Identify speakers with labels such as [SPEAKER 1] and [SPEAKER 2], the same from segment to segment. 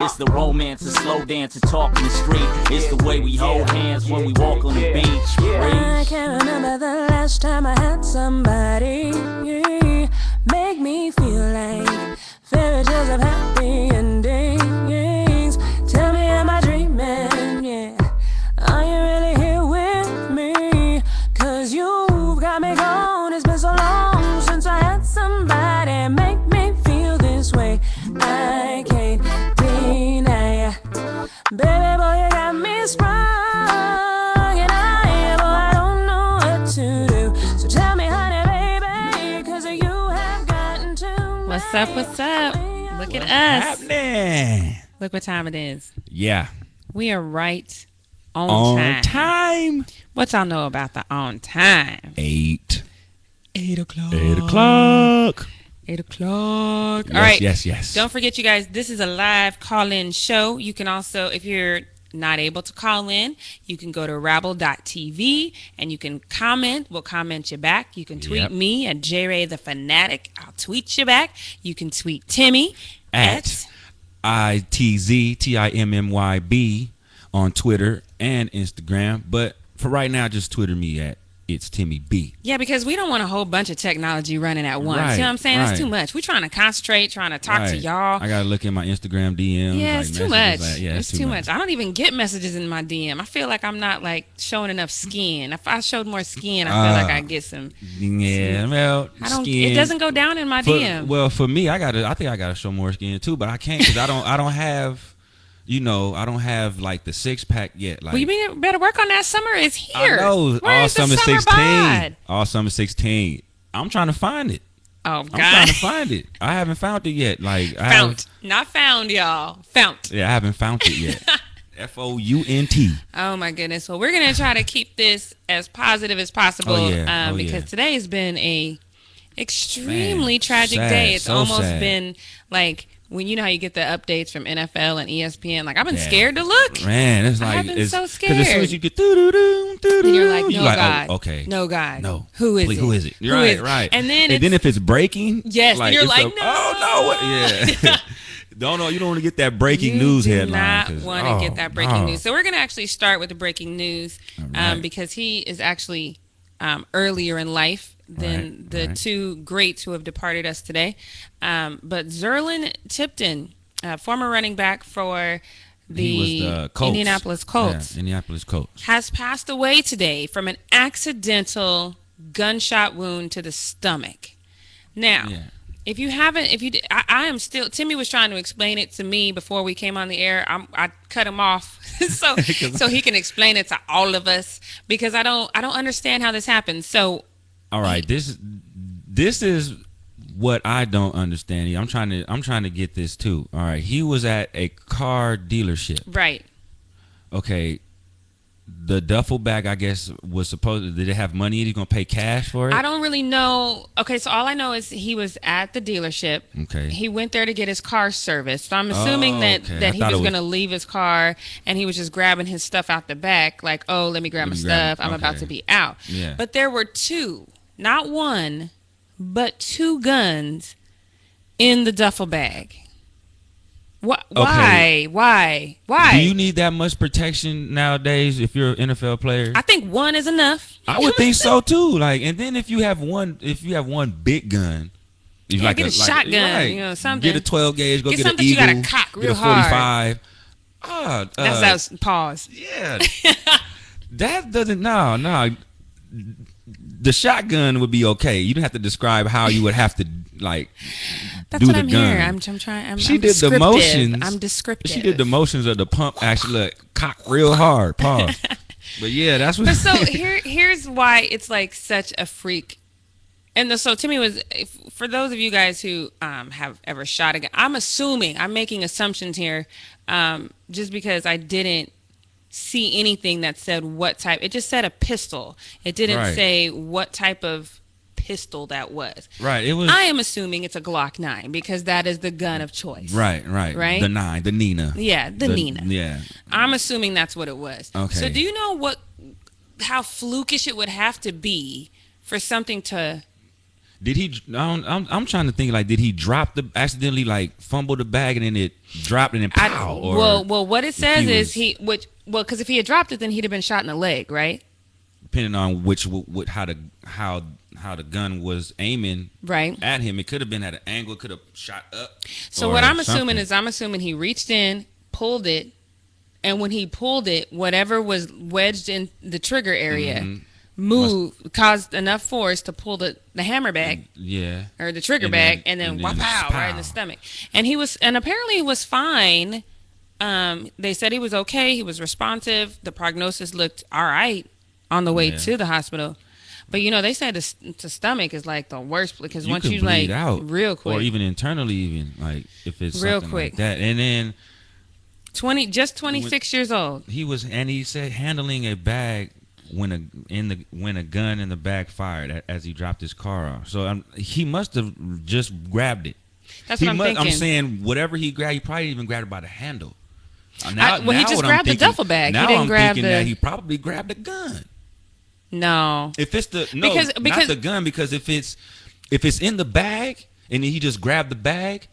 [SPEAKER 1] It's the romance of slow dance and talk in the street. It's the way we hold hands when we walk on the beach.
[SPEAKER 2] I
[SPEAKER 1] Breathe.
[SPEAKER 2] can't remember the last time I had somebody make me feel like fairy tales of happy endings. Tell me, am I dreaming? Yeah, are you really here with me? Cause you've got me gone. It's been so long since I had somebody make me feel this way. I can't deny. Baby boy, you got me sprung, and I, boy, I don't know what to do. So tell me, honey, baby, 'cause you have gotten to
[SPEAKER 3] What's up?
[SPEAKER 2] me.
[SPEAKER 3] What's up? Look at us.
[SPEAKER 4] Happening.
[SPEAKER 3] Look what time it is.
[SPEAKER 4] Yeah.
[SPEAKER 3] We are right on,
[SPEAKER 4] On
[SPEAKER 3] time.
[SPEAKER 4] time.
[SPEAKER 3] What y'all know about the on time?
[SPEAKER 4] Eight.
[SPEAKER 3] Eight o'clock.
[SPEAKER 4] Eight o'clock.
[SPEAKER 3] Eight o'clock.
[SPEAKER 4] Yes,
[SPEAKER 3] All right.
[SPEAKER 4] yes, yes.
[SPEAKER 3] Don't forget, you guys, this is a live call in show. You can also, if you're not able to call in, you can go to rabble.tv and you can comment. We'll comment you back. You can tweet
[SPEAKER 4] Yep.
[SPEAKER 3] me at JRay the Fanatic. I'll tweet you back. You can tweet Timmy
[SPEAKER 4] At I T Z T I M M Y B on Twitter and Instagram. But for right now, just Twitter me at it's Timmy B.
[SPEAKER 3] Yeah, because we don't want a whole bunch of technology running at once.
[SPEAKER 4] Right,
[SPEAKER 3] you know what I'm saying?
[SPEAKER 4] right.
[SPEAKER 3] That's too much. We're trying to concentrate, trying to talk to
[SPEAKER 4] Right.
[SPEAKER 3] y'all.
[SPEAKER 4] I gotta look in my Instagram DMs.
[SPEAKER 3] yeah,
[SPEAKER 4] like,
[SPEAKER 3] it's too much.
[SPEAKER 4] messages, like, yeah,
[SPEAKER 3] it's, too much. I don't even get messages in my DM. I feel like I'm not like showing enough skin. If I showed more skin, I feel like I get some.
[SPEAKER 4] Yeah, well,
[SPEAKER 3] I don't.
[SPEAKER 4] Ah, skin.
[SPEAKER 3] It doesn't go down in my
[SPEAKER 4] For-
[SPEAKER 3] DM.
[SPEAKER 4] Well, for me, I gotta. I think I gotta show more skin too, but I can't because I don't. I don't have. You know, I don't have like the six pack yet. Like
[SPEAKER 3] well, you be- better work on that. Summer is here.
[SPEAKER 4] I know
[SPEAKER 3] Where
[SPEAKER 4] all
[SPEAKER 3] is the
[SPEAKER 4] summer sixteen.
[SPEAKER 3] bod?
[SPEAKER 4] All summer sixteen. I'm trying to find it.
[SPEAKER 3] Oh
[SPEAKER 4] I'm trying
[SPEAKER 3] God,
[SPEAKER 4] to find it. I haven't found it yet. Like I haven't-
[SPEAKER 3] found, not found, y'all, found.
[SPEAKER 4] Yeah, I haven't found it yet. F O U N T.
[SPEAKER 3] Oh my goodness. Well, we're gonna try to keep this as positive as possible
[SPEAKER 4] Oh, yeah.
[SPEAKER 3] um,
[SPEAKER 4] Oh, yeah.
[SPEAKER 3] because today has been a extremely
[SPEAKER 4] Man,
[SPEAKER 3] tragic
[SPEAKER 4] sad.
[SPEAKER 3] day. It's
[SPEAKER 4] So
[SPEAKER 3] almost
[SPEAKER 4] sad.
[SPEAKER 3] been like when you know how you get the updates from NFL and E ESPN. Like I've been
[SPEAKER 4] Yeah.
[SPEAKER 3] scared to look.
[SPEAKER 4] Man, it's
[SPEAKER 3] I
[SPEAKER 4] like
[SPEAKER 3] have been
[SPEAKER 4] it's
[SPEAKER 3] so
[SPEAKER 4] Because as soon
[SPEAKER 3] scared.
[SPEAKER 4] as you get doo doo doo doo
[SPEAKER 3] And
[SPEAKER 4] doo,
[SPEAKER 3] you're like, no
[SPEAKER 4] you like,
[SPEAKER 3] God.
[SPEAKER 4] oh, okay,
[SPEAKER 3] No God.
[SPEAKER 4] no.
[SPEAKER 3] Who is
[SPEAKER 4] Please,
[SPEAKER 3] it?
[SPEAKER 4] Who is it?
[SPEAKER 3] Who
[SPEAKER 4] You're right,
[SPEAKER 3] is it?
[SPEAKER 4] right.
[SPEAKER 3] And then it's,
[SPEAKER 4] if it's breaking,
[SPEAKER 3] Yes, then you're
[SPEAKER 4] it's
[SPEAKER 3] like,
[SPEAKER 4] a-
[SPEAKER 3] no.
[SPEAKER 4] oh no, what- yeah. don't know. You don't want to get that breaking news
[SPEAKER 3] do
[SPEAKER 4] headline.
[SPEAKER 3] Not
[SPEAKER 4] 'cause-
[SPEAKER 3] want
[SPEAKER 4] oh,
[SPEAKER 3] to get that breaking
[SPEAKER 4] no.
[SPEAKER 3] news. So we're going to actually start with the breaking news um,
[SPEAKER 4] right.
[SPEAKER 3] because he is actually um, earlier in life than
[SPEAKER 4] Right,
[SPEAKER 3] the
[SPEAKER 4] right.
[SPEAKER 3] two greats who have departed us today. Um, but Zerlin Tipton, uh, former running back for
[SPEAKER 4] He was
[SPEAKER 3] the,
[SPEAKER 4] the Colts.
[SPEAKER 3] Indianapolis Colts,
[SPEAKER 4] Yeah, Indianapolis Colts.
[SPEAKER 3] has passed away today from an accidental gunshot wound to the stomach. Now,
[SPEAKER 4] Yeah.
[SPEAKER 3] if you haven't, if you, di- I, I am still. Timmy was trying to explain it to me before we came on the air. I'm, I cut him off so so he can explain it to all of us because I don't I don't understand how this happened. So
[SPEAKER 4] All right, this this is what I don't understand. I'm trying to I'm trying to get this too. All right, he was at a car dealership.
[SPEAKER 3] right,
[SPEAKER 4] okay, the duffel bag, I guess, was supposed. Did it have money? in it? You gonna pay cash for it?
[SPEAKER 3] I don't really know. Okay, so all I know is he was at the dealership.
[SPEAKER 4] Okay.
[SPEAKER 3] he went there to get his car serviced. So I'm assuming
[SPEAKER 4] Oh,
[SPEAKER 3] that
[SPEAKER 4] okay. I
[SPEAKER 3] that he
[SPEAKER 4] thought
[SPEAKER 3] was,
[SPEAKER 4] it was-
[SPEAKER 3] going to leave his car and he was just grabbing his stuff out the back, like, oh, let me grab my
[SPEAKER 4] me grab-
[SPEAKER 3] stuff. I'm about
[SPEAKER 4] okay.
[SPEAKER 3] to be out.
[SPEAKER 4] Yeah.
[SPEAKER 3] But there were two, not one, but two guns in the duffel bag. Wh- Why?
[SPEAKER 4] Okay.
[SPEAKER 3] Why? Why?
[SPEAKER 4] Do you need that much protection nowadays if you're an NFL player?
[SPEAKER 3] I think one is enough.
[SPEAKER 4] I would think so too. Like, and then if you have one, if you have one big gun, if
[SPEAKER 3] Yeah, get a shotgun, you know, something.
[SPEAKER 4] Get a twelve gauge. Go
[SPEAKER 3] Get
[SPEAKER 4] get,
[SPEAKER 3] something
[SPEAKER 4] an
[SPEAKER 3] you
[SPEAKER 4] eagle.
[SPEAKER 3] gotta cock
[SPEAKER 4] get
[SPEAKER 3] real
[SPEAKER 4] a
[SPEAKER 3] hard.
[SPEAKER 4] forty-five. Ah,
[SPEAKER 3] That's
[SPEAKER 4] uh,
[SPEAKER 3] that was, pause.
[SPEAKER 4] yeah. that doesn't. No, no. The shotgun would be okay. You don't have to describe how you would have to like
[SPEAKER 3] That's
[SPEAKER 4] do
[SPEAKER 3] what
[SPEAKER 4] the
[SPEAKER 3] I'm
[SPEAKER 4] gun.
[SPEAKER 3] here. I'm, I'm trying. I'm,
[SPEAKER 4] She
[SPEAKER 3] I'm
[SPEAKER 4] did the
[SPEAKER 3] descriptive.
[SPEAKER 4] motions.
[SPEAKER 3] I'm descriptive.
[SPEAKER 4] She did the motions of the pump. Actually, look, cock real hard. Pause. but yeah, that's what.
[SPEAKER 3] But so here, here's why it's like such a freak. And the, so Timmy was, if, for those of you guys who um, have ever shot a gun, I'm assuming, I'm making assumptions here, um, just because I didn't see anything that said what type. It just said a pistol. It didn't
[SPEAKER 4] Right.
[SPEAKER 3] say what type of pistol that was.
[SPEAKER 4] right. It was.
[SPEAKER 3] I am assuming it's a Glock 9 because that is the gun of choice.
[SPEAKER 4] right. Right.
[SPEAKER 3] Right?
[SPEAKER 4] The nine. The Nina.
[SPEAKER 3] Yeah, the, Nina.
[SPEAKER 4] Yeah.
[SPEAKER 3] I'm assuming that's what it was.
[SPEAKER 4] Okay.
[SPEAKER 3] So do you know what how flukish it would have to be for something to
[SPEAKER 4] Did he? I don't, I'm I'm trying to think. Like, did he drop the accidentally like fumble the bag and then it dropped and then
[SPEAKER 3] I-
[SPEAKER 4] pow? or
[SPEAKER 3] well, well, what it says
[SPEAKER 4] he
[SPEAKER 3] is
[SPEAKER 4] was-
[SPEAKER 3] he which well, because if he had dropped it, then he'd have been shot in the leg, right?
[SPEAKER 4] depending on which w- what how the how how the gun was aiming
[SPEAKER 3] Right.
[SPEAKER 4] at him, it could have been at an angle, could have shot up.
[SPEAKER 3] So
[SPEAKER 4] or
[SPEAKER 3] what I'm
[SPEAKER 4] something.
[SPEAKER 3] assuming is I'm assuming he reached in, pulled it, and when he pulled it, whatever was wedged in the trigger area
[SPEAKER 4] Mm-hmm.
[SPEAKER 3] moved, caused enough force to pull the, the hammer back
[SPEAKER 4] yeah.
[SPEAKER 3] or the trigger
[SPEAKER 4] And
[SPEAKER 3] back,
[SPEAKER 4] then-
[SPEAKER 3] and then,
[SPEAKER 4] and
[SPEAKER 3] wha-
[SPEAKER 4] then
[SPEAKER 3] pow, right in
[SPEAKER 4] pow.
[SPEAKER 3] the stomach. And he was, and apparently he was fine. Um, they said he was okay. He was responsive. The prognosis looked all right on the way
[SPEAKER 4] Yeah.
[SPEAKER 3] to the hospital. But you know, they said the, s- the stomach is like the worst because once
[SPEAKER 4] can
[SPEAKER 3] you
[SPEAKER 4] bleed
[SPEAKER 3] like real quick,
[SPEAKER 4] or even internally, even like if it's
[SPEAKER 3] Real
[SPEAKER 4] something like
[SPEAKER 3] quick.
[SPEAKER 4] that. And then
[SPEAKER 3] twenty, just twenty six years old.
[SPEAKER 4] he was, and he said handling a bag when a in the when a gun in the bag fired a- as he dropped his car off. So um, he must have just grabbed it.
[SPEAKER 3] That's
[SPEAKER 4] he
[SPEAKER 3] what I'm
[SPEAKER 4] must,
[SPEAKER 3] thinking.
[SPEAKER 4] I'm saying whatever he grabbed, he probably even grabbed it by the handle. Uh, Now,
[SPEAKER 3] well, he
[SPEAKER 4] now
[SPEAKER 3] just
[SPEAKER 4] what I'm
[SPEAKER 3] grabbed the
[SPEAKER 4] thinking-
[SPEAKER 3] duffel bag. He
[SPEAKER 4] Now
[SPEAKER 3] didn't
[SPEAKER 4] I'm
[SPEAKER 3] grab
[SPEAKER 4] thinking that
[SPEAKER 3] the-
[SPEAKER 4] he probably grabbed a gun.
[SPEAKER 3] No,
[SPEAKER 4] If it's the no,
[SPEAKER 3] Because-
[SPEAKER 4] not
[SPEAKER 3] because-
[SPEAKER 4] the gun. Because if it's if it's in the bag and he just grabbed the bag,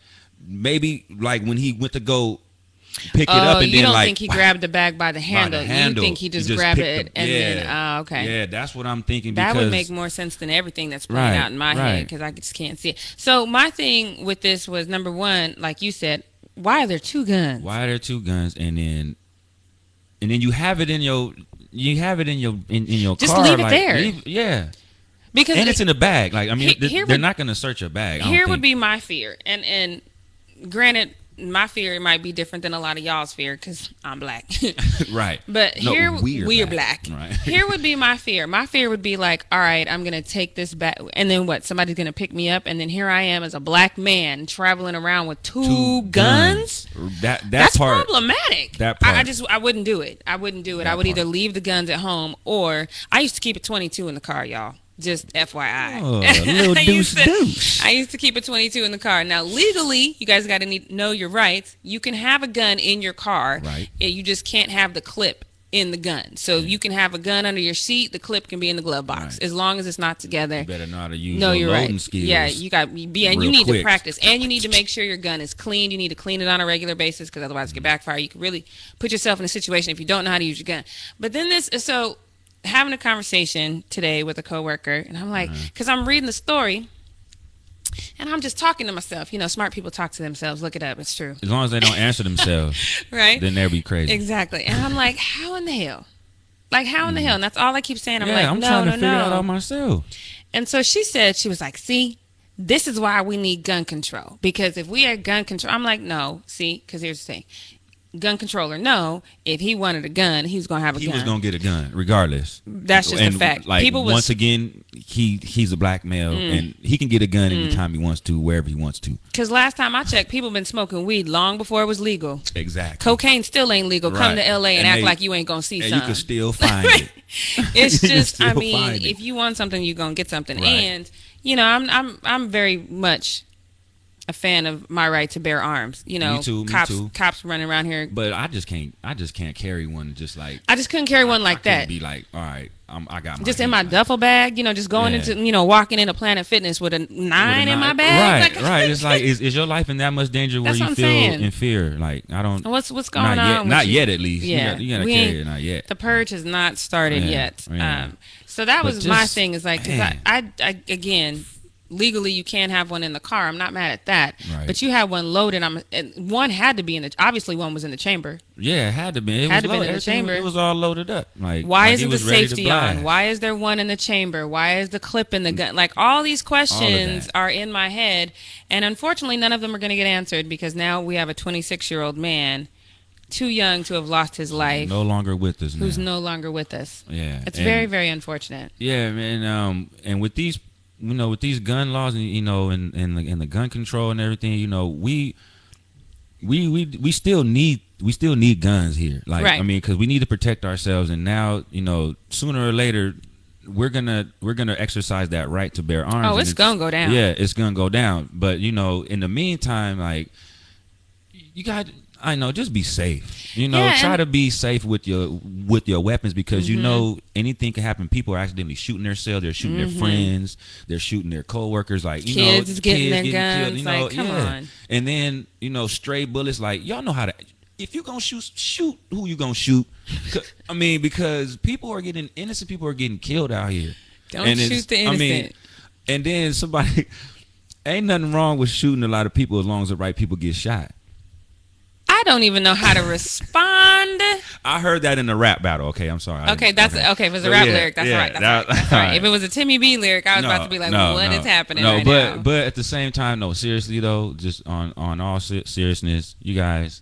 [SPEAKER 4] maybe like when he went to go pick
[SPEAKER 3] oh,
[SPEAKER 4] it up and
[SPEAKER 3] you
[SPEAKER 4] then
[SPEAKER 3] don't
[SPEAKER 4] like
[SPEAKER 3] think he
[SPEAKER 4] whack,
[SPEAKER 3] grabbed the bag by the
[SPEAKER 4] by the
[SPEAKER 3] handle?
[SPEAKER 4] handle,
[SPEAKER 3] You think he just,
[SPEAKER 4] picked
[SPEAKER 3] grabbed
[SPEAKER 4] the-
[SPEAKER 3] it and then?
[SPEAKER 4] yeah.
[SPEAKER 3] Oh, okay.
[SPEAKER 4] Yeah, that's what I'm thinking.
[SPEAKER 3] That
[SPEAKER 4] because
[SPEAKER 3] would make more sense than everything that's playing
[SPEAKER 4] Right,
[SPEAKER 3] out in my
[SPEAKER 4] right.
[SPEAKER 3] head because I just can't see it. So my thing with this was number one, like you said, why are there two guns?
[SPEAKER 4] why are there two guns and then and then you have it in your you have it in your in, in your
[SPEAKER 3] Just
[SPEAKER 4] car,
[SPEAKER 3] leave it
[SPEAKER 4] like,
[SPEAKER 3] there.
[SPEAKER 4] yeah,
[SPEAKER 3] Because
[SPEAKER 4] and it's in the bag. Like I mean,
[SPEAKER 3] He-
[SPEAKER 4] th-
[SPEAKER 3] here
[SPEAKER 4] they're
[SPEAKER 3] would-
[SPEAKER 4] not gonna search your bag. I don't
[SPEAKER 3] here would
[SPEAKER 4] think.
[SPEAKER 3] be my fear, and and granted, my fear might be different than a lot of y'all's fear because I'm black.
[SPEAKER 4] right,
[SPEAKER 3] But
[SPEAKER 4] No,
[SPEAKER 3] here we're, black.
[SPEAKER 4] Right,
[SPEAKER 3] here would be my fear. My fear would be like, all right, I'm gonna take this back, and then what? Somebody's gonna pick me up, and then here I am as a black man traveling around with two,
[SPEAKER 4] Two
[SPEAKER 3] guns.
[SPEAKER 4] That that
[SPEAKER 3] That's
[SPEAKER 4] part.
[SPEAKER 3] problematic.
[SPEAKER 4] that
[SPEAKER 3] I, I
[SPEAKER 4] part.
[SPEAKER 3] just I wouldn't do it. I wouldn't do it.
[SPEAKER 4] That
[SPEAKER 3] I would
[SPEAKER 4] part.
[SPEAKER 3] either leave the guns at home or I used to keep a 22 in the car, y'all. Just FYI.
[SPEAKER 4] Oh, little
[SPEAKER 3] I used
[SPEAKER 4] deuce
[SPEAKER 3] to-
[SPEAKER 4] deuce.
[SPEAKER 3] I used to keep a 22 in the car. Now, legally, you guys got to need know your rights. You can have a gun in your car.
[SPEAKER 4] Right.
[SPEAKER 3] and You just can't have the clip in the gun. So you can have a gun under your seat. The clip can be in the glove box
[SPEAKER 4] Right.
[SPEAKER 3] as long as it's not together.
[SPEAKER 4] You better know how to use
[SPEAKER 3] No,
[SPEAKER 4] your
[SPEAKER 3] you're
[SPEAKER 4] loading
[SPEAKER 3] right.
[SPEAKER 4] skills.
[SPEAKER 3] Yeah, you got be and
[SPEAKER 4] real
[SPEAKER 3] you need
[SPEAKER 4] quick.
[SPEAKER 3] to practice, and you need to make sure your gun is clean. You need to clean it on a regular basis because otherwise it could backfire. You could really put yourself in a situation if you don't know how to use your gun. But then this, so having a conversation today with a coworker, and I'm like,
[SPEAKER 4] Mm-hmm.
[SPEAKER 3] because I'm reading the story, and I'm just talking to myself. You know, smart people talk to themselves. Look it up; it's true,
[SPEAKER 4] as long as they don't answer themselves,
[SPEAKER 3] right?
[SPEAKER 4] then they'll be crazy.
[SPEAKER 3] Exactly. And I'm like, how in the hell? Like how in the hell? And that's all I keep saying. I'm
[SPEAKER 4] Mm-hmm. yeah,
[SPEAKER 3] like,
[SPEAKER 4] I'm
[SPEAKER 3] no,
[SPEAKER 4] trying to
[SPEAKER 3] no,
[SPEAKER 4] figure
[SPEAKER 3] no.
[SPEAKER 4] out all myself.
[SPEAKER 3] And so she said, she was like, see, this is why we need gun control. Because if we had gun control, I'm like, no, see, because here's the thing gun controller, no, if he wanted a gun, he was going to have a
[SPEAKER 4] He
[SPEAKER 3] gun.
[SPEAKER 4] was gonna get a gun regardless.
[SPEAKER 3] That's just a
[SPEAKER 4] and
[SPEAKER 3] fact.
[SPEAKER 4] Like
[SPEAKER 3] People was- Mm.
[SPEAKER 4] once again, he he's a black male and he can get a gun anytime he wants to, wherever he wants to.
[SPEAKER 3] Because last time I checked, people been smoking weed long before it was legal.
[SPEAKER 4] Exactly.
[SPEAKER 3] Cocaine still ain't legal. Come
[SPEAKER 4] Right.
[SPEAKER 3] to LA and,
[SPEAKER 4] And
[SPEAKER 3] act
[SPEAKER 4] they-
[SPEAKER 3] like you ain't going to see
[SPEAKER 4] and you
[SPEAKER 3] something.
[SPEAKER 4] can still find it.
[SPEAKER 3] it's
[SPEAKER 4] You can
[SPEAKER 3] just i
[SPEAKER 4] still
[SPEAKER 3] mean
[SPEAKER 4] find it.
[SPEAKER 3] if you want something you're gonna get something
[SPEAKER 4] Right.
[SPEAKER 3] and you know i'm i'm i'm very much a fan of my right to bear arms you know
[SPEAKER 4] too, me
[SPEAKER 3] cops
[SPEAKER 4] too.
[SPEAKER 3] cops running around here
[SPEAKER 4] But I just can't. I just can't carry one. Just like
[SPEAKER 3] i just couldn't carry one
[SPEAKER 4] I
[SPEAKER 3] like
[SPEAKER 4] couldn't
[SPEAKER 3] that
[SPEAKER 4] Be like, all right, I'm, I got my
[SPEAKER 3] just in
[SPEAKER 4] hand,
[SPEAKER 3] my
[SPEAKER 4] like,
[SPEAKER 3] duffel bag you know just going
[SPEAKER 4] Yeah.
[SPEAKER 3] into you know walking into planet fitness with a nine
[SPEAKER 4] with a
[SPEAKER 3] in my
[SPEAKER 4] knife.
[SPEAKER 3] bag
[SPEAKER 4] Right,
[SPEAKER 3] Like,
[SPEAKER 4] right. It's like, is, is your life in that much danger where
[SPEAKER 3] That's
[SPEAKER 4] you
[SPEAKER 3] what I'm
[SPEAKER 4] feel
[SPEAKER 3] saying.
[SPEAKER 4] in fear? Like, I don't.
[SPEAKER 3] what's what's going
[SPEAKER 4] not
[SPEAKER 3] on
[SPEAKER 4] yet.
[SPEAKER 3] with
[SPEAKER 4] Not
[SPEAKER 3] you?
[SPEAKER 4] yet, at least.
[SPEAKER 3] yeah
[SPEAKER 4] Yeah, you, got,
[SPEAKER 3] we
[SPEAKER 4] to carry
[SPEAKER 3] ain't-
[SPEAKER 4] it. Not yet.
[SPEAKER 3] the purge has not started
[SPEAKER 4] Yeah,
[SPEAKER 3] yet
[SPEAKER 4] yeah.
[SPEAKER 3] um so that
[SPEAKER 4] But
[SPEAKER 3] was my
[SPEAKER 4] just-
[SPEAKER 3] thing is like 'cause I,
[SPEAKER 4] man.
[SPEAKER 3] I i again legally you can't have one in the car i'm not mad at that
[SPEAKER 4] Right.
[SPEAKER 3] but you had one loaded i'm and one had to be in the obviously one was in the chamber
[SPEAKER 4] yeah, it had to be. It
[SPEAKER 3] Had
[SPEAKER 4] was
[SPEAKER 3] to been
[SPEAKER 4] loaded.
[SPEAKER 3] in the
[SPEAKER 4] Everything-
[SPEAKER 3] chamber.
[SPEAKER 4] It was all loaded up. Like,
[SPEAKER 3] why
[SPEAKER 4] like it
[SPEAKER 3] isn't the
[SPEAKER 4] was ready to
[SPEAKER 3] safety on
[SPEAKER 4] blast.
[SPEAKER 3] why is there one in the chamber why is the clip in the gun like all these questions
[SPEAKER 4] that.
[SPEAKER 3] are in my head and unfortunately none of them are going to get answered because now we have a 26 year old man too young to have lost his life
[SPEAKER 4] No longer with us.
[SPEAKER 3] who's
[SPEAKER 4] now.
[SPEAKER 3] no longer with us
[SPEAKER 4] Yeah,
[SPEAKER 3] it's
[SPEAKER 4] and-
[SPEAKER 3] very very unfortunate
[SPEAKER 4] Yeah, man. Um, and with these, you know, with these gun laws, and you know, and and the, and the gun control and everything, you know, we, we we we still need we still need guns here. Like,
[SPEAKER 3] Right.
[SPEAKER 4] I mean, because we need to protect ourselves. And now, you know, sooner or later, we're gonna we're gonna exercise that right to bear arms.
[SPEAKER 3] Oh,
[SPEAKER 4] and
[SPEAKER 3] it's gonna go down.
[SPEAKER 4] Yeah, it's gonna go down. But you know, in the meantime, like, you got. I know, just be safe. You know,
[SPEAKER 3] Yeah,
[SPEAKER 4] try
[SPEAKER 3] and- Mm-hmm.
[SPEAKER 4] to be safe with your with your weapons because you know anything can happen. People are accidentally shooting themselves. They're shooting their friends. They're shooting their coworkers. Like you
[SPEAKER 3] Mm-hmm. Kids
[SPEAKER 4] know,
[SPEAKER 3] is getting
[SPEAKER 4] kids
[SPEAKER 3] their
[SPEAKER 4] getting
[SPEAKER 3] guns,
[SPEAKER 4] Killed, you know,
[SPEAKER 3] like, come
[SPEAKER 4] yeah.
[SPEAKER 3] on.
[SPEAKER 4] And then you know, stray bullets. Like y'all know how to. If you gonna shoot, shoot who you gonna shoot. 'Cause- I mean, because people are getting innocent. People are getting killed out here.
[SPEAKER 3] Don't
[SPEAKER 4] it's-
[SPEAKER 3] shoot the innocent.
[SPEAKER 4] and then somebody ain't nothing wrong with shooting a lot of people as long as the right people get shot.
[SPEAKER 3] I don't even know how to respond.
[SPEAKER 4] I heard that in the rap battle. Okay, I'm sorry. I
[SPEAKER 3] Okay,
[SPEAKER 4] didn't-
[SPEAKER 3] that's okay. If it's a
[SPEAKER 4] But
[SPEAKER 3] rap
[SPEAKER 4] Oh, yeah,
[SPEAKER 3] lyric, that's
[SPEAKER 4] yeah,
[SPEAKER 3] all right. That's,
[SPEAKER 4] that-
[SPEAKER 3] all right. that's all right. If it was a Timmy B lyric, I was
[SPEAKER 4] No,
[SPEAKER 3] about to be like,
[SPEAKER 4] no,
[SPEAKER 3] "What is
[SPEAKER 4] no.
[SPEAKER 3] happening
[SPEAKER 4] No,
[SPEAKER 3] right
[SPEAKER 4] but
[SPEAKER 3] now?"
[SPEAKER 4] but at the same time, no. Seriously though, just on on all se- seriousness, you guys.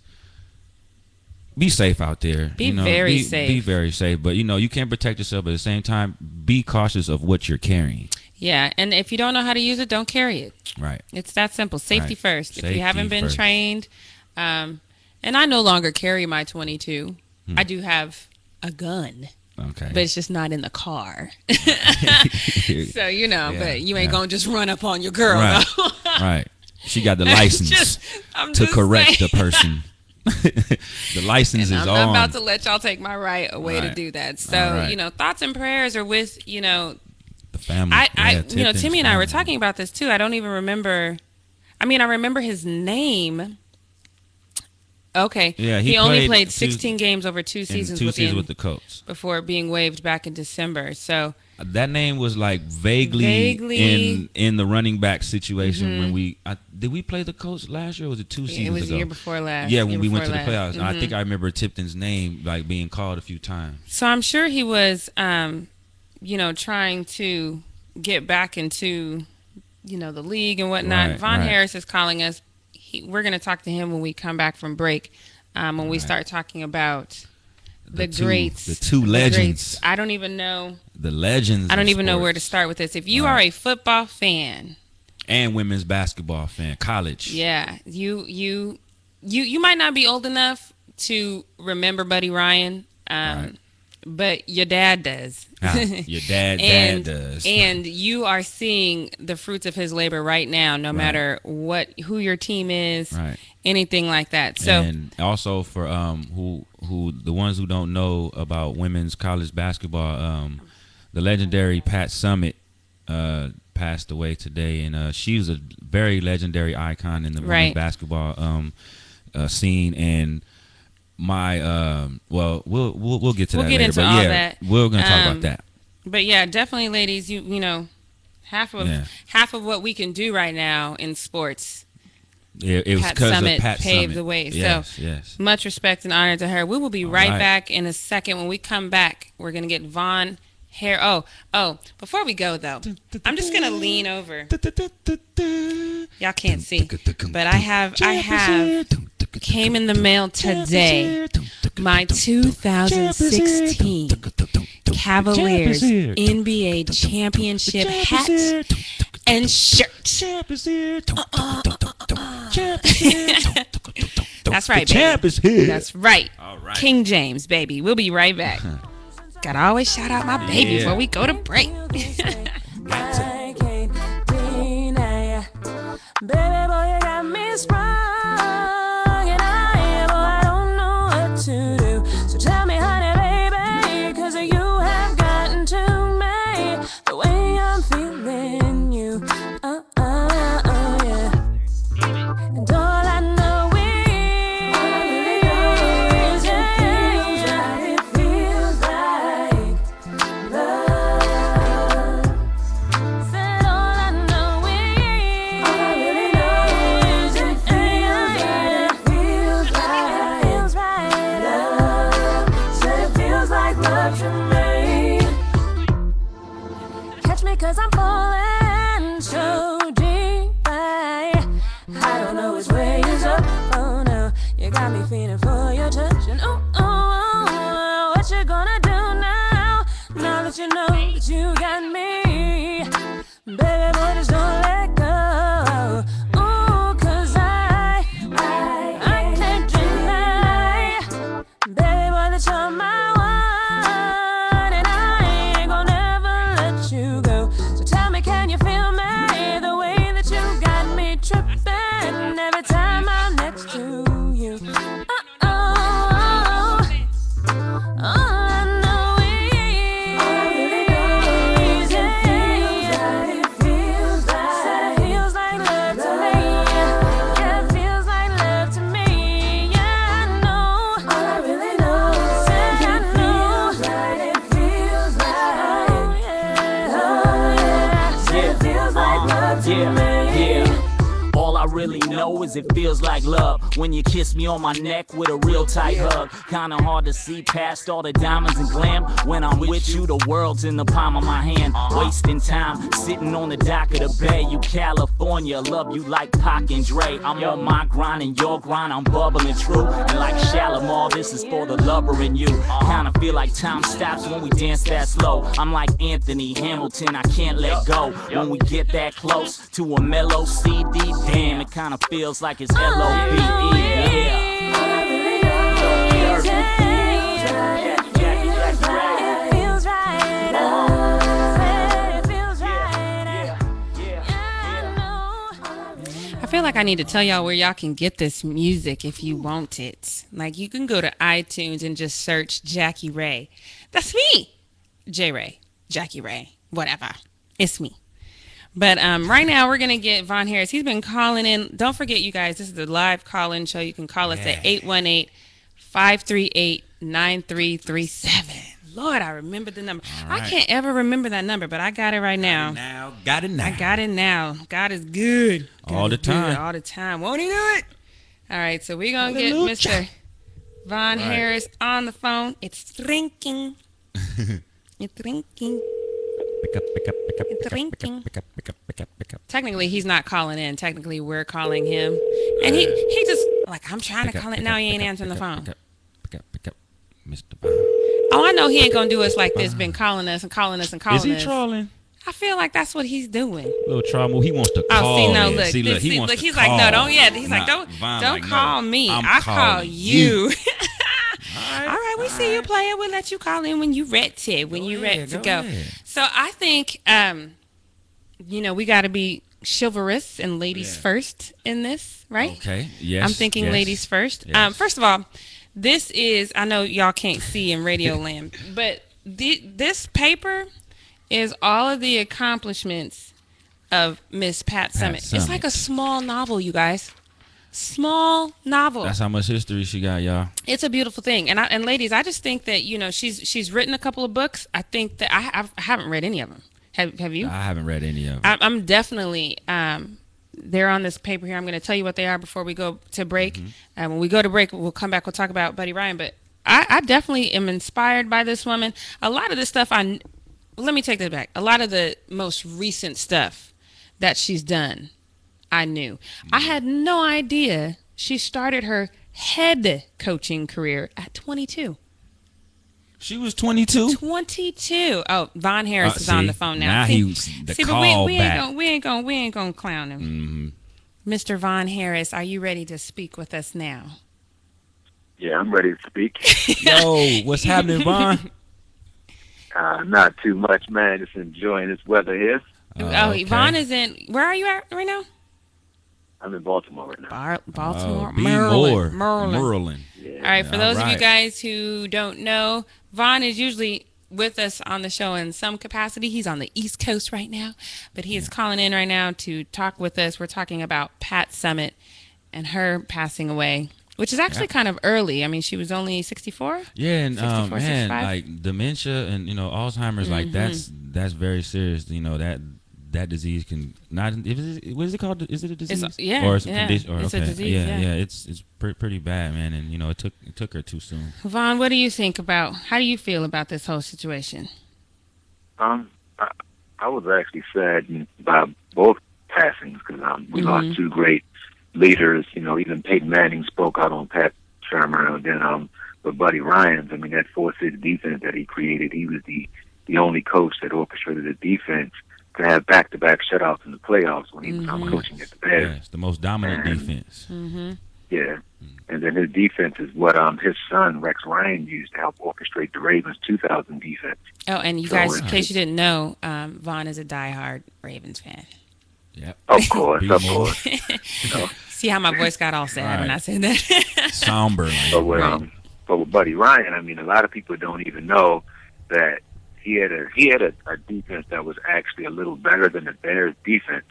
[SPEAKER 4] Be safe out there.
[SPEAKER 3] Be
[SPEAKER 4] you know,
[SPEAKER 3] very
[SPEAKER 4] be,
[SPEAKER 3] safe.
[SPEAKER 4] Be very safe, but you know you can protect yourself. But at the same time, be cautious of what you're carrying.
[SPEAKER 3] yeah, and if you don't know how to use it, don't carry it.
[SPEAKER 4] Right.
[SPEAKER 3] It's that simple. Safety
[SPEAKER 4] Right.
[SPEAKER 3] first. if
[SPEAKER 4] Safety
[SPEAKER 3] you haven't been
[SPEAKER 4] first.
[SPEAKER 3] trained, um, and I no longer carry my 22.
[SPEAKER 4] Hmm.
[SPEAKER 3] I do have a gun,
[SPEAKER 4] Okay.
[SPEAKER 3] but it's just not in the car.
[SPEAKER 4] right.
[SPEAKER 3] so you know,
[SPEAKER 4] Yeah,
[SPEAKER 3] but you ain't
[SPEAKER 4] yeah.
[SPEAKER 3] gonna just run up on your girl. though.
[SPEAKER 4] She got the
[SPEAKER 3] It's
[SPEAKER 4] license
[SPEAKER 3] just- I'm
[SPEAKER 4] to
[SPEAKER 3] just
[SPEAKER 4] correct the
[SPEAKER 3] saying.
[SPEAKER 4] person. the license
[SPEAKER 3] And
[SPEAKER 4] is
[SPEAKER 3] I'm
[SPEAKER 4] on.
[SPEAKER 3] not about to let y'all take my right away to
[SPEAKER 4] Right.
[SPEAKER 3] do that. So
[SPEAKER 4] All right.
[SPEAKER 3] you know, thoughts and prayers are with you know
[SPEAKER 4] the family.
[SPEAKER 3] I, I
[SPEAKER 4] Yeah,
[SPEAKER 3] you know,
[SPEAKER 4] Tiffin's
[SPEAKER 3] Timmy and I were
[SPEAKER 4] family.
[SPEAKER 3] talking about this too. I don't even remember. I mean, I remember his name. Okay.
[SPEAKER 4] Yeah,
[SPEAKER 3] he,
[SPEAKER 4] he
[SPEAKER 3] only
[SPEAKER 4] played
[SPEAKER 3] played
[SPEAKER 4] two-
[SPEAKER 3] 16 games over two
[SPEAKER 4] in
[SPEAKER 3] seasons,
[SPEAKER 4] two
[SPEAKER 3] with,
[SPEAKER 4] seasons
[SPEAKER 3] the-
[SPEAKER 4] with the Colts.
[SPEAKER 3] before being waived back in December. So
[SPEAKER 4] That name was like vaguely,
[SPEAKER 3] Vaguely. Mm-hmm.
[SPEAKER 4] in in the running back situation when we I, did we play the Colts last year? or Was it two seasons
[SPEAKER 3] it was
[SPEAKER 4] ago?
[SPEAKER 3] the year before last.
[SPEAKER 4] yeah,
[SPEAKER 3] year
[SPEAKER 4] when we went to
[SPEAKER 3] before
[SPEAKER 4] the playoffs,
[SPEAKER 3] last. Mm-hmm.
[SPEAKER 4] and I think I remember Tipton's name like being called a few times.
[SPEAKER 3] So I'm sure he was, um, you know, trying to get back into, you know, the league and whatnot.
[SPEAKER 4] Right,
[SPEAKER 3] Von
[SPEAKER 4] right.
[SPEAKER 3] Harris is calling us. He, we're going to talk to him when we come back from break. Um, when we start talking about the,
[SPEAKER 4] two-
[SPEAKER 3] greats,
[SPEAKER 4] the two legends.
[SPEAKER 3] greats. I don't even know.
[SPEAKER 4] The legends.
[SPEAKER 3] I don't
[SPEAKER 4] of
[SPEAKER 3] even know where to
[SPEAKER 4] sports.
[SPEAKER 3] start with this. If you are
[SPEAKER 4] Right.
[SPEAKER 3] a football fan,
[SPEAKER 4] And women's basketball fan, college.
[SPEAKER 3] yeah, you you you you might not be old enough to remember Buddy Ryan, um,
[SPEAKER 4] Right.
[SPEAKER 3] but your dad does.
[SPEAKER 4] Ah, your dad,
[SPEAKER 3] and,
[SPEAKER 4] dad does.
[SPEAKER 3] and you are seeing the fruits of his labor right now, no matter what who your team is,
[SPEAKER 4] Right.
[SPEAKER 3] anything like that. So
[SPEAKER 4] and also for um who who the ones who don't know about women's college basketball, um, the legendary Pat Summit uh, passed away today, and uh, she was a very legendary icon in the
[SPEAKER 3] Right.
[SPEAKER 4] women's basketball um, uh, scene. And my um, well, we'll we'll we'll get to
[SPEAKER 3] We'll
[SPEAKER 4] that
[SPEAKER 3] get
[SPEAKER 4] later,
[SPEAKER 3] into
[SPEAKER 4] but
[SPEAKER 3] all
[SPEAKER 4] yeah,
[SPEAKER 3] that.
[SPEAKER 4] we're gonna talk
[SPEAKER 3] Um,
[SPEAKER 4] about that.
[SPEAKER 3] but yeah, definitely ladies, you you know, half of
[SPEAKER 4] Yeah.
[SPEAKER 3] half of what we can do right now in sports.
[SPEAKER 4] It, it was
[SPEAKER 3] Pat
[SPEAKER 4] because
[SPEAKER 3] Summit
[SPEAKER 4] of Pat
[SPEAKER 3] paved
[SPEAKER 4] Summit.
[SPEAKER 3] the way, so-
[SPEAKER 4] Yes, yes.
[SPEAKER 3] Much respect and honor to her. We will be right,
[SPEAKER 4] right.
[SPEAKER 3] back in a second. When we come back, we're gonna get Von Hair. Oh, oh! Before we go though, I'm just gonna lean over. Y'all can't see, but I have I have came in the mail today. My 2016 Cavaliers NBA Championship hat and shirt.
[SPEAKER 4] Champ is here. Uh-uh.
[SPEAKER 3] That's right,
[SPEAKER 4] Champ
[SPEAKER 3] baby.
[SPEAKER 4] is here.
[SPEAKER 3] That's right.
[SPEAKER 4] All right.
[SPEAKER 3] King James, baby. We'll be right back. Gotta always shout out my baby
[SPEAKER 4] Yeah.
[SPEAKER 3] before we go to break.
[SPEAKER 2] I can't deny it. Baby boy, you got me sprung, and I, boy, I don't know what to do. So tell me, honey, baby, 'cause you have gotten to me the way I'm feeling you. Uh, uh, uh, yeah. And all I know is, yeah, it feels like love. Said all I know is, all I really know is, it feels right. It feels right. It feels right. Love. Said it feels like love to me. Catch me cause I'm falling so deep. I, I don't know which way is up. Oh no, you got me feeling for your touch. And ooh, ooh, ooh, what you gonna do now? Now that you know that you got me. Baby, boy, just don't let go. Ooh, cause I, I, I can't deny. Baby boy, that you're my one, and I ain't gonna ever let you go. So tell me, can you feel me the way that you got me tripping every time I'm next to you? Ah,
[SPEAKER 1] Uh, really know is it feels like love when you kiss me on my neck with a real tight hug. Kinda hard to see past all the diamonds and glam. When I'm with you, the world's in the palm of my hand. Wasting time sitting on the dock of the bay. You California, love you like Pac and Dre. I'm on my grind and your grind, I'm bubbling true. And like Shalimar, this is for the lover in you. Kinda feel like time stops when we dance that slow. I'm like Anthony Hamilton, I can't let go. When we get that close to a mellow CD, damn, it kinda feels like it's L O V
[SPEAKER 3] Oh,
[SPEAKER 1] E. Yeah.
[SPEAKER 3] I feel like I need to tell y'all where y'all can get this music if you want it. Like you can go to iTunes and just search Jackie Ray. That's me. J Ray, Jackie Ray, whatever. It's me. But um, right now we're gonna get Von Harris. He's been calling in. Don't forget, you guys, this is a live call-in show. You can call us at 818-538-9337. Lord, I remember the number. I
[SPEAKER 5] right.
[SPEAKER 3] can't ever remember that number, but I got it right now.
[SPEAKER 5] Now, got it now.
[SPEAKER 3] I got it now. God is good. God
[SPEAKER 4] All
[SPEAKER 3] is
[SPEAKER 4] the
[SPEAKER 3] good
[SPEAKER 4] time.
[SPEAKER 3] all the time. Won't he do it? All right, so we're going to get Mr. Von Harris on the phone. It's drinking. it's drinking.
[SPEAKER 5] Pick up, pick up, pick up,
[SPEAKER 3] It's
[SPEAKER 5] pick up,
[SPEAKER 3] drinking.
[SPEAKER 5] pick up, pick up, pick up, pick up.
[SPEAKER 3] Technically, he's not calling in. Technically, we're calling him. And he, he just, like, I'm trying to call it. Now he ain't answering the phone.
[SPEAKER 4] Pick up, pick up, pick up, Mr. Bond.
[SPEAKER 3] Oh, I know he ain't going to do us like this. Been calling us and calling us and calling
[SPEAKER 4] Uh-huh. Is he
[SPEAKER 3] us.
[SPEAKER 4] trolling?
[SPEAKER 3] I feel like that's what he's doing.
[SPEAKER 4] Little trouble. He wants to
[SPEAKER 3] Oh,
[SPEAKER 4] call.
[SPEAKER 3] see, no,
[SPEAKER 4] in.
[SPEAKER 3] look,
[SPEAKER 4] see, look,
[SPEAKER 3] see,
[SPEAKER 4] he wants
[SPEAKER 3] look,
[SPEAKER 4] to
[SPEAKER 3] he's
[SPEAKER 4] call.
[SPEAKER 3] like, no, don't, yeah, he's like,
[SPEAKER 4] Nah,
[SPEAKER 3] don't,
[SPEAKER 4] Von
[SPEAKER 3] don't
[SPEAKER 4] like, no,
[SPEAKER 3] call me,
[SPEAKER 4] I'm
[SPEAKER 3] I call
[SPEAKER 4] calling
[SPEAKER 3] you. All right, we see you player. We'll let you call in when you ready, when you ready
[SPEAKER 4] ahead,
[SPEAKER 3] to
[SPEAKER 4] go
[SPEAKER 3] go.
[SPEAKER 4] ahead.
[SPEAKER 3] So I think, um, you know, we got to be chivalrous and ladies first in this, right?
[SPEAKER 4] Okay. Yes.
[SPEAKER 3] I'm thinking
[SPEAKER 4] yes.
[SPEAKER 3] ladies first.
[SPEAKER 4] Yes.
[SPEAKER 3] Um, first of all, this is I know y'all can't see in Radio Land, but the, this paper is all of the accomplishments of Miss Pat, Summit. It's
[SPEAKER 4] Summit.
[SPEAKER 3] like a small novel, you guys. Small novel
[SPEAKER 4] That's how much history she got, y'all.
[SPEAKER 3] it's a beautiful thing and I, and ladies i just think that you know she's she's written a couple of books i think that i, I've, I haven't read any of them have, have you
[SPEAKER 4] I haven't read any of it.
[SPEAKER 3] I, i'm definitely um they're on this paper here i'm going to tell you what they are before we go to break uh, when we go to break we'll come back we'll talk about buddy ryan but I, I definitely am inspired by this woman a lot of this stuff i kn- let me take that back a lot of the most recent stuff that she's done I knew. I had no idea she started her head coaching career at 22.
[SPEAKER 4] She was 22.
[SPEAKER 3] 22. Oh, Von Harris
[SPEAKER 4] Uh,
[SPEAKER 3] is on
[SPEAKER 4] see,
[SPEAKER 3] the phone now.
[SPEAKER 4] now
[SPEAKER 3] see,
[SPEAKER 4] he's the
[SPEAKER 3] see, but we, we ain't
[SPEAKER 4] callback. Mm-hmm.
[SPEAKER 3] gonna we ain't gonna we ain't gonna clown him. Mr. Von Harris, are you ready to speak with us now?
[SPEAKER 6] Yeah, I'm ready to speak.
[SPEAKER 4] Yo, what's happening, Von?
[SPEAKER 6] Uh, not too much, man. Just enjoying this weather here.
[SPEAKER 3] oh,
[SPEAKER 4] Uh, okay.
[SPEAKER 3] Von is in. Where are you at right now?
[SPEAKER 6] I'm in Baltimore right now.
[SPEAKER 3] Bar- Baltimore,
[SPEAKER 4] Oh, B.
[SPEAKER 3] Maryland.
[SPEAKER 4] Moore.
[SPEAKER 3] Maryland.
[SPEAKER 4] Maryland.
[SPEAKER 3] All right, for those of you
[SPEAKER 4] Alright.
[SPEAKER 3] guys who don't know, Vaughn is usually with us on the show in some capacity. He's on the East Coast right now, but he is calling in right now to talk with us. We're talking about Pat Summit and her passing away, which is actually kind of early. I mean, she was only 64.
[SPEAKER 4] Yeah, and um,
[SPEAKER 3] 64,
[SPEAKER 4] man,
[SPEAKER 3] 65?
[SPEAKER 4] like dementia and you know Alzheimer's,
[SPEAKER 3] Mm-hmm.
[SPEAKER 4] like that's that's very serious. You know that that disease can not. If it, what is it called? Is it a disease?
[SPEAKER 3] yeah,
[SPEAKER 4] or it's a
[SPEAKER 3] yeah,
[SPEAKER 4] condition. Or,
[SPEAKER 3] it's a
[SPEAKER 4] okay.
[SPEAKER 3] disease,
[SPEAKER 4] Yeah,
[SPEAKER 3] yeah.
[SPEAKER 4] yeah, It's it's pre- pretty bad, man. And you know it took it took her too soon.
[SPEAKER 3] Vaughn, what do you think about, how do you feel about this whole situation?
[SPEAKER 6] Um, I, I was actually saddened by both passings because um, we lost two great leaders. You know, even Peyton Manning spoke out on Pat Shermer, and then um, but Buddy Ryan's. I mean, that four-six defense that he created. He was the the only coach that orchestrated the defense to have back-to-back shutouts in the playoffs when he was um, coaching at the Bears.
[SPEAKER 4] Yeah, it's the most dominant
[SPEAKER 6] And-
[SPEAKER 4] defense.
[SPEAKER 3] Mm.
[SPEAKER 6] Yeah. And then his defense is what um his son Rex Ryan used to help orchestrate the Ravens 2000 defense.
[SPEAKER 3] Oh, and you
[SPEAKER 6] So,
[SPEAKER 3] guys, in
[SPEAKER 6] uh,
[SPEAKER 3] case you didn't know, um, Vaughn is a diehard Ravens fan.
[SPEAKER 4] Yep.
[SPEAKER 6] Of course, of
[SPEAKER 4] Beast.
[SPEAKER 6] course.
[SPEAKER 3] See how my voice got all sad when
[SPEAKER 4] Right.
[SPEAKER 3] I said that?
[SPEAKER 4] Somber. man.
[SPEAKER 6] But with um, but with Buddy Ryan, I mean, a lot of people don't even know that he had a he had a, a defense that was actually a little better than the Bears defense.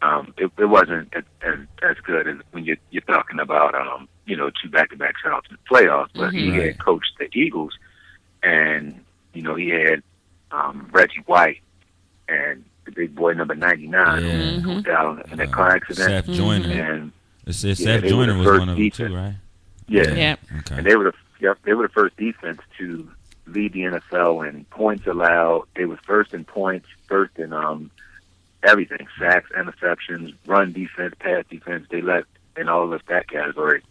[SPEAKER 6] Um, it, it wasn't as, as as good as when you're you're talking about um you know two back to back shutouts in the playoffs, but he
[SPEAKER 4] Mm-hmm. Right.
[SPEAKER 6] had coached the Eagles, and you know he had um Reggie White and the big boy number 99
[SPEAKER 4] Yeah.
[SPEAKER 6] who died on- in that
[SPEAKER 4] Uh,
[SPEAKER 6] car accident.
[SPEAKER 4] Seth
[SPEAKER 3] Mm-hmm.
[SPEAKER 4] Joyner.
[SPEAKER 6] And
[SPEAKER 4] It's, it's
[SPEAKER 6] Yeah,
[SPEAKER 4] Seth
[SPEAKER 6] they were
[SPEAKER 4] Joyner
[SPEAKER 6] the
[SPEAKER 4] was
[SPEAKER 6] first
[SPEAKER 4] one of them too,
[SPEAKER 6] defense.
[SPEAKER 4] right?
[SPEAKER 6] yeah,
[SPEAKER 3] Yeah.
[SPEAKER 4] Okay.
[SPEAKER 6] and they were the yep, they were the first defense to lead the NFL in points allowed. They was first in points, first in um everything, sacks, interceptions, run defense, pass defense. They led in all of that category.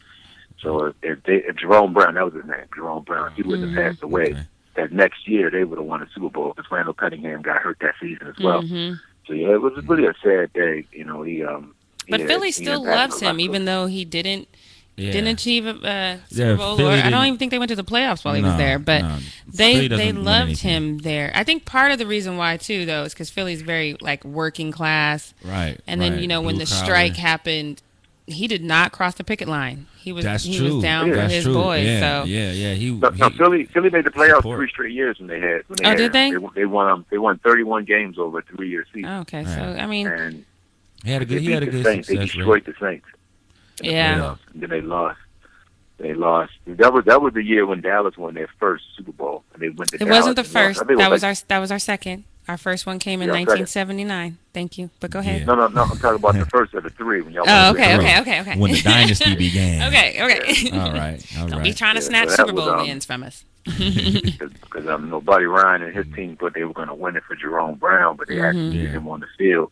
[SPEAKER 6] So uh, if, they, if Jerome Brown, that was his name, Jerome Brown, he wouldn't have passed away.
[SPEAKER 4] Okay.
[SPEAKER 6] That next year they would have won a Super Bowl because Randall Cunningham got hurt that season as
[SPEAKER 3] Mm-hmm.
[SPEAKER 6] well. So yeah, it was really a sad day. You know, he um. he
[SPEAKER 3] But
[SPEAKER 6] had-
[SPEAKER 3] Philly
[SPEAKER 6] he
[SPEAKER 3] still
[SPEAKER 6] impacted a
[SPEAKER 3] loves
[SPEAKER 6] lot of
[SPEAKER 3] him, even though he didn't
[SPEAKER 4] Yeah.
[SPEAKER 3] didn't achieve a uh, Super
[SPEAKER 4] Yeah,
[SPEAKER 3] Bowl.
[SPEAKER 4] Philly
[SPEAKER 3] Or I
[SPEAKER 4] didn't-
[SPEAKER 3] don't even think they went to the playoffs while he
[SPEAKER 4] No,
[SPEAKER 3] was there. But
[SPEAKER 4] no. Philly
[SPEAKER 3] they
[SPEAKER 4] doesn't
[SPEAKER 3] they
[SPEAKER 4] win
[SPEAKER 3] loved
[SPEAKER 4] anything.
[SPEAKER 3] him there. I think part of the reason why too, though, is because Philly's very like working class.
[SPEAKER 4] Right.
[SPEAKER 3] And
[SPEAKER 4] right.
[SPEAKER 3] then you know when
[SPEAKER 4] Blue
[SPEAKER 3] the
[SPEAKER 4] collar.
[SPEAKER 3] strike happened, he did not cross the picket line. He was
[SPEAKER 4] That's
[SPEAKER 3] he
[SPEAKER 4] true.
[SPEAKER 3] was down for
[SPEAKER 4] That's
[SPEAKER 3] his
[SPEAKER 4] true.
[SPEAKER 3] boys.
[SPEAKER 4] Yeah,
[SPEAKER 3] so
[SPEAKER 4] yeah, yeah. He,
[SPEAKER 6] No, no,
[SPEAKER 4] he-
[SPEAKER 6] Philly, Philly made the playoffs
[SPEAKER 4] Support.
[SPEAKER 6] three straight years when they had. When they
[SPEAKER 3] Oh,
[SPEAKER 6] had,
[SPEAKER 3] did they?
[SPEAKER 6] They, won- they won. Um, they won 31 games over a three-year season,
[SPEAKER 3] Oh, okay. So
[SPEAKER 4] Right.
[SPEAKER 3] I mean,
[SPEAKER 6] and
[SPEAKER 4] he had a
[SPEAKER 6] they
[SPEAKER 4] good, he
[SPEAKER 6] beat
[SPEAKER 4] had a
[SPEAKER 6] the
[SPEAKER 4] good
[SPEAKER 6] Saints. They
[SPEAKER 4] success
[SPEAKER 6] destroyed
[SPEAKER 4] rate.
[SPEAKER 6] the Saints. in the
[SPEAKER 3] Yeah.
[SPEAKER 6] playoffs, and then they lost. They lost. That was that was the year when Dallas won their first Super Bowl, and they went to.
[SPEAKER 3] it
[SPEAKER 6] Dallas
[SPEAKER 3] wasn't the
[SPEAKER 6] and lost.
[SPEAKER 3] first.
[SPEAKER 6] I think it
[SPEAKER 3] That was
[SPEAKER 6] like-
[SPEAKER 3] our that was our second. Our first one came in
[SPEAKER 6] Yeah, second.
[SPEAKER 3] 1979. Thank you. But go ahead.
[SPEAKER 4] Yeah.
[SPEAKER 6] No, no, no. I'm talking about the first of the three when y'all.
[SPEAKER 3] Oh,
[SPEAKER 6] won the
[SPEAKER 3] okay,
[SPEAKER 6] Super Bowl.
[SPEAKER 3] okay, okay, okay.
[SPEAKER 4] When the dynasty began.
[SPEAKER 3] Okay, okay.
[SPEAKER 4] All right. All
[SPEAKER 3] Don't be
[SPEAKER 4] right.
[SPEAKER 3] trying to
[SPEAKER 6] Yeah,
[SPEAKER 3] snatch
[SPEAKER 6] so that
[SPEAKER 3] Super
[SPEAKER 6] was,
[SPEAKER 3] Bowl
[SPEAKER 6] um,
[SPEAKER 3] wins from us.
[SPEAKER 6] because um, nobody Ryan and his team thought they were going to win it for Jerome Brown, but they actually beat
[SPEAKER 4] Yeah.
[SPEAKER 6] him on the field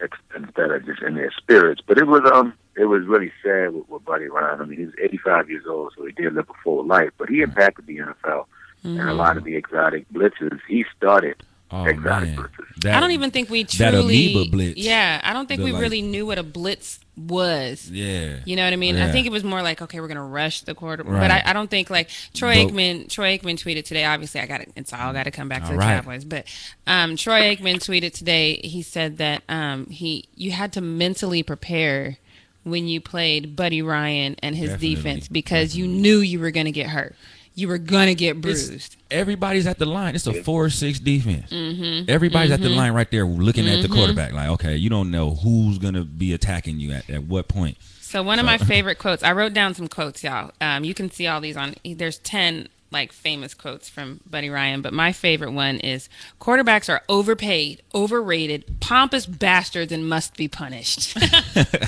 [SPEAKER 6] ex- instead of just in their spirits. But it was um it was really sad with, with Buddy Ryan. I mean, he's 85 years old, so he did live a full life, but he impacted the NFL and a lot of the exotic blitzes. He started
[SPEAKER 4] Oh
[SPEAKER 6] exotic
[SPEAKER 4] man.
[SPEAKER 6] blitzes.
[SPEAKER 4] That,
[SPEAKER 3] I don't even think we
[SPEAKER 4] that
[SPEAKER 3] truly.
[SPEAKER 4] amoeba blitz.
[SPEAKER 3] Yeah, I don't think
[SPEAKER 4] The,
[SPEAKER 3] we
[SPEAKER 4] like-
[SPEAKER 3] really knew what a blitz was.
[SPEAKER 4] Yeah.
[SPEAKER 3] You know what I mean?
[SPEAKER 4] Yeah.
[SPEAKER 3] I think it was more like, okay, we're gonna rush the quarter,
[SPEAKER 4] Right.
[SPEAKER 3] but I, I don't think like Troy
[SPEAKER 4] But-
[SPEAKER 3] Aikman. Troy Aikman tweeted today. Obviously, I got to It's all got to come back to
[SPEAKER 4] All
[SPEAKER 3] the
[SPEAKER 4] right.
[SPEAKER 3] Cowboys. But um, Troy Aikman tweeted today. He said that um, he you had to mentally prepare when you played Buddy Ryan and his
[SPEAKER 4] Definitely.
[SPEAKER 3] defense because you knew you were gonna get hurt. You were gonna get bruised.
[SPEAKER 4] Everybody's at the line. It's a four-six defense.
[SPEAKER 3] Mm-hmm.
[SPEAKER 4] Everybody's at the line right there, looking at the quarterback. Like, okay, you don't know who's gonna be attacking you at, at what point.
[SPEAKER 3] So one of my favorite quotes. I wrote down some quotes, y'all. Um, you can see all these on. There's ten like famous quotes from Buddy Ryan, but my favorite one is: "Quarterbacks are overpaid, overrated, pompous bastards, and must be punished."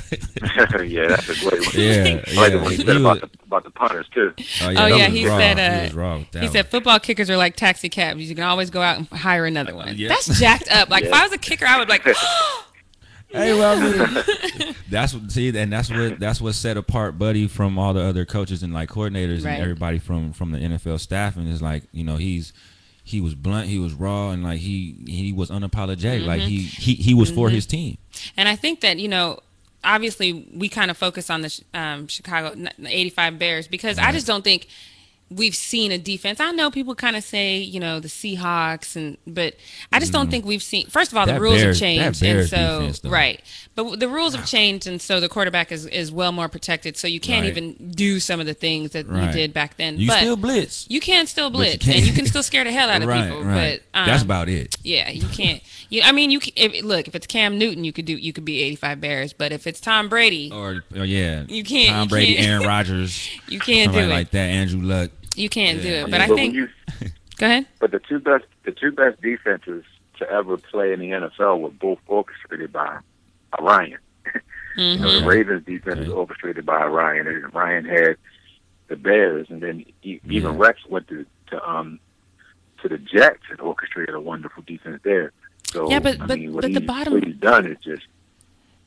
[SPEAKER 6] yeah, that's a great one.
[SPEAKER 4] Yeah,
[SPEAKER 6] I like the
[SPEAKER 4] yeah.
[SPEAKER 6] one he
[SPEAKER 4] He
[SPEAKER 6] said about
[SPEAKER 4] was-
[SPEAKER 6] the, about the punters too.
[SPEAKER 3] oh
[SPEAKER 4] that
[SPEAKER 3] yeah,
[SPEAKER 4] was
[SPEAKER 3] he
[SPEAKER 4] raw.
[SPEAKER 3] said. Uh,
[SPEAKER 4] he was raw with that
[SPEAKER 3] he
[SPEAKER 4] one.
[SPEAKER 3] said football kickers are like taxi cabs. You can always go out and hire another one.
[SPEAKER 4] yeah.
[SPEAKER 3] That's jacked up. Like if I was a kicker, I would like.
[SPEAKER 4] Hey, well, I mean, that's what see, and that's what that's what set apart Buddy from all the other coaches and like coordinators
[SPEAKER 3] Right.
[SPEAKER 4] and everybody from from the NFL staff. And it's like you know he's he was blunt, he was raw, and like he he was unapologetic.
[SPEAKER 3] Mm-hmm.
[SPEAKER 4] Like he he he was for his team.
[SPEAKER 3] And I think that, you know, obviously we kind of focus on the sh- um, Chicago n- 85 Bears because I just don't think we've seen a defense. I know people kind of say, you know, the Seahawks and but I just don't think we've seen First of all, the
[SPEAKER 4] Mm-hmm. That
[SPEAKER 3] rules
[SPEAKER 4] Bears-
[SPEAKER 3] have changed
[SPEAKER 4] that Bears
[SPEAKER 3] and so
[SPEAKER 4] defense, though.
[SPEAKER 3] right. But w- the rules have changed and so the quarterback is is well more protected so you can't
[SPEAKER 4] Right.
[SPEAKER 3] even do some of the things that
[SPEAKER 4] Right.
[SPEAKER 3] you did back then.
[SPEAKER 4] You
[SPEAKER 3] but
[SPEAKER 4] still blitz,
[SPEAKER 3] you can still
[SPEAKER 4] you
[SPEAKER 3] blitz
[SPEAKER 4] can't-
[SPEAKER 3] and you can still scare the hell out of
[SPEAKER 4] right?
[SPEAKER 3] people,
[SPEAKER 4] right.
[SPEAKER 3] but um,
[SPEAKER 4] that's about it.
[SPEAKER 3] yeah, you can't. You, I mean, you can, if, look if it's Cam Newton, you could do. You could be eighty-five Bears, but if it's Tom Brady,
[SPEAKER 4] Or, or yeah,
[SPEAKER 3] You can't-
[SPEAKER 4] Oh. Tom
[SPEAKER 3] you
[SPEAKER 4] Brady,
[SPEAKER 3] can't.
[SPEAKER 4] Aaron Rodgers,
[SPEAKER 3] you can't do
[SPEAKER 4] somebody
[SPEAKER 3] it.
[SPEAKER 4] like that, Andrew Luck.
[SPEAKER 3] you can't do it. But I
[SPEAKER 6] but
[SPEAKER 3] think.
[SPEAKER 6] when you
[SPEAKER 3] go ahead.
[SPEAKER 6] But the two best the two best defenses to ever play in the NFL were both orchestrated by Orion. you know,
[SPEAKER 3] Mm-hmm.
[SPEAKER 6] the Ravens defense was
[SPEAKER 4] Okay.
[SPEAKER 6] orchestrated by Orion, and Orion had the Bears, and then e- even
[SPEAKER 4] Yeah.
[SPEAKER 6] Rex went to to um to the Jets and orchestrated a wonderful defense there. So
[SPEAKER 3] Yeah, but-
[SPEAKER 6] I
[SPEAKER 3] but-
[SPEAKER 6] mean, what
[SPEAKER 3] but
[SPEAKER 6] he,
[SPEAKER 3] the bottom-
[SPEAKER 6] what he's done is just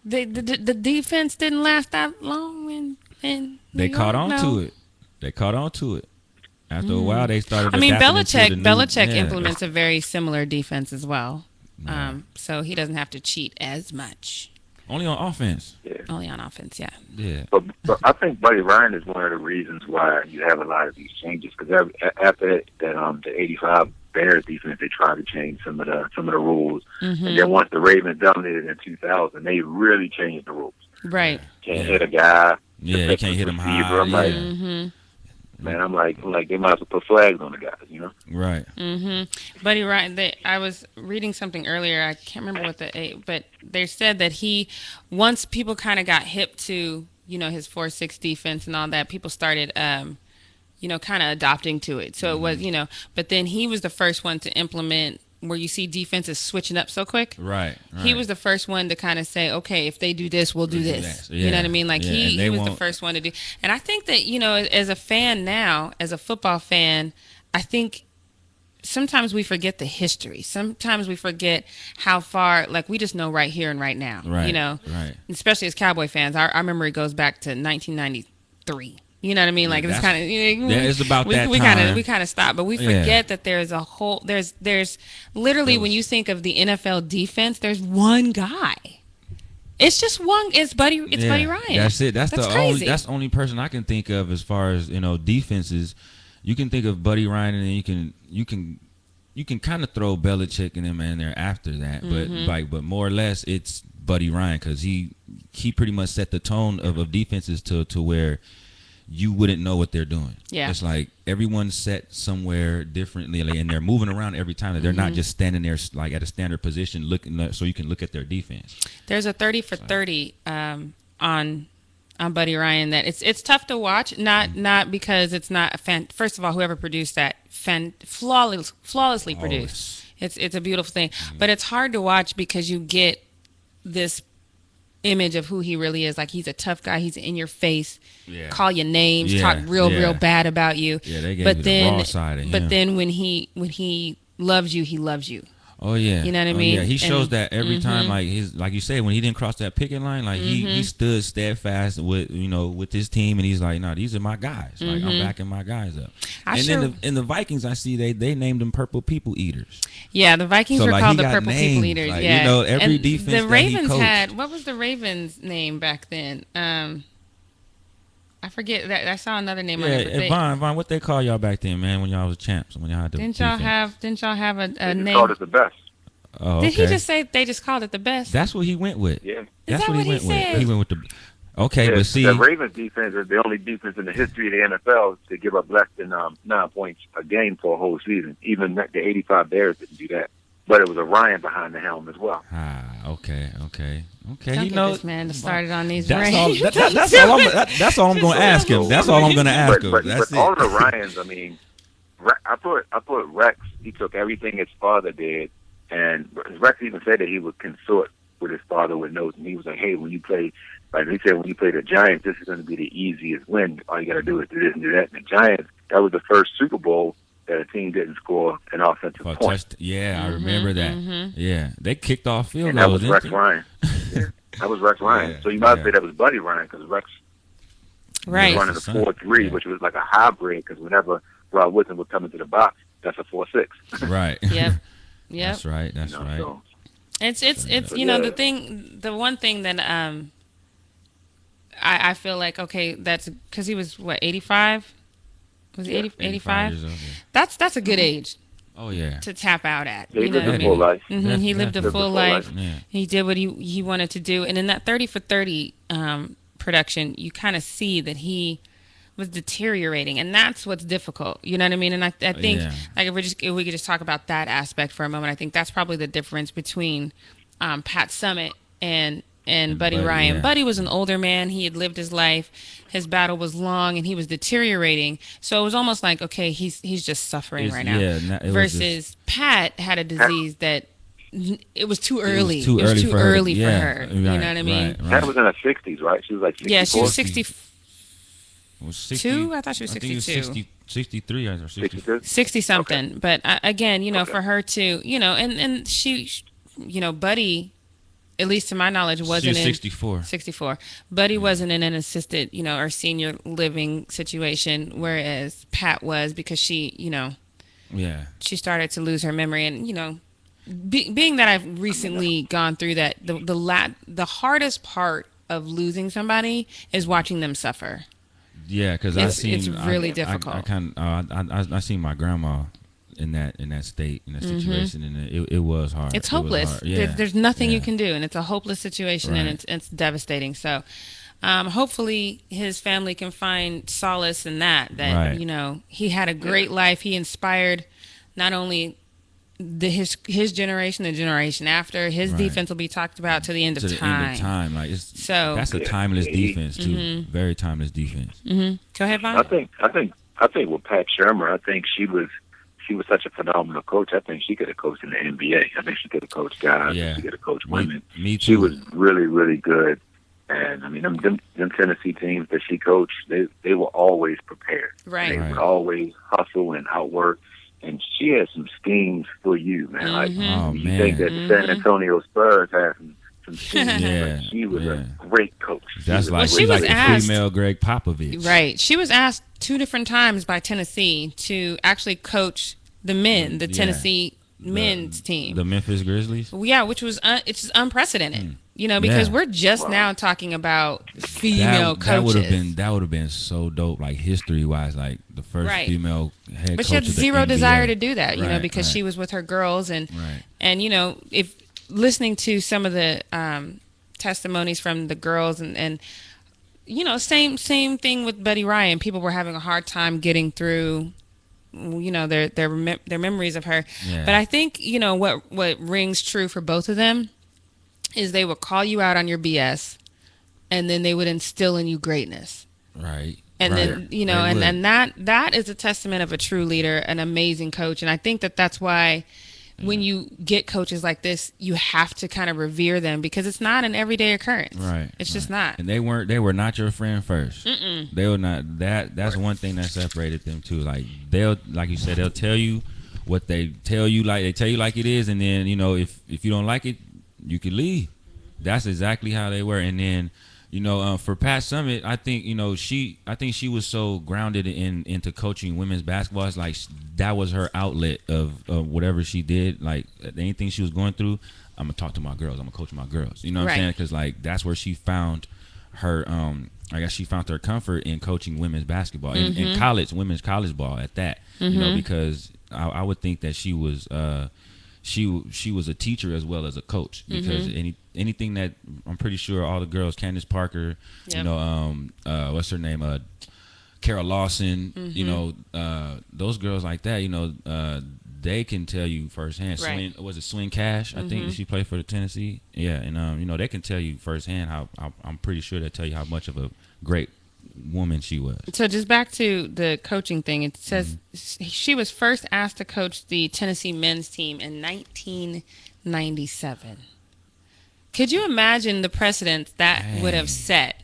[SPEAKER 3] The, the the defense didn't last that long, and and
[SPEAKER 4] They caught on to it. They caught on to it. After a while, they started.
[SPEAKER 3] Mm. I mean,
[SPEAKER 4] adapting it to
[SPEAKER 3] Belichick
[SPEAKER 4] the new-
[SPEAKER 3] Belichick
[SPEAKER 4] yeah,
[SPEAKER 3] implements a very similar defense as well, um, so he doesn't have to cheat as much.
[SPEAKER 4] only on offense.
[SPEAKER 3] Only on offense, yeah.
[SPEAKER 4] Yeah.
[SPEAKER 6] But, but I think Buddy Ryan is one of the reasons why you have a lot of these changes. Because after that, that um, the '85 Bears defense, they tried to change some of the some of the rules, and then once the Ravens dominated in 2000, they really changed the rules.
[SPEAKER 3] Right.
[SPEAKER 6] Can't
[SPEAKER 4] Yeah.
[SPEAKER 6] hit a guy.
[SPEAKER 4] Yeah, you
[SPEAKER 6] protect
[SPEAKER 4] can't
[SPEAKER 6] the
[SPEAKER 4] hit him high.
[SPEAKER 6] receiver. I'm like,
[SPEAKER 4] yeah.
[SPEAKER 6] man, I'm like, I'm like they might as well put flags on the guys, you know?
[SPEAKER 4] Right.
[SPEAKER 3] Mm-hmm. Buddy Ryan, they, I was reading something earlier. I can't remember what the eh, but they said that he once people kind of got hip to you know his four six defense and all that. People started um, you know kind of adopting to it. So it was you know, but then he was the first one to implement where you see defenses switching up so quick.
[SPEAKER 4] Right,
[SPEAKER 3] He
[SPEAKER 4] right.
[SPEAKER 3] was the first one to kind of say, okay, if they do this, we'll do
[SPEAKER 4] We'll do
[SPEAKER 3] this.
[SPEAKER 4] that.
[SPEAKER 3] You know
[SPEAKER 4] Yeah.
[SPEAKER 3] what I mean? Like
[SPEAKER 4] Yeah,
[SPEAKER 3] he,
[SPEAKER 4] and they
[SPEAKER 3] he was the
[SPEAKER 4] won't-
[SPEAKER 3] first one to do. And I think that, you know, as a fan now, as a football fan, I think sometimes we forget the history. Sometimes we forget how far, like we just know right here and right now.
[SPEAKER 4] Right,
[SPEAKER 3] You know,
[SPEAKER 4] right.
[SPEAKER 3] Especially as Cowboy fans, our, our memory goes back to 1993. You know what I mean? Like it's
[SPEAKER 4] that's-
[SPEAKER 3] kind of you know,
[SPEAKER 4] yeah, it's about
[SPEAKER 3] we,
[SPEAKER 4] that
[SPEAKER 3] we kind of
[SPEAKER 4] time.
[SPEAKER 3] we kind of stop, but we
[SPEAKER 4] Yeah.
[SPEAKER 3] forget that there's a whole there's there's literally when you think of the NFL defense, there's one guy. It's just one. It's Buddy. It's
[SPEAKER 4] Yeah,
[SPEAKER 3] Buddy Ryan.
[SPEAKER 4] That's it. That's, the only.
[SPEAKER 3] crazy.
[SPEAKER 4] That's the only person I can think of as far as you know defenses. You can think of Buddy Ryan, and then you can you can you can kind of throw Belichick and them in there after that,
[SPEAKER 3] Mm-hmm.
[SPEAKER 4] but like but more or less it's Buddy Ryan because he he pretty much set the tone of, of defenses to to where you wouldn't know what they're doing.
[SPEAKER 3] Yeah.
[SPEAKER 4] it's like everyone's set somewhere differently, like, and they're moving around every time. That they're
[SPEAKER 3] Mm-hmm.
[SPEAKER 4] not just standing there like at a standard position looking at- so you can look at their defense.
[SPEAKER 3] There's a 30 for 30 um, on on Buddy Ryan that it's it's tough to watch.
[SPEAKER 4] Mm.
[SPEAKER 3] Not not because it's not a fan. First of all, whoever produced that fan flawless flawlessly produced. It's it's a beautiful thing,
[SPEAKER 4] Mm-hmm.
[SPEAKER 3] but it's hard to watch because you get this image of who he really is. Like he's a tough guy. He's in your face.
[SPEAKER 4] Yeah.
[SPEAKER 3] Call your names.
[SPEAKER 4] Yeah,
[SPEAKER 3] Talk real
[SPEAKER 4] yeah.
[SPEAKER 3] real bad about you.
[SPEAKER 4] Yeah, they gave
[SPEAKER 3] but
[SPEAKER 4] you the
[SPEAKER 3] then
[SPEAKER 4] raw side of
[SPEAKER 3] but
[SPEAKER 4] him.
[SPEAKER 3] then when he when he loves you, he loves you.
[SPEAKER 4] Oh yeah,
[SPEAKER 3] You know what I
[SPEAKER 4] Oh,
[SPEAKER 3] mean?
[SPEAKER 4] yeah, he shows
[SPEAKER 3] And- Mm-hmm.
[SPEAKER 4] that every time. Like his, like you said, when he didn't cross that picket line, like he, he stood steadfast with you know with his team, and he's like, "No, nah, these are my guys. Like I'm backing my guys up."
[SPEAKER 3] Mm-hmm. I
[SPEAKER 4] and
[SPEAKER 3] sure-
[SPEAKER 4] then the, in the Vikings, I see they they named them purple people eaters.
[SPEAKER 3] Yeah, the Vikings
[SPEAKER 4] So,
[SPEAKER 3] were
[SPEAKER 4] like,
[SPEAKER 3] called
[SPEAKER 4] he
[SPEAKER 3] the
[SPEAKER 4] got
[SPEAKER 3] Purple
[SPEAKER 4] names.
[SPEAKER 3] People Leaders.
[SPEAKER 4] Like, you
[SPEAKER 3] yeah,
[SPEAKER 4] know, every
[SPEAKER 3] and
[SPEAKER 4] defense that
[SPEAKER 3] The
[SPEAKER 4] he
[SPEAKER 3] Ravens
[SPEAKER 4] coached.
[SPEAKER 3] had what was the Ravens' name back then? Um, I forget. That I saw another name. on
[SPEAKER 4] yeah,
[SPEAKER 3] it, but
[SPEAKER 4] and
[SPEAKER 3] they-
[SPEAKER 4] Von, Von, what they call y'all back then, man? When y'all was champs, when y'all had the
[SPEAKER 3] didn't y'all
[SPEAKER 4] defense?
[SPEAKER 3] have? Didn't y'all have a, a
[SPEAKER 6] They just
[SPEAKER 3] name?
[SPEAKER 6] called it the best.
[SPEAKER 4] Oh,
[SPEAKER 3] Did he
[SPEAKER 4] okay.
[SPEAKER 3] just say they just called it the best?
[SPEAKER 4] That's what he went with.
[SPEAKER 6] Yeah.
[SPEAKER 4] That's
[SPEAKER 3] that what he
[SPEAKER 4] went
[SPEAKER 3] said?
[SPEAKER 4] with. He went with the. Okay,
[SPEAKER 6] Yeah,
[SPEAKER 4] but see,
[SPEAKER 6] the Ravens defense is the only defense in the history of the NFL to give up less than um, nine points a game for a whole season. Even the '85 Bears didn't do that, but it was a Ryan behind the helm as well.
[SPEAKER 4] ah, okay, okay, okay.
[SPEAKER 3] Don't
[SPEAKER 4] he
[SPEAKER 3] get
[SPEAKER 4] knows.
[SPEAKER 3] this man to started on these
[SPEAKER 4] That's all.
[SPEAKER 3] rings.
[SPEAKER 4] That, that, that's all. I'm, that, that's all I'm going to ask him. That's all I'm going to ask
[SPEAKER 6] But,
[SPEAKER 4] him.
[SPEAKER 6] but,
[SPEAKER 4] That's
[SPEAKER 6] but all
[SPEAKER 4] it.
[SPEAKER 6] of the Ryans, I mean, Re- I put I put Rex. He took everything his father did, and Rex even said that he would consort with his father with notes, and he was like, "Hey, when you play, like he said, when you play the Giants, this is going to be the easiest win. All you got to do is do this and do that." And the Giants, that was the first Super Bowl that a team didn't score an offensive
[SPEAKER 4] For a
[SPEAKER 6] point,
[SPEAKER 4] touchdown. Yeah,
[SPEAKER 3] Mm-hmm,
[SPEAKER 4] I remember that. Yeah, they kicked off field
[SPEAKER 6] and that
[SPEAKER 4] goals. didn't
[SPEAKER 6] was Rex
[SPEAKER 4] they?
[SPEAKER 6] Ryan. Yeah, that was Rex Ryan.
[SPEAKER 4] Yeah,
[SPEAKER 6] so you might
[SPEAKER 4] yeah.
[SPEAKER 6] say that was Buddy Ryan because Rex
[SPEAKER 3] right.
[SPEAKER 6] was running a
[SPEAKER 4] That's the
[SPEAKER 6] four
[SPEAKER 4] son.
[SPEAKER 6] three,
[SPEAKER 4] Yeah.
[SPEAKER 6] which was like a hybrid because whenever Rod Woodson would come into the box, that's a four six.
[SPEAKER 4] Right.
[SPEAKER 3] Yep. Yep.
[SPEAKER 4] That's right. That's right.
[SPEAKER 6] So,
[SPEAKER 3] It's it's it's
[SPEAKER 6] So,
[SPEAKER 3] you know
[SPEAKER 6] yeah.
[SPEAKER 3] the thing the one thing that um I I feel like okay that's because he was what 85 was he 80,
[SPEAKER 4] 85
[SPEAKER 3] 85
[SPEAKER 4] years old, yeah.
[SPEAKER 3] that's that's a good age
[SPEAKER 4] Oh yeah.
[SPEAKER 3] to tap out at
[SPEAKER 6] they
[SPEAKER 3] you know
[SPEAKER 6] lived
[SPEAKER 3] what I
[SPEAKER 6] a
[SPEAKER 3] mean
[SPEAKER 6] full life.
[SPEAKER 3] hmm He
[SPEAKER 4] Def-
[SPEAKER 3] lived a
[SPEAKER 4] definitely.
[SPEAKER 3] full, life.
[SPEAKER 4] Yeah.
[SPEAKER 3] He did what he he wanted to do, and in that thirty for thirty um, production, you kind of see that he was deteriorating, and that's what's difficult. You know what I mean? And I, I think
[SPEAKER 4] Yeah.
[SPEAKER 3] like if we just if we could just talk about that aspect for a moment, I think that's probably the difference between um, Pat Summit and. And
[SPEAKER 4] And
[SPEAKER 3] Buddy,
[SPEAKER 4] Buddy,
[SPEAKER 3] Ryan.
[SPEAKER 4] yeah.
[SPEAKER 3] Buddy was an older man. He had lived his life. His battle was long, and he was deteriorating. So it was almost like, okay, he's he's just suffering
[SPEAKER 4] It's-
[SPEAKER 3] right now.
[SPEAKER 4] yeah, not- it was just-
[SPEAKER 3] versus Pat had a disease that n- it was too
[SPEAKER 4] It was
[SPEAKER 3] early.
[SPEAKER 4] too
[SPEAKER 3] It was
[SPEAKER 4] early
[SPEAKER 3] too
[SPEAKER 4] for her.
[SPEAKER 3] early for
[SPEAKER 4] Yeah,
[SPEAKER 3] her. You know
[SPEAKER 4] right,
[SPEAKER 3] what I mean?
[SPEAKER 4] right, right.
[SPEAKER 6] That was in her sixties, right? She was like sixty-four.
[SPEAKER 3] Yeah, she was 60,
[SPEAKER 4] 64. It was 60
[SPEAKER 3] Two? I thought she was
[SPEAKER 4] I think it
[SPEAKER 3] 62.
[SPEAKER 4] 60 63 or 60.
[SPEAKER 6] 62.
[SPEAKER 3] 60 something. But uh, again, you know,
[SPEAKER 6] Okay.
[SPEAKER 3] for her to, you know, and and she, you know, Buddy, at least to my knowledge,
[SPEAKER 4] She
[SPEAKER 3] wasn't
[SPEAKER 4] was
[SPEAKER 3] in
[SPEAKER 4] 64.
[SPEAKER 3] 64. Buddy wasn't in an assisted, you know, or senior living situation, whereas Pat was because she, you know,
[SPEAKER 4] Yeah.
[SPEAKER 3] she started to lose her memory and you know be, being that i've recently gone through that the the la- the hardest part of losing somebody is watching them suffer
[SPEAKER 4] Yeah, because I
[SPEAKER 3] It's-
[SPEAKER 4] seen
[SPEAKER 3] it's
[SPEAKER 4] I-
[SPEAKER 3] really
[SPEAKER 4] I-
[SPEAKER 3] difficult.
[SPEAKER 4] I, kind of uh, I, I I seen my grandma in that in that state in that situation, and it, it was hard.
[SPEAKER 3] Mm-hmm. it's
[SPEAKER 4] It was
[SPEAKER 3] hopeless
[SPEAKER 4] hard. Yeah.
[SPEAKER 3] there, there's nothing you
[SPEAKER 4] Yeah.
[SPEAKER 3] can do and it's a hopeless situation and
[SPEAKER 4] Right.
[SPEAKER 3] it's, it's devastating so um, hopefully his family can find solace in that that
[SPEAKER 4] Right.
[SPEAKER 3] you know he had a great life he inspired not only the, his his generation the generation after his
[SPEAKER 4] Right.
[SPEAKER 3] defense will be talked about to the end,
[SPEAKER 4] to
[SPEAKER 3] of,
[SPEAKER 4] the
[SPEAKER 3] time.
[SPEAKER 4] end of time. Like it's
[SPEAKER 3] So- Mm-hmm.
[SPEAKER 4] that's a
[SPEAKER 6] Yeah.
[SPEAKER 4] timeless
[SPEAKER 6] Yeah.
[SPEAKER 4] defense too. Very timeless defense.
[SPEAKER 3] go ahead Von.
[SPEAKER 6] I think I think I think with Pat Shermer, I think she was she was such a phenomenal coach. I think she could have coached in the NBA. I think she could have coached guys.
[SPEAKER 4] Yeah.
[SPEAKER 6] She could have coached
[SPEAKER 4] Me-
[SPEAKER 6] women.
[SPEAKER 4] me
[SPEAKER 6] She
[SPEAKER 4] too.
[SPEAKER 6] was really, really good. And I mean, them, them, them Tennessee teams that she coached, they they were always prepared. They
[SPEAKER 3] Right.
[SPEAKER 4] Right.
[SPEAKER 6] would always hustle and outwork. And she has some schemes for you, man. Like
[SPEAKER 3] Mm-hmm.
[SPEAKER 4] Oh
[SPEAKER 6] you
[SPEAKER 4] man.
[SPEAKER 6] think that San Antonio Spurs have some, some schemes,
[SPEAKER 4] Yeah,
[SPEAKER 6] but she was
[SPEAKER 4] yeah.
[SPEAKER 6] a great coach. She
[SPEAKER 4] That's
[SPEAKER 6] was a
[SPEAKER 4] like
[SPEAKER 3] she
[SPEAKER 6] great
[SPEAKER 4] she's
[SPEAKER 3] was
[SPEAKER 4] like the
[SPEAKER 3] asked-
[SPEAKER 4] female Greg Popovich.
[SPEAKER 3] Right. She was asked two different times by Tennessee to actually coach the men, the
[SPEAKER 4] Mm, Yeah.
[SPEAKER 3] Tennessee men's team.
[SPEAKER 4] The Memphis Grizzlies.
[SPEAKER 3] Well, yeah, which was un- it's just unprecedented. You know, because
[SPEAKER 4] Hmm. Yeah.
[SPEAKER 3] we're just now talking about
[SPEAKER 4] That,
[SPEAKER 3] female coaches.
[SPEAKER 4] that would have been that would have been so dope, like history wise, like the first
[SPEAKER 3] Right.
[SPEAKER 4] female head
[SPEAKER 3] but
[SPEAKER 4] coach.
[SPEAKER 3] she had
[SPEAKER 4] of the
[SPEAKER 3] zero
[SPEAKER 4] NBA.
[SPEAKER 3] desire to do that, you know,
[SPEAKER 4] Right,
[SPEAKER 3] because
[SPEAKER 4] right.
[SPEAKER 3] she was with her girls and
[SPEAKER 4] Right.
[SPEAKER 3] and you know, if listening to some of the um, testimonies from the girls and and you know, same same thing with Buddy Ryan. People were having a hard time getting through you know their their mem- their memories of her.
[SPEAKER 4] Yeah.
[SPEAKER 3] But I think you know what what rings true for both of them is they would call you out on your BS, and then they would instill in you greatness.
[SPEAKER 4] Right.
[SPEAKER 3] And
[SPEAKER 4] right.
[SPEAKER 3] then you know,
[SPEAKER 4] They
[SPEAKER 3] and,
[SPEAKER 4] would.
[SPEAKER 3] and that that is a testament of a true leader, an amazing coach, and I think that that's why
[SPEAKER 4] Mm.
[SPEAKER 3] when you get coaches like this, you have to kind of revere them because it's not an everyday occurrence.
[SPEAKER 4] Right.
[SPEAKER 3] It's just
[SPEAKER 4] right.
[SPEAKER 3] not.
[SPEAKER 4] And they weren't. They were not your friend 1st They were not. That that's one thing that separated them too. Like they'll, like you said, they'll tell you what they tell you. Like they tell you like it is, and then you know if if you don't like it, you can leave. That's exactly how they were. And then you know uh, for Pat Summit, I think you know she. I think she was so grounded in into coaching women's basketball. It's like that was her outlet of, of whatever she did. Like anything she was going through. I'm gonna talk to my girls. I'm gonna coach my girls. You know what
[SPEAKER 3] Right.
[SPEAKER 4] I'm saying? because like that's where she found her um I guess she found her comfort in coaching women's basketball and
[SPEAKER 3] Mm-hmm.
[SPEAKER 4] in, college women's college ball at that you know because I, I would think that she was uh she she was a teacher as well as a coach
[SPEAKER 3] Mm-hmm.
[SPEAKER 4] because any anything that I'm pretty sure all the girls Candace Parker you
[SPEAKER 3] Yep.
[SPEAKER 4] know um uh what's her name uh Carol Lawson,
[SPEAKER 3] Mm-hmm.
[SPEAKER 4] you know, uh, those girls like that, you know, uh, they can tell you firsthand.
[SPEAKER 3] Right. Mm-hmm.
[SPEAKER 4] Swing, was it Swing Cash? I think she played for the Tennessee. Yeah, and um, you know, they can tell you firsthand how I'm, I'm pretty sure they tell you how much of a great woman she was.
[SPEAKER 3] So just back to the coaching thing. It says she was first asked to coach the Tennessee men's team in 1997. Could you imagine the precedent that would have set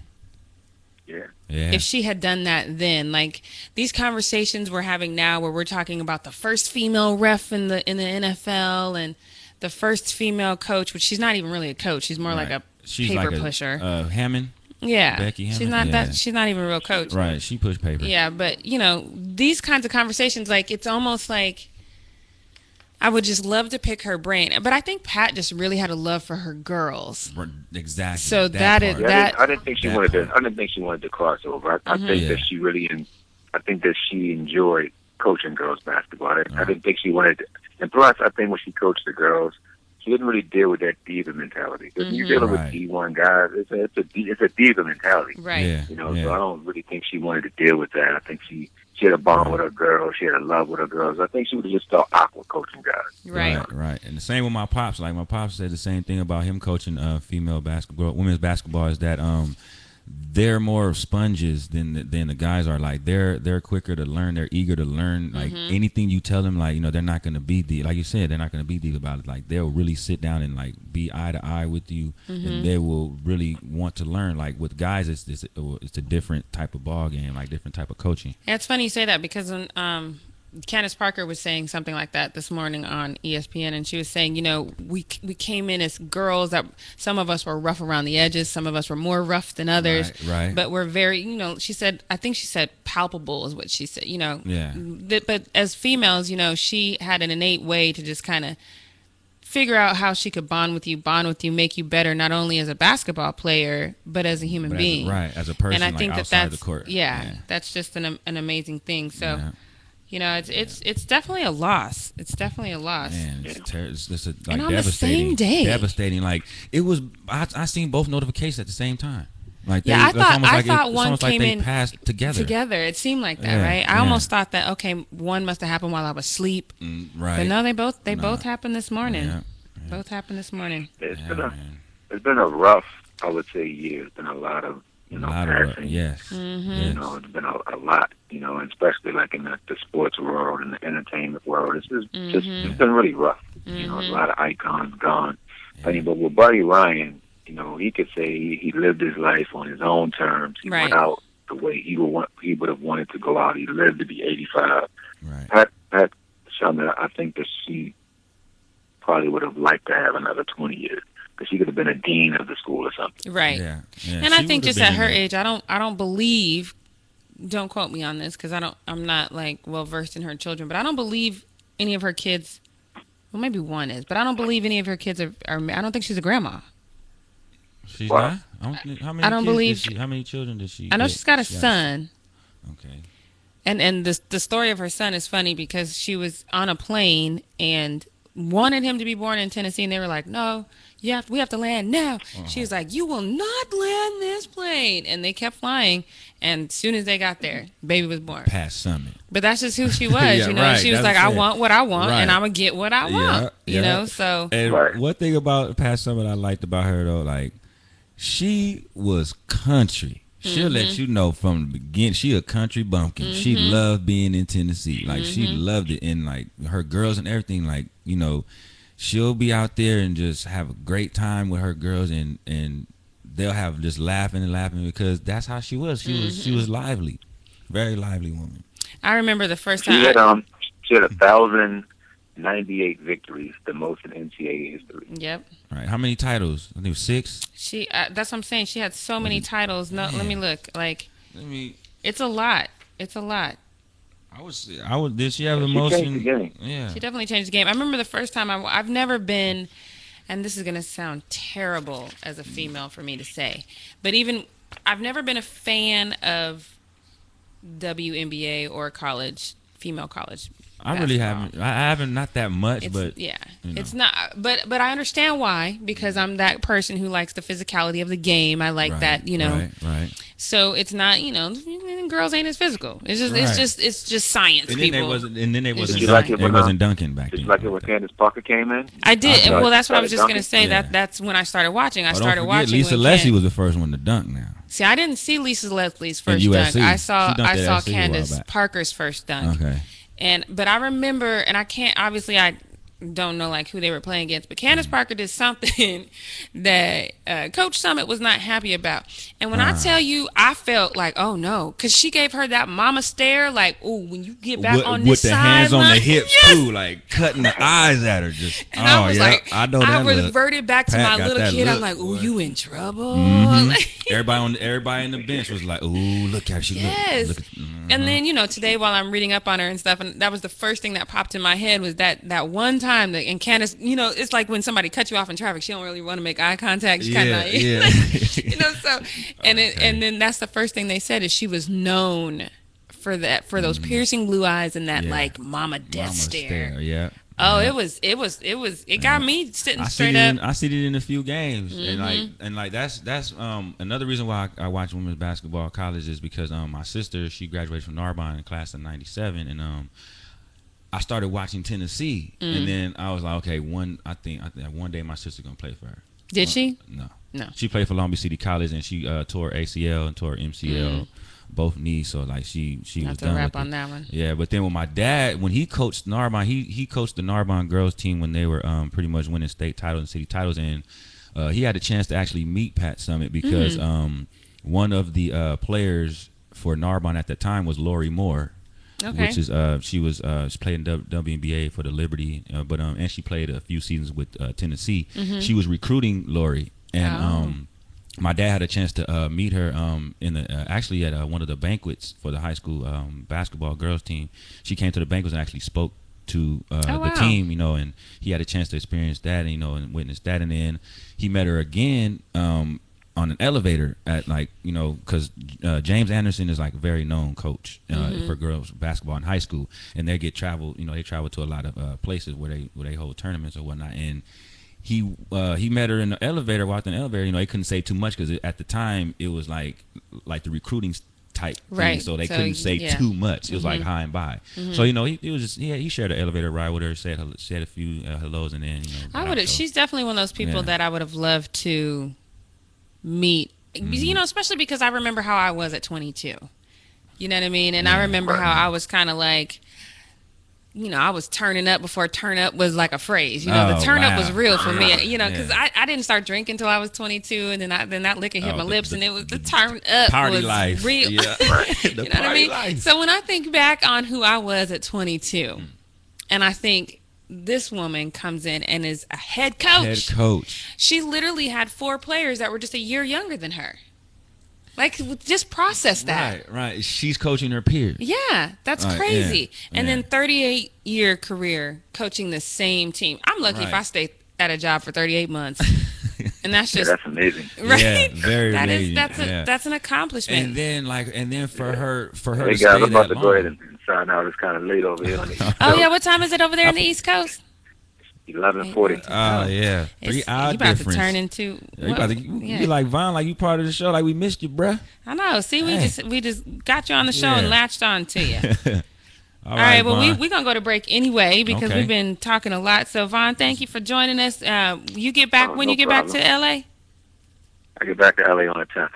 [SPEAKER 6] Yeah.
[SPEAKER 4] Yeah,
[SPEAKER 3] if she had done that then? Like these conversations we're having now, where we're talking about the first female ref in the in the NFL and the first female coach, which she's not even really a coach. She's more like
[SPEAKER 4] Right.
[SPEAKER 3] a paper
[SPEAKER 4] a,
[SPEAKER 3] pusher.
[SPEAKER 4] Uh, Hammond,
[SPEAKER 3] yeah,
[SPEAKER 4] Becky
[SPEAKER 3] she's
[SPEAKER 4] Hammond?
[SPEAKER 3] not
[SPEAKER 4] Yeah.
[SPEAKER 3] that. She's not even a real coach.
[SPEAKER 4] right? She pushed paper.
[SPEAKER 3] Yeah, but you know, these kinds of conversations, like it's almost like I would just love to pick her brain. But I think Pat just really had a love for her girls.
[SPEAKER 4] Right, exactly.
[SPEAKER 3] So that is-
[SPEAKER 4] part.
[SPEAKER 6] Yeah, I,
[SPEAKER 3] That-
[SPEAKER 6] didn't, I didn't think she
[SPEAKER 4] that
[SPEAKER 6] wanted to.
[SPEAKER 4] part.
[SPEAKER 6] I didn't think she wanted to cross over.
[SPEAKER 3] Mm-hmm.
[SPEAKER 6] I, I think
[SPEAKER 4] Yeah.
[SPEAKER 6] that she really, en- I think that she enjoyed coaching girls basketball. I, I didn't think she wanted, to, and plus, I think when she coached the girls, she didn't really deal with that diva mentality. Because
[SPEAKER 3] Mm-hmm.
[SPEAKER 6] you're dealing
[SPEAKER 4] Right.
[SPEAKER 6] with D one guys, it's a it's a, D, it's a diva mentality.
[SPEAKER 3] Right.
[SPEAKER 4] Yeah,
[SPEAKER 6] You know,
[SPEAKER 4] yeah.
[SPEAKER 6] so I don't really think she wanted to deal with that. I think she she had a bond with her girls. She had a love with her girls. I think she was just felt awkward coaching guys.
[SPEAKER 3] Right.
[SPEAKER 4] right, right. And the same with my pops. Like my pops said the same thing about him coaching uh, female basketball, women's basketball is that um they're more sponges than the, than the guys are. Like they're they're quicker to learn. They're eager to learn. Like
[SPEAKER 3] Mm-hmm.
[SPEAKER 4] anything you tell them, like you know, they're not gonna be the like you said, they're not gonna be deep about it. Like they'll really sit down and like be eye to eye with you,
[SPEAKER 3] Mm-hmm.
[SPEAKER 4] and they will really want to learn. Like with guys, it's it's, it's a different type of ball game, like different type of coaching.
[SPEAKER 3] Yeah, it's funny you say that because when, um, Candace Parker was saying something like that this morning on E ESPN, and she was saying, you know, we we came in as girls that some of us were rough around the edges, some of us were more rough than others,
[SPEAKER 4] Right, right.
[SPEAKER 3] But we're very, you know, she said, I think she said palpable is what she said, you know,
[SPEAKER 4] Yeah.
[SPEAKER 3] Th- but as females, you know, she had an innate way to just kind of figure out how she could bond with you, bond with you, make you better, not only as a basketball player but as a human
[SPEAKER 4] But as a-
[SPEAKER 3] being,
[SPEAKER 4] right, as a person,
[SPEAKER 3] And I
[SPEAKER 4] like,
[SPEAKER 3] think that
[SPEAKER 4] outside
[SPEAKER 3] that's
[SPEAKER 4] the court.
[SPEAKER 3] Yeah,
[SPEAKER 4] Yeah.
[SPEAKER 3] that's just an an amazing thing. So.
[SPEAKER 4] Yeah.
[SPEAKER 3] You know, it's it's it's definitely a loss. It's definitely a loss.
[SPEAKER 4] Man, it's, ter- it's, it's a, like
[SPEAKER 3] on the
[SPEAKER 4] devastating.
[SPEAKER 3] same day.
[SPEAKER 4] Devastating. Like it was. I, I seen both notifications at the same time. Like
[SPEAKER 3] Yeah, I
[SPEAKER 4] it's
[SPEAKER 3] thought-
[SPEAKER 4] almost
[SPEAKER 3] I
[SPEAKER 4] like it-
[SPEAKER 3] thought
[SPEAKER 4] it's
[SPEAKER 3] one
[SPEAKER 4] almost like
[SPEAKER 3] came
[SPEAKER 4] they
[SPEAKER 3] in
[SPEAKER 4] passed together.
[SPEAKER 3] Together, it seemed like that,
[SPEAKER 4] Yeah,
[SPEAKER 3] right? I
[SPEAKER 4] yeah.
[SPEAKER 3] almost thought that okay, one must have happened while I was asleep,
[SPEAKER 4] Mm, Right.
[SPEAKER 3] but no, they both they both happened this morning.
[SPEAKER 4] Yeah,
[SPEAKER 3] Both happened this morning.
[SPEAKER 6] It's
[SPEAKER 4] Yeah,
[SPEAKER 6] been a
[SPEAKER 4] man.
[SPEAKER 6] it's been a rough, I would say, year. It's been a lot of you
[SPEAKER 4] a
[SPEAKER 6] know,
[SPEAKER 4] lot of work.
[SPEAKER 6] passing.
[SPEAKER 4] Yes.
[SPEAKER 6] You
[SPEAKER 3] Mm-hmm.
[SPEAKER 4] yes.
[SPEAKER 6] know, it's been a, a lot, you know, and especially like in the, the sports world and the entertainment world. It's just, just it's been really rough. You know, a lot of icons gone. I mean, but with Buddy Ryan, you know, he could say he, he lived his life on his own terms. He
[SPEAKER 3] Right.
[SPEAKER 6] went out the way he would want, he would have wanted to go out. He lived to be 85.
[SPEAKER 4] Right.
[SPEAKER 6] Pat, Pat Sumner, I think that she probably would have liked to have another 20 years because she could have been a dean of the school or something.
[SPEAKER 3] Right.
[SPEAKER 4] Yeah. yeah.
[SPEAKER 3] and
[SPEAKER 4] She
[SPEAKER 3] I
[SPEAKER 4] would
[SPEAKER 3] think
[SPEAKER 4] have
[SPEAKER 3] just
[SPEAKER 4] been
[SPEAKER 3] at
[SPEAKER 4] in
[SPEAKER 3] her
[SPEAKER 4] the-
[SPEAKER 3] age, I don't I don't believe. Don't quote me on this because I don't I'm not like well versed in her children, but I don't believe any of her kids. Well, maybe one is, but I don't believe any of her kids are. are I don't think she's a grandma.
[SPEAKER 4] She's
[SPEAKER 6] Well,
[SPEAKER 4] not. I don't, think- how many
[SPEAKER 3] don't
[SPEAKER 4] kids did
[SPEAKER 3] believe-
[SPEAKER 4] She, how many children did she?
[SPEAKER 3] I know
[SPEAKER 4] get?
[SPEAKER 3] she's got a
[SPEAKER 4] She
[SPEAKER 3] son.
[SPEAKER 4] Okay.
[SPEAKER 3] And and the the story of her son is funny because she was on a plane and wanted him to be born in Tennessee, and they were like, "No, you have we have to land now."
[SPEAKER 4] Uh-huh.
[SPEAKER 3] She was like, "You will not land this plane," and they kept flying. And soon as they got there, baby was born.
[SPEAKER 4] Past Summit.
[SPEAKER 3] But that's just who she was,
[SPEAKER 4] Yeah,
[SPEAKER 3] you know.
[SPEAKER 4] right,
[SPEAKER 3] She was
[SPEAKER 4] that's
[SPEAKER 3] like,
[SPEAKER 4] what
[SPEAKER 3] "I
[SPEAKER 4] I'm saying.
[SPEAKER 3] want what I want, and
[SPEAKER 4] Right.
[SPEAKER 3] I'm gonna get what I
[SPEAKER 4] Yeah,
[SPEAKER 3] want," you
[SPEAKER 4] yeah.
[SPEAKER 3] know. So
[SPEAKER 4] And
[SPEAKER 6] Right.
[SPEAKER 4] one thing about Past Summit I liked about her though, like she was country. She'll let
[SPEAKER 6] Mm-hmm.
[SPEAKER 4] you know from the beginning. She a country bumpkin. She loved being in Tennessee. Like she
[SPEAKER 6] Mm-hmm.
[SPEAKER 4] loved it, and like her girls and everything. Like you know, she'll be out there and just have a great time with her girls, and and they'll have just laughing and laughing because that's how she was. She was
[SPEAKER 6] Mm-hmm.
[SPEAKER 4] she was lively, very lively woman.
[SPEAKER 3] I remember the first
[SPEAKER 6] She
[SPEAKER 3] time.
[SPEAKER 6] had
[SPEAKER 3] I-
[SPEAKER 6] um she had a thousand ninety eight victories, the most in NCAA history.
[SPEAKER 3] yep.
[SPEAKER 4] Right? How many titles? I think it was six.
[SPEAKER 3] She. Uh, that's what I'm saying. She had so many
[SPEAKER 4] Mm-hmm.
[SPEAKER 3] titles. No, let me look. Like
[SPEAKER 4] I mean,
[SPEAKER 3] it's a lot. It's a lot.
[SPEAKER 4] I was I was. Did she have the
[SPEAKER 6] She
[SPEAKER 4] most?
[SPEAKER 6] changed the
[SPEAKER 4] in-
[SPEAKER 6] game.
[SPEAKER 4] Yeah.
[SPEAKER 3] She definitely changed the game. I remember the first time I, have never been, and this is going to sound terrible as a female for me to say, but even I've never been a fan of WNBA or college, female college.
[SPEAKER 4] I really
[SPEAKER 3] basketball.
[SPEAKER 4] haven't. I I haven't not that much,
[SPEAKER 3] It's,
[SPEAKER 4] but
[SPEAKER 3] yeah,
[SPEAKER 4] you know.
[SPEAKER 3] it's not. But but I understand why because I'm that person who likes the physicality of the game. I like
[SPEAKER 4] Right,
[SPEAKER 3] that, you know.
[SPEAKER 4] right, right.
[SPEAKER 3] So it's not, you know, girls ain't as physical. It's just it's
[SPEAKER 4] Right.
[SPEAKER 3] just it's just science.
[SPEAKER 4] And then
[SPEAKER 3] people.
[SPEAKER 4] they wasn't. And then they wasn't.
[SPEAKER 6] you
[SPEAKER 4] Dun-
[SPEAKER 6] like it
[SPEAKER 4] they
[SPEAKER 6] when, uh,
[SPEAKER 4] wasn't Duncan back
[SPEAKER 6] Just
[SPEAKER 4] then.
[SPEAKER 6] like it when Candace Parker came in.
[SPEAKER 3] I did.
[SPEAKER 6] Okay.
[SPEAKER 3] well, that's what I was just
[SPEAKER 6] Duncan?
[SPEAKER 3] gonna say.
[SPEAKER 4] Yeah.
[SPEAKER 3] That that's when I started watching. I
[SPEAKER 4] Oh, don't
[SPEAKER 3] started
[SPEAKER 4] forget,
[SPEAKER 3] watching.
[SPEAKER 4] Lisa
[SPEAKER 3] when
[SPEAKER 4] Leslie
[SPEAKER 3] Ken-
[SPEAKER 4] was the first one to dunk. Now
[SPEAKER 3] See, I didn't see Lisa Leslie's
[SPEAKER 4] At
[SPEAKER 3] first dunk.
[SPEAKER 4] USC.
[SPEAKER 3] I
[SPEAKER 4] She
[SPEAKER 3] saw
[SPEAKER 4] dunked
[SPEAKER 3] I
[SPEAKER 4] at
[SPEAKER 3] saw
[SPEAKER 4] USC a while
[SPEAKER 3] Candace
[SPEAKER 4] back.
[SPEAKER 3] Parker's first dunk.
[SPEAKER 4] Okay.
[SPEAKER 3] And but I remember, and I can't obviously I don't know like who they were playing against, but Candace
[SPEAKER 4] Mm.
[SPEAKER 3] Parker did something that uh, Coach Summit was not happy about. And
[SPEAKER 4] Ah.
[SPEAKER 3] when I tell you, I felt like oh no, because she gave her that mama stare, like oh when you get back
[SPEAKER 4] with,
[SPEAKER 3] on this
[SPEAKER 4] with the
[SPEAKER 3] sideline,
[SPEAKER 4] hands on the hips
[SPEAKER 3] Yes!
[SPEAKER 4] too, like cutting the eyes at her. Just
[SPEAKER 3] And
[SPEAKER 4] oh
[SPEAKER 3] I was
[SPEAKER 4] yeah,
[SPEAKER 3] like,
[SPEAKER 4] I
[SPEAKER 3] I,
[SPEAKER 4] know that look.
[SPEAKER 3] reverted back to
[SPEAKER 4] Pat
[SPEAKER 3] my
[SPEAKER 4] got
[SPEAKER 3] little
[SPEAKER 4] that
[SPEAKER 3] kid. I'm
[SPEAKER 4] look. Mm-hmm.
[SPEAKER 3] like, oh,
[SPEAKER 4] What?
[SPEAKER 3] you in trouble. Like-
[SPEAKER 4] Everybody on everybody in the bench was like, "Ooh, look how she
[SPEAKER 3] yes.
[SPEAKER 4] look." look at, mm.
[SPEAKER 3] And then you know, today while I'm reading up on her and stuff, and that was the first thing that popped in my head was that that one time that and Candace, you know, it's like when somebody cuts you off in traffic, she don't really want to make eye contact. She
[SPEAKER 4] Yeah,
[SPEAKER 3] kinda,
[SPEAKER 4] yeah.
[SPEAKER 3] you know, so and it,
[SPEAKER 4] Okay.
[SPEAKER 3] and then that's the first thing they said is she was known for that for those piercing blue eyes and that
[SPEAKER 4] Mm. Yeah.
[SPEAKER 3] like mama death
[SPEAKER 4] Mama
[SPEAKER 3] stare.
[SPEAKER 4] Yeah.
[SPEAKER 3] Oh, it was it was it was it got me sitting
[SPEAKER 4] I see
[SPEAKER 3] straight
[SPEAKER 4] it
[SPEAKER 3] up. Mm-hmm.
[SPEAKER 4] in, I see it in a few games, and like and like that's that's um another reason why I, I watch women's basketball at college is because um my sister she graduated from Narbonne in class of '97, and um I started watching Tennessee,
[SPEAKER 3] Mm.
[SPEAKER 4] and then I was like, okay, one I think I think one day my sister gonna play for her.
[SPEAKER 3] Did she?
[SPEAKER 4] No,
[SPEAKER 3] No.
[SPEAKER 4] She played for Long Beach City College, and she uh, tore ACL and tore MCL. Both knees, so like she, she
[SPEAKER 3] Mm.
[SPEAKER 4] was
[SPEAKER 3] Not to
[SPEAKER 4] done
[SPEAKER 3] wrap
[SPEAKER 4] with it.
[SPEAKER 3] on that one.
[SPEAKER 4] Yeah, but then when my dad, when he coached Narbonne, he he coached the Narbonne girls team when they were um, pretty much winning state titles and city titles, and uh, he had a chance to actually meet Pat Summit because
[SPEAKER 3] Mm.
[SPEAKER 4] um, one of the uh, players for Narbonne at that time was Lori Moore,
[SPEAKER 3] Okay.
[SPEAKER 4] which is uh, she was uh, she played in W- WNBA for the Liberty, uh, but um, and she played a few seasons with uh, Tennessee. She was recruiting Lori, and
[SPEAKER 3] Mm-hmm. Oh.
[SPEAKER 4] um, my dad had a chance to uh, meet her um, in the uh, actually at uh, one of the banquets for the high school um, basketball girls team. She came to the banquets and actually spoke to uh,
[SPEAKER 3] Oh,
[SPEAKER 4] the
[SPEAKER 3] wow.
[SPEAKER 4] team, you know, and he had a chance to experience that, and, you know, and witness that, and then he met her again. Um, on an elevator at like you know because uh, James Anderson is like a very known coach uh,
[SPEAKER 3] Mm-hmm.
[SPEAKER 4] for girls basketball in high school, and they get travel. You know they travel to a lot of uh, places where they where they hold tournaments or whatnot. And he uh, he met her in the elevator. Walked in the elevator. You know they couldn't say too much because at the time it was like like the recruiting type thing,
[SPEAKER 3] Right.
[SPEAKER 4] so they
[SPEAKER 3] So,
[SPEAKER 4] couldn't say
[SPEAKER 3] yeah. Mm-hmm.
[SPEAKER 4] too much. It was like high and by. So you know he, he was just yeah he shared an elevator ride with her. Said hello, said a few uh, hellos and then you know
[SPEAKER 3] I
[SPEAKER 4] got
[SPEAKER 3] would have.
[SPEAKER 4] out. So-
[SPEAKER 3] She's definitely one of those people
[SPEAKER 4] Yeah.
[SPEAKER 3] that I would have loved to meet
[SPEAKER 4] Mm-hmm.
[SPEAKER 3] you know, especially because I remember how I was at 22. You know what I mean? And I remember how I was kind of like, you know, I was turning up before turn up was like a phrase. You know,
[SPEAKER 4] Oh,
[SPEAKER 3] the turn up
[SPEAKER 4] wow.
[SPEAKER 3] was real for me. You know,
[SPEAKER 4] Yeah.
[SPEAKER 3] because I, I didn't start drinking until I was 22, and then I, then that liquor hit
[SPEAKER 4] Oh,
[SPEAKER 3] my
[SPEAKER 4] the-
[SPEAKER 3] lips,
[SPEAKER 4] the-
[SPEAKER 3] and it was the turn up
[SPEAKER 4] Party
[SPEAKER 3] was
[SPEAKER 4] life.
[SPEAKER 3] real.
[SPEAKER 4] Yeah.
[SPEAKER 3] you know what I mean? So when I think back on who I was at 22,
[SPEAKER 4] Mm.
[SPEAKER 3] and I think this woman comes in and is a head coach.
[SPEAKER 4] Head coach.
[SPEAKER 3] She literally had four players that were just a year younger than her. Like, w- just process that.
[SPEAKER 4] Right, right. She's coaching her peers.
[SPEAKER 3] Yeah, that's
[SPEAKER 4] Right, yeah,
[SPEAKER 3] crazy. And
[SPEAKER 4] yeah.
[SPEAKER 3] then 38 year career coaching the same team. I'm lucky if
[SPEAKER 4] Right.
[SPEAKER 3] I stay at a job for 38 months. and that's
[SPEAKER 6] Yeah,
[SPEAKER 3] just
[SPEAKER 6] that's amazing.
[SPEAKER 3] right.
[SPEAKER 4] Yeah, very
[SPEAKER 3] That is
[SPEAKER 4] amazing,
[SPEAKER 3] that's a,
[SPEAKER 4] yeah.
[SPEAKER 3] that's an accomplishment.
[SPEAKER 4] And then like and then for her for her
[SPEAKER 6] Hey
[SPEAKER 4] to
[SPEAKER 6] guys, I'm
[SPEAKER 4] stay
[SPEAKER 6] about
[SPEAKER 4] that
[SPEAKER 6] to go ahead
[SPEAKER 4] long.
[SPEAKER 6] and sign out. It's kind of late over here on the East
[SPEAKER 3] oh yeah,
[SPEAKER 6] Coast.
[SPEAKER 3] what time is it over there in the East Coast?
[SPEAKER 6] 11:40.
[SPEAKER 4] Oh yeah, three
[SPEAKER 3] It's-
[SPEAKER 4] hour
[SPEAKER 3] you about
[SPEAKER 4] difference.
[SPEAKER 3] to turn into.
[SPEAKER 4] Yeah, you about to- you-
[SPEAKER 3] yeah.
[SPEAKER 4] you like Vaughn, like you part of the show, like we missed you, bruh.
[SPEAKER 3] I know. See, we
[SPEAKER 4] Hey.
[SPEAKER 3] just we just got you on the show
[SPEAKER 4] Yeah.
[SPEAKER 3] and latched on to you.
[SPEAKER 4] All
[SPEAKER 3] All right, well, we,
[SPEAKER 4] Vaughn.
[SPEAKER 3] we're going to go to break anyway because
[SPEAKER 4] Okay.
[SPEAKER 3] we've been talking a lot. So, Vaughn, thank you for joining us. Uh, you get back
[SPEAKER 6] Oh,
[SPEAKER 3] when
[SPEAKER 6] no
[SPEAKER 3] you get back to LA?
[SPEAKER 6] I get back to LA on the 10th.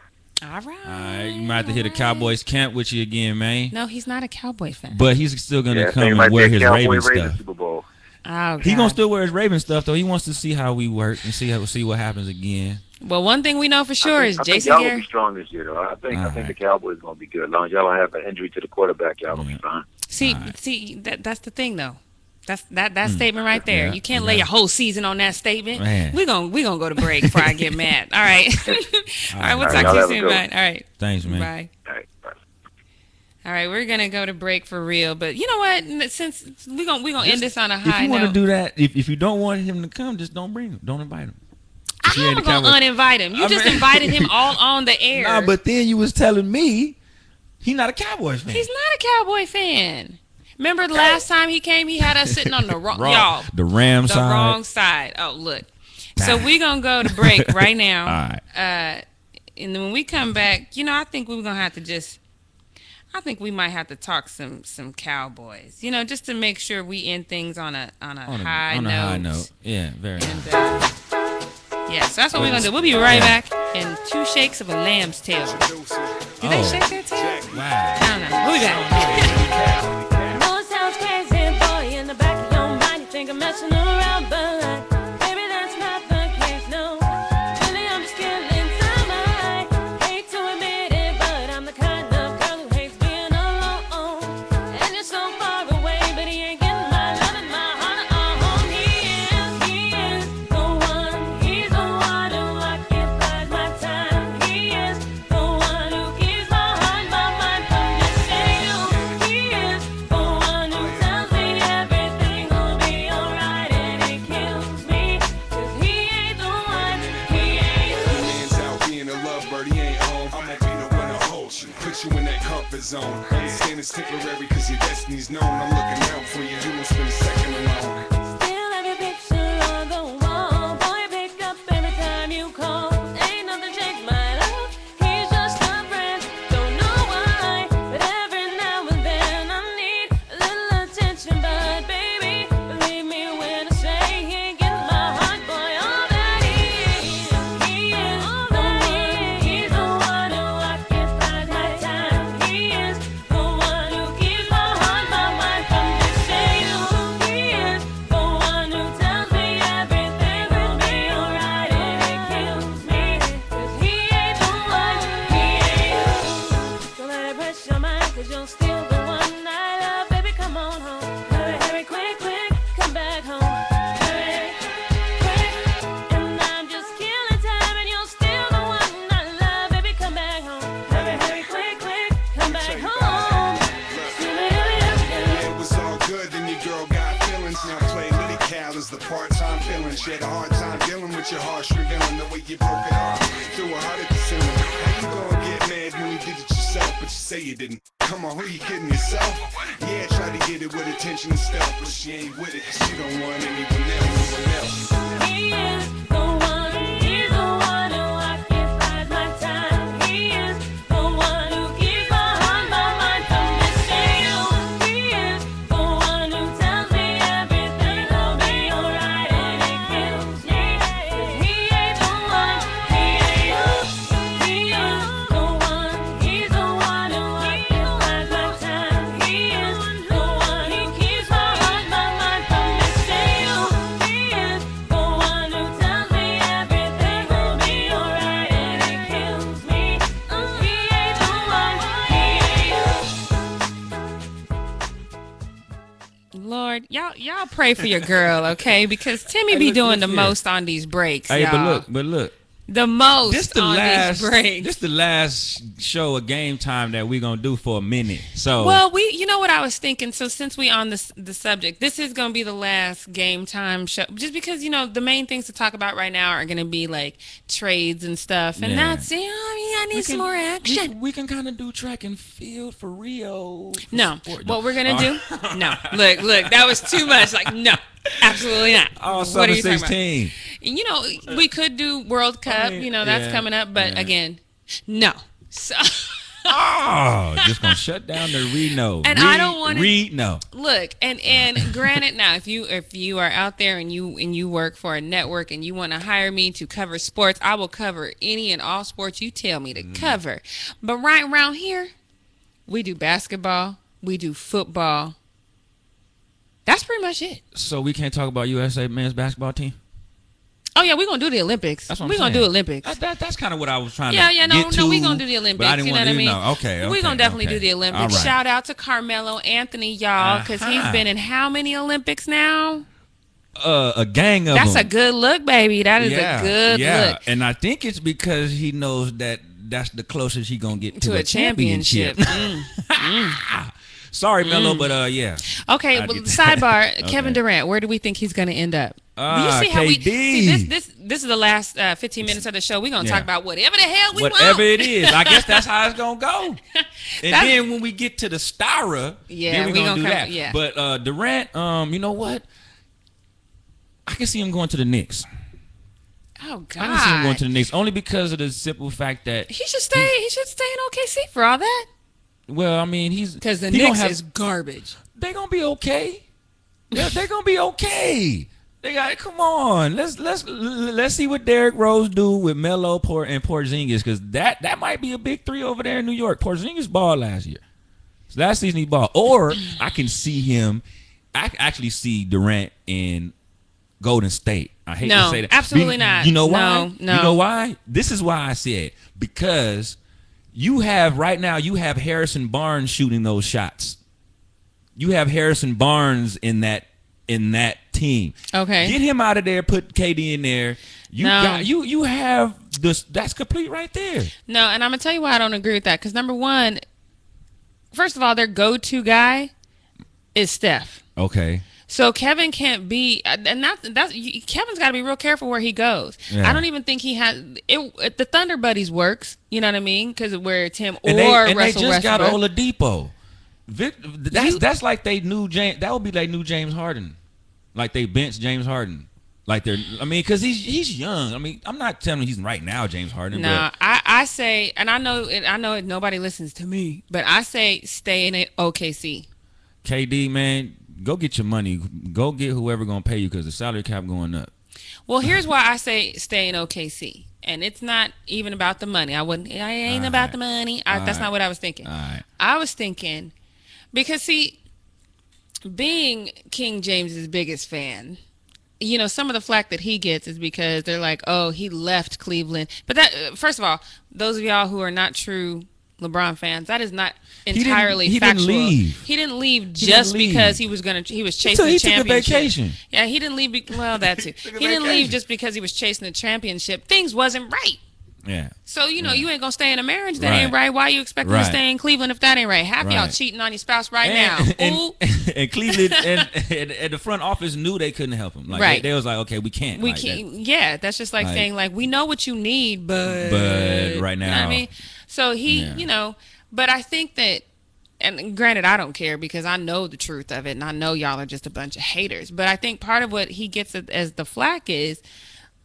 [SPEAKER 3] All right.
[SPEAKER 4] All right, you might have to
[SPEAKER 3] all
[SPEAKER 4] hit a
[SPEAKER 3] right.
[SPEAKER 4] Cowboys camp with you again, man.
[SPEAKER 3] No, he's not a Cowboy fan.
[SPEAKER 4] But he's still gonna
[SPEAKER 6] Yeah, I think it
[SPEAKER 4] come
[SPEAKER 6] might
[SPEAKER 4] and
[SPEAKER 6] be
[SPEAKER 4] wear
[SPEAKER 6] a
[SPEAKER 4] his
[SPEAKER 6] Cowboy
[SPEAKER 4] Raven
[SPEAKER 6] Ravens
[SPEAKER 4] stuff.
[SPEAKER 6] Super Bowl.
[SPEAKER 3] oh,
[SPEAKER 4] He's gonna
[SPEAKER 3] God.
[SPEAKER 4] still wear his Raven stuff though. He wants to see how we work and see how see what happens again.
[SPEAKER 3] Well, one thing we know for
[SPEAKER 6] I
[SPEAKER 3] sure
[SPEAKER 6] think-
[SPEAKER 3] is
[SPEAKER 6] I think
[SPEAKER 3] Jason
[SPEAKER 6] y'all will be
[SPEAKER 3] Garrett.
[SPEAKER 6] strong this year, though. I think I
[SPEAKER 4] All
[SPEAKER 6] think the
[SPEAKER 4] right.
[SPEAKER 6] Cowboys gonna be good. As long as y'all don't have an injury to the quarterback, y'all gonna
[SPEAKER 4] Yeah.
[SPEAKER 6] be fine.
[SPEAKER 3] See, see, that that's the thing though. That's that that statement right there.
[SPEAKER 4] Mm. Yeah,
[SPEAKER 3] you can't
[SPEAKER 4] yeah.
[SPEAKER 3] lay a whole season on that statement.
[SPEAKER 4] Man.
[SPEAKER 3] We're gonna we're gonna go to break before I get mad. All right. all right, we'll
[SPEAKER 6] All right,
[SPEAKER 3] talk
[SPEAKER 6] y'all
[SPEAKER 3] to you
[SPEAKER 6] have a
[SPEAKER 3] soon,
[SPEAKER 6] good
[SPEAKER 3] man.
[SPEAKER 6] one.
[SPEAKER 3] All right.
[SPEAKER 4] Thanks, man.
[SPEAKER 3] Bye.
[SPEAKER 6] All right, bye.
[SPEAKER 3] All right, we're gonna go to break for real, but you know what? N- Since we're gonna we're gonna end this on a
[SPEAKER 4] If
[SPEAKER 3] high
[SPEAKER 4] you want to
[SPEAKER 3] note,
[SPEAKER 4] do that, if, if you don't want him to come, just don't bring him. Don't invite him. If you
[SPEAKER 3] I'm
[SPEAKER 4] ain't
[SPEAKER 3] gonna
[SPEAKER 4] the Cowboys-
[SPEAKER 3] uninvite him. You
[SPEAKER 4] I
[SPEAKER 3] just
[SPEAKER 4] mean-
[SPEAKER 3] invited him all on the air.
[SPEAKER 4] Nah, but then you was telling me he's not a Cowboys fan.
[SPEAKER 3] he's not a Cowboy fan. Remember the last time he came, he had us sitting on the wrong, y'all,
[SPEAKER 4] The Rams
[SPEAKER 3] the
[SPEAKER 4] side.
[SPEAKER 3] wrong side. Oh, look. So we're gonna go to break right now.
[SPEAKER 4] All right.
[SPEAKER 3] uh, and then when we come back, you know, I think we're gonna have to just, I think we might have to talk some some cowboys, you know, just to make sure we end things on a on a,
[SPEAKER 4] On a,
[SPEAKER 3] high,
[SPEAKER 4] on a
[SPEAKER 3] note.
[SPEAKER 4] high note. Yeah, very.
[SPEAKER 3] And, uh, yeah, so that's what we're gonna do. We'll be right back in two shakes of a lamb's tail. Do they
[SPEAKER 4] Oh.
[SPEAKER 3] shake their tail?
[SPEAKER 4] Wow.
[SPEAKER 3] I don't know. We'll be back.
[SPEAKER 2] know it sounds crazy, boy. In the back of your mind, you think I'm messing around, but like, baby, that's not the case, no. Really, I'm just killing time. I hate to admit it, but I'm the kind of girl who hates being alone. And you're so far away, but he ain't getting my love and my heart are home. He is, he is the one. He's the one who occupies my time. He is the one who keeps my heart, my mind from this He is the one who tells me everything will be alright, and it kills me 'cause he ain't the one. He ain't the one.
[SPEAKER 7] man's out being a lovebird, he ain't home. I'ma be the one to hold you, put you in that comfort zone. Understand it's temporary, cause your destiny's known. I'm looking out for you, you won't spend a second alone.
[SPEAKER 2] Still have your picture on the wall. Boy, pick up every time you call. Ain't nothing changed my love. He's just a friend. Don't know why, but every now and then I need a little attention. But baby, believe me when I say he ain't getting my heart, boy. All that he is, he is the one. He's the one who occupies my time. He is the one who keeps my heart, my mind from disabled. He is the one who tells me everything will be alright, and it kills me 'cause he ain't the one. He ain't. Don't let it press your mind, cause you're still the one I love. Baby, come on home. Hurry, hurry, quick, quick, come back home. Hurry, quick. And I'm just killing time, and you're still the one I love. Baby, come back home. Hurry, hurry, quick, quick, come back home.
[SPEAKER 7] It was all good, then your girl got feelings. Now play Lily Cal is the part-time feeling. She had a hard time dealing with your harsh revealing the way you broke it off. Threw a heart at the ceiling. How you gonna get mad when you did it yourself, but you say you didn't? Come on, who you kidding yourself? Yeah, try to get it with attention and stuff, but she ain't with it. She don't want anyone else. Anyone else.
[SPEAKER 2] He is the one, he's the one who occupies my time. He is the one who keeps my heart, my mind from disabled. He is the one who tells me everything will be alright, and it kills me. 'Cause he ain't the one, he ain't, he
[SPEAKER 3] Lord, y'all y'all pray for your girl, okay? Because Timmy be
[SPEAKER 4] look,
[SPEAKER 3] doing
[SPEAKER 4] look
[SPEAKER 3] the
[SPEAKER 4] here.
[SPEAKER 3] most on these breaks,
[SPEAKER 4] Hey,
[SPEAKER 3] y'all.
[SPEAKER 4] but look, but look.
[SPEAKER 3] the most
[SPEAKER 4] This the
[SPEAKER 3] on
[SPEAKER 4] last.
[SPEAKER 3] these breaks.
[SPEAKER 4] This the last show of game time that we gonna do for a minute. So
[SPEAKER 3] Well, we, you know what I was thinking. So since we on this the subject, this is gonna be the last game time show, just because you know the main things to talk about right now are gonna be like trades and stuff, and
[SPEAKER 4] Yeah.
[SPEAKER 3] that's you know, I mean, I need
[SPEAKER 4] We
[SPEAKER 3] some
[SPEAKER 4] can-
[SPEAKER 3] more
[SPEAKER 4] we,
[SPEAKER 3] action.
[SPEAKER 4] we can kind of do track and field for Rio.
[SPEAKER 3] No,
[SPEAKER 4] Sport-
[SPEAKER 3] what we're gonna do? No, look, look, that was too much. Like, no, absolutely not.
[SPEAKER 4] All
[SPEAKER 3] what
[SPEAKER 4] summer
[SPEAKER 3] are you talking about?
[SPEAKER 4] sixteen.
[SPEAKER 3] And, You know, we could do World Cup.
[SPEAKER 4] mean,
[SPEAKER 3] you know, that's
[SPEAKER 4] yeah,
[SPEAKER 3] coming up, but
[SPEAKER 4] yeah.
[SPEAKER 3] again, no. So.
[SPEAKER 4] Oh, just gonna shut down the Reno.
[SPEAKER 3] And
[SPEAKER 4] Re-
[SPEAKER 3] I don't wanna-
[SPEAKER 4] Reno.
[SPEAKER 3] look and and granted now if you if you are out there and you and you work for a network and you want to hire me to cover sports i will cover any and all sports you tell me to
[SPEAKER 4] Mm.
[SPEAKER 3] cover but right around here we do basketball we do football that's pretty much it
[SPEAKER 4] So we can't talk about USA men's basketball team.
[SPEAKER 3] oh yeah we're gonna do the olympics
[SPEAKER 4] That's what I'm
[SPEAKER 3] we're
[SPEAKER 4] saying.
[SPEAKER 3] gonna do olympics
[SPEAKER 4] That, that- that's kind of what I was trying
[SPEAKER 3] yeah,
[SPEAKER 4] to
[SPEAKER 3] yeah, no,
[SPEAKER 4] get
[SPEAKER 3] no,
[SPEAKER 4] to,
[SPEAKER 3] we're gonna do the Olympics.
[SPEAKER 4] But I didn't
[SPEAKER 3] you know
[SPEAKER 4] want
[SPEAKER 3] what I
[SPEAKER 4] to,
[SPEAKER 3] mean?
[SPEAKER 4] okay,
[SPEAKER 3] we're
[SPEAKER 4] okay,
[SPEAKER 3] gonna definitely
[SPEAKER 4] okay.
[SPEAKER 3] do the Olympics.
[SPEAKER 4] All right.
[SPEAKER 3] Shout out to Carmelo Anthony, y'all, because he's
[SPEAKER 4] Uh-huh.
[SPEAKER 3] been in how many Olympics now?
[SPEAKER 4] uh, a gang of
[SPEAKER 3] That's a
[SPEAKER 4] them.
[SPEAKER 3] good look, baby. That is
[SPEAKER 4] yeah,
[SPEAKER 3] a good
[SPEAKER 4] yeah.
[SPEAKER 3] look
[SPEAKER 4] And I think it's because he knows that that's the closest he gonna get to,
[SPEAKER 3] to a championship. Mm.
[SPEAKER 4] Sorry, Melo, but uh, yeah.
[SPEAKER 3] Okay,
[SPEAKER 4] I
[SPEAKER 3] well,
[SPEAKER 4] did-
[SPEAKER 3] sidebar: Kevin
[SPEAKER 4] Okay.
[SPEAKER 3] Durant. Where do we think he's going to end up?
[SPEAKER 4] Ah,
[SPEAKER 3] do you see how we
[SPEAKER 4] KD.
[SPEAKER 3] see this? This this is the last uh, 15 minutes of the show. We're going to
[SPEAKER 4] Yeah.
[SPEAKER 3] talk about whatever the hell we want.
[SPEAKER 4] Whatever it is, I guess that's how it's gonna go. And
[SPEAKER 3] That's-
[SPEAKER 4] then when we get to the Styra,
[SPEAKER 3] Yeah,
[SPEAKER 4] then we're
[SPEAKER 3] we
[SPEAKER 4] gonna,
[SPEAKER 3] gonna
[SPEAKER 4] do
[SPEAKER 3] come-
[SPEAKER 4] that.
[SPEAKER 3] yeah.
[SPEAKER 4] But uh, Durant, um, you know what? I can see him going to the Knicks.
[SPEAKER 3] Oh God.
[SPEAKER 4] I can see him going to the Knicks only because of the simple fact that
[SPEAKER 3] he should stay. He should stay in OKC for all that.
[SPEAKER 4] well, I mean, he's
[SPEAKER 3] Because the
[SPEAKER 4] he gonna
[SPEAKER 3] Knicks
[SPEAKER 4] have-
[SPEAKER 3] is garbage.
[SPEAKER 4] they gonna be okay. Yeah, they gonna be okay. They got come on. Let's let's let's see what Derrick Rose do with Melo Port and Porzingis because that that might be a big three over there in New York. Porzingis ball last year, so last season he ball. Or I can see him. I can actually see Durant in Golden State. I hate
[SPEAKER 3] No,
[SPEAKER 4] to say that.
[SPEAKER 3] absolutely not.
[SPEAKER 4] You know
[SPEAKER 3] No,
[SPEAKER 4] why?
[SPEAKER 3] no.
[SPEAKER 4] You know why? This is why I said because you have right now you have Harrison Barnes shooting those shots you have Harrison Barnes in that in that team.
[SPEAKER 3] Okay.
[SPEAKER 4] Get him out of there, put KD in there. You
[SPEAKER 3] No.
[SPEAKER 4] got you you have this that's complete right there.
[SPEAKER 3] No, and I'm gonna tell you why I don't agree with that. Because number one, first of all, their go-to guy is Steph.
[SPEAKER 4] Okay.
[SPEAKER 3] So Kevin can't be, uh, and that's that's you- Kevin's got to be real careful where he goes.
[SPEAKER 4] Yeah.
[SPEAKER 3] I don't even think he has it. The Thunder Buddies works, you know what I mean? Because where Tim or
[SPEAKER 4] And they, and
[SPEAKER 3] Russell
[SPEAKER 4] they just got
[SPEAKER 3] Westbrook.
[SPEAKER 4] Oladipo. Vic, that's that's like they knew James that would be like new James Harden. Like they bench James Harden. Like they're I mean, cause he's he's young. I mean, I'm not telling you he's right now James Harden,
[SPEAKER 3] no, I, I say, and I know, it, I know it, nobody listens to me, but I say stay in it, OKC.
[SPEAKER 4] but KD, man, go get your money. Go get whoever gonna pay you because the salary cap going up.
[SPEAKER 3] Well, here's why I say stay in OKC, and it's not even about the money. I wouldn't. I ain't about the money. I, that's not what I was thinking.
[SPEAKER 4] right.
[SPEAKER 3] I was thinking because see, being King James's biggest fan, you know, some of the flack that he gets is because they're like, "Oh, he left Cleveland." But that, uh, first of all, those of y'all who are not true LeBron fans, that is not
[SPEAKER 4] didn't-
[SPEAKER 3] entirely
[SPEAKER 4] he didn't
[SPEAKER 3] factual.
[SPEAKER 4] leave.
[SPEAKER 3] He didn't leave just
[SPEAKER 4] leave.
[SPEAKER 3] because he was gonna. He was
[SPEAKER 4] took-
[SPEAKER 3] chasing
[SPEAKER 4] he
[SPEAKER 3] the
[SPEAKER 4] took a
[SPEAKER 3] championship.
[SPEAKER 4] vacation.
[SPEAKER 3] Yeah, he didn't leave. Be- well, that too. he didn't leave just because he was chasing the championship. Things wasn't right.
[SPEAKER 4] Yeah.
[SPEAKER 3] So you know you ain't gonna stay in a marriage that
[SPEAKER 4] Right.
[SPEAKER 3] ain't right. Why you expecting to
[SPEAKER 4] Right.
[SPEAKER 3] stay in Cleveland if that ain't right? Half y'all
[SPEAKER 4] Right.
[SPEAKER 3] cheating on your spouse right now.
[SPEAKER 4] and,
[SPEAKER 3] Ooh,
[SPEAKER 4] and, and Cleveland and, and, and the front office knew they couldn't help him. Like
[SPEAKER 3] Right.
[SPEAKER 4] they, they was like, okay, we can't.
[SPEAKER 3] we
[SPEAKER 4] like
[SPEAKER 3] can't. Yeah, that's just like,
[SPEAKER 4] Like-
[SPEAKER 3] saying like we know what you need, but
[SPEAKER 4] But right
[SPEAKER 3] you know what I
[SPEAKER 4] now-
[SPEAKER 3] mean. So he,
[SPEAKER 4] Yeah.
[SPEAKER 3] you know, but I think that. And granted, I don't care because I know the truth of it, and I know y'all are just a bunch of haters. But I think part of what he gets as- as the flack is,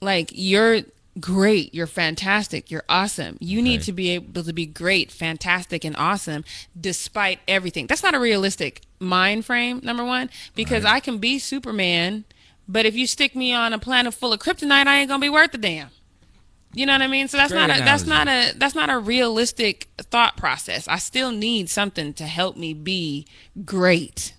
[SPEAKER 3] like you're great you're fantastic you're awesome you need to be able to be great fantastic and awesome despite everything that's not a realistic mind frame number one because i can be superman but if you stick me on a planet full of kryptonite i ain't gonna be worth a damn you know what i mean so that's
[SPEAKER 4] Great
[SPEAKER 3] not a that's
[SPEAKER 4] analogy.
[SPEAKER 3] not a that's not a realistic thought process i still need something to help me be great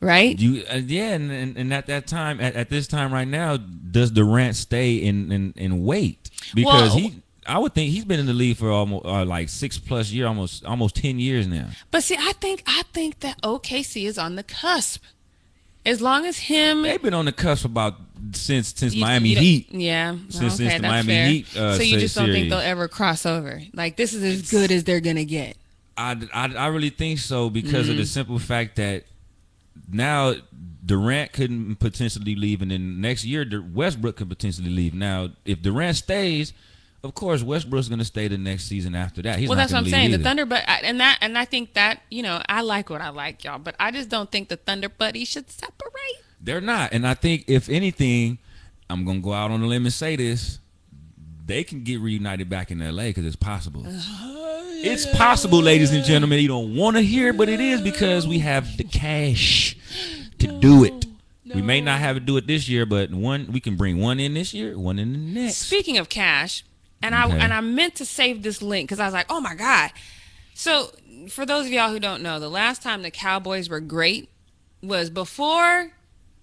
[SPEAKER 3] right
[SPEAKER 4] You uh, yeah, and, and, and at that time, at, at this time right now, does Durant stay and and, and wait because
[SPEAKER 3] Well-
[SPEAKER 4] he? I would think he's been in the league for almost uh, like six plus year, almost almost ten years now.
[SPEAKER 3] But see, I think I think that OKC is on the cusp. As long as him
[SPEAKER 4] They've been on the cusp about since since
[SPEAKER 3] you-
[SPEAKER 4] Miami
[SPEAKER 3] you don't-
[SPEAKER 4] Heat.
[SPEAKER 3] Yeah.
[SPEAKER 4] Since-
[SPEAKER 3] okay,
[SPEAKER 4] since the
[SPEAKER 3] that's
[SPEAKER 4] Miami
[SPEAKER 3] fair.
[SPEAKER 4] Heat, uh,
[SPEAKER 3] so you
[SPEAKER 4] se-
[SPEAKER 3] just don't
[SPEAKER 4] series.
[SPEAKER 3] think they'll ever cross over. Like this is as good as they're gonna get.
[SPEAKER 4] I, I, I really think so because
[SPEAKER 3] Mm-hmm.
[SPEAKER 4] of the simple fact that now Durant couldn't potentially leave, and then next year Dur- Westbrook could potentially leave. Now, if Durant stays, of course Westbrook's going to stay the next season after that. He's
[SPEAKER 3] well,
[SPEAKER 4] not
[SPEAKER 3] that's what
[SPEAKER 4] gonna
[SPEAKER 3] I'm
[SPEAKER 4] leave
[SPEAKER 3] saying. The
[SPEAKER 4] either.
[SPEAKER 3] Thunder, but I, and that and I think that you know I like what I like, y'all. But I just don't think the Thunder buddies should separate.
[SPEAKER 4] They're not, and I think if anything, I'm going to go out on a limb and say this: they can get reunited back in L.A. because it's
[SPEAKER 3] Uh,
[SPEAKER 4] possible. It's possible, ladies and gentlemen. You don't want to hear, it, but it is because we have the cash to do it. We may not have to do it this year, but one we can bring one in this year, one in the next.
[SPEAKER 3] Speaking of cash, and I
[SPEAKER 4] Okay.
[SPEAKER 3] and I meant to save this link because I was like, oh my god. So for those of y'all who don't know, the last time the Cowboys were great was before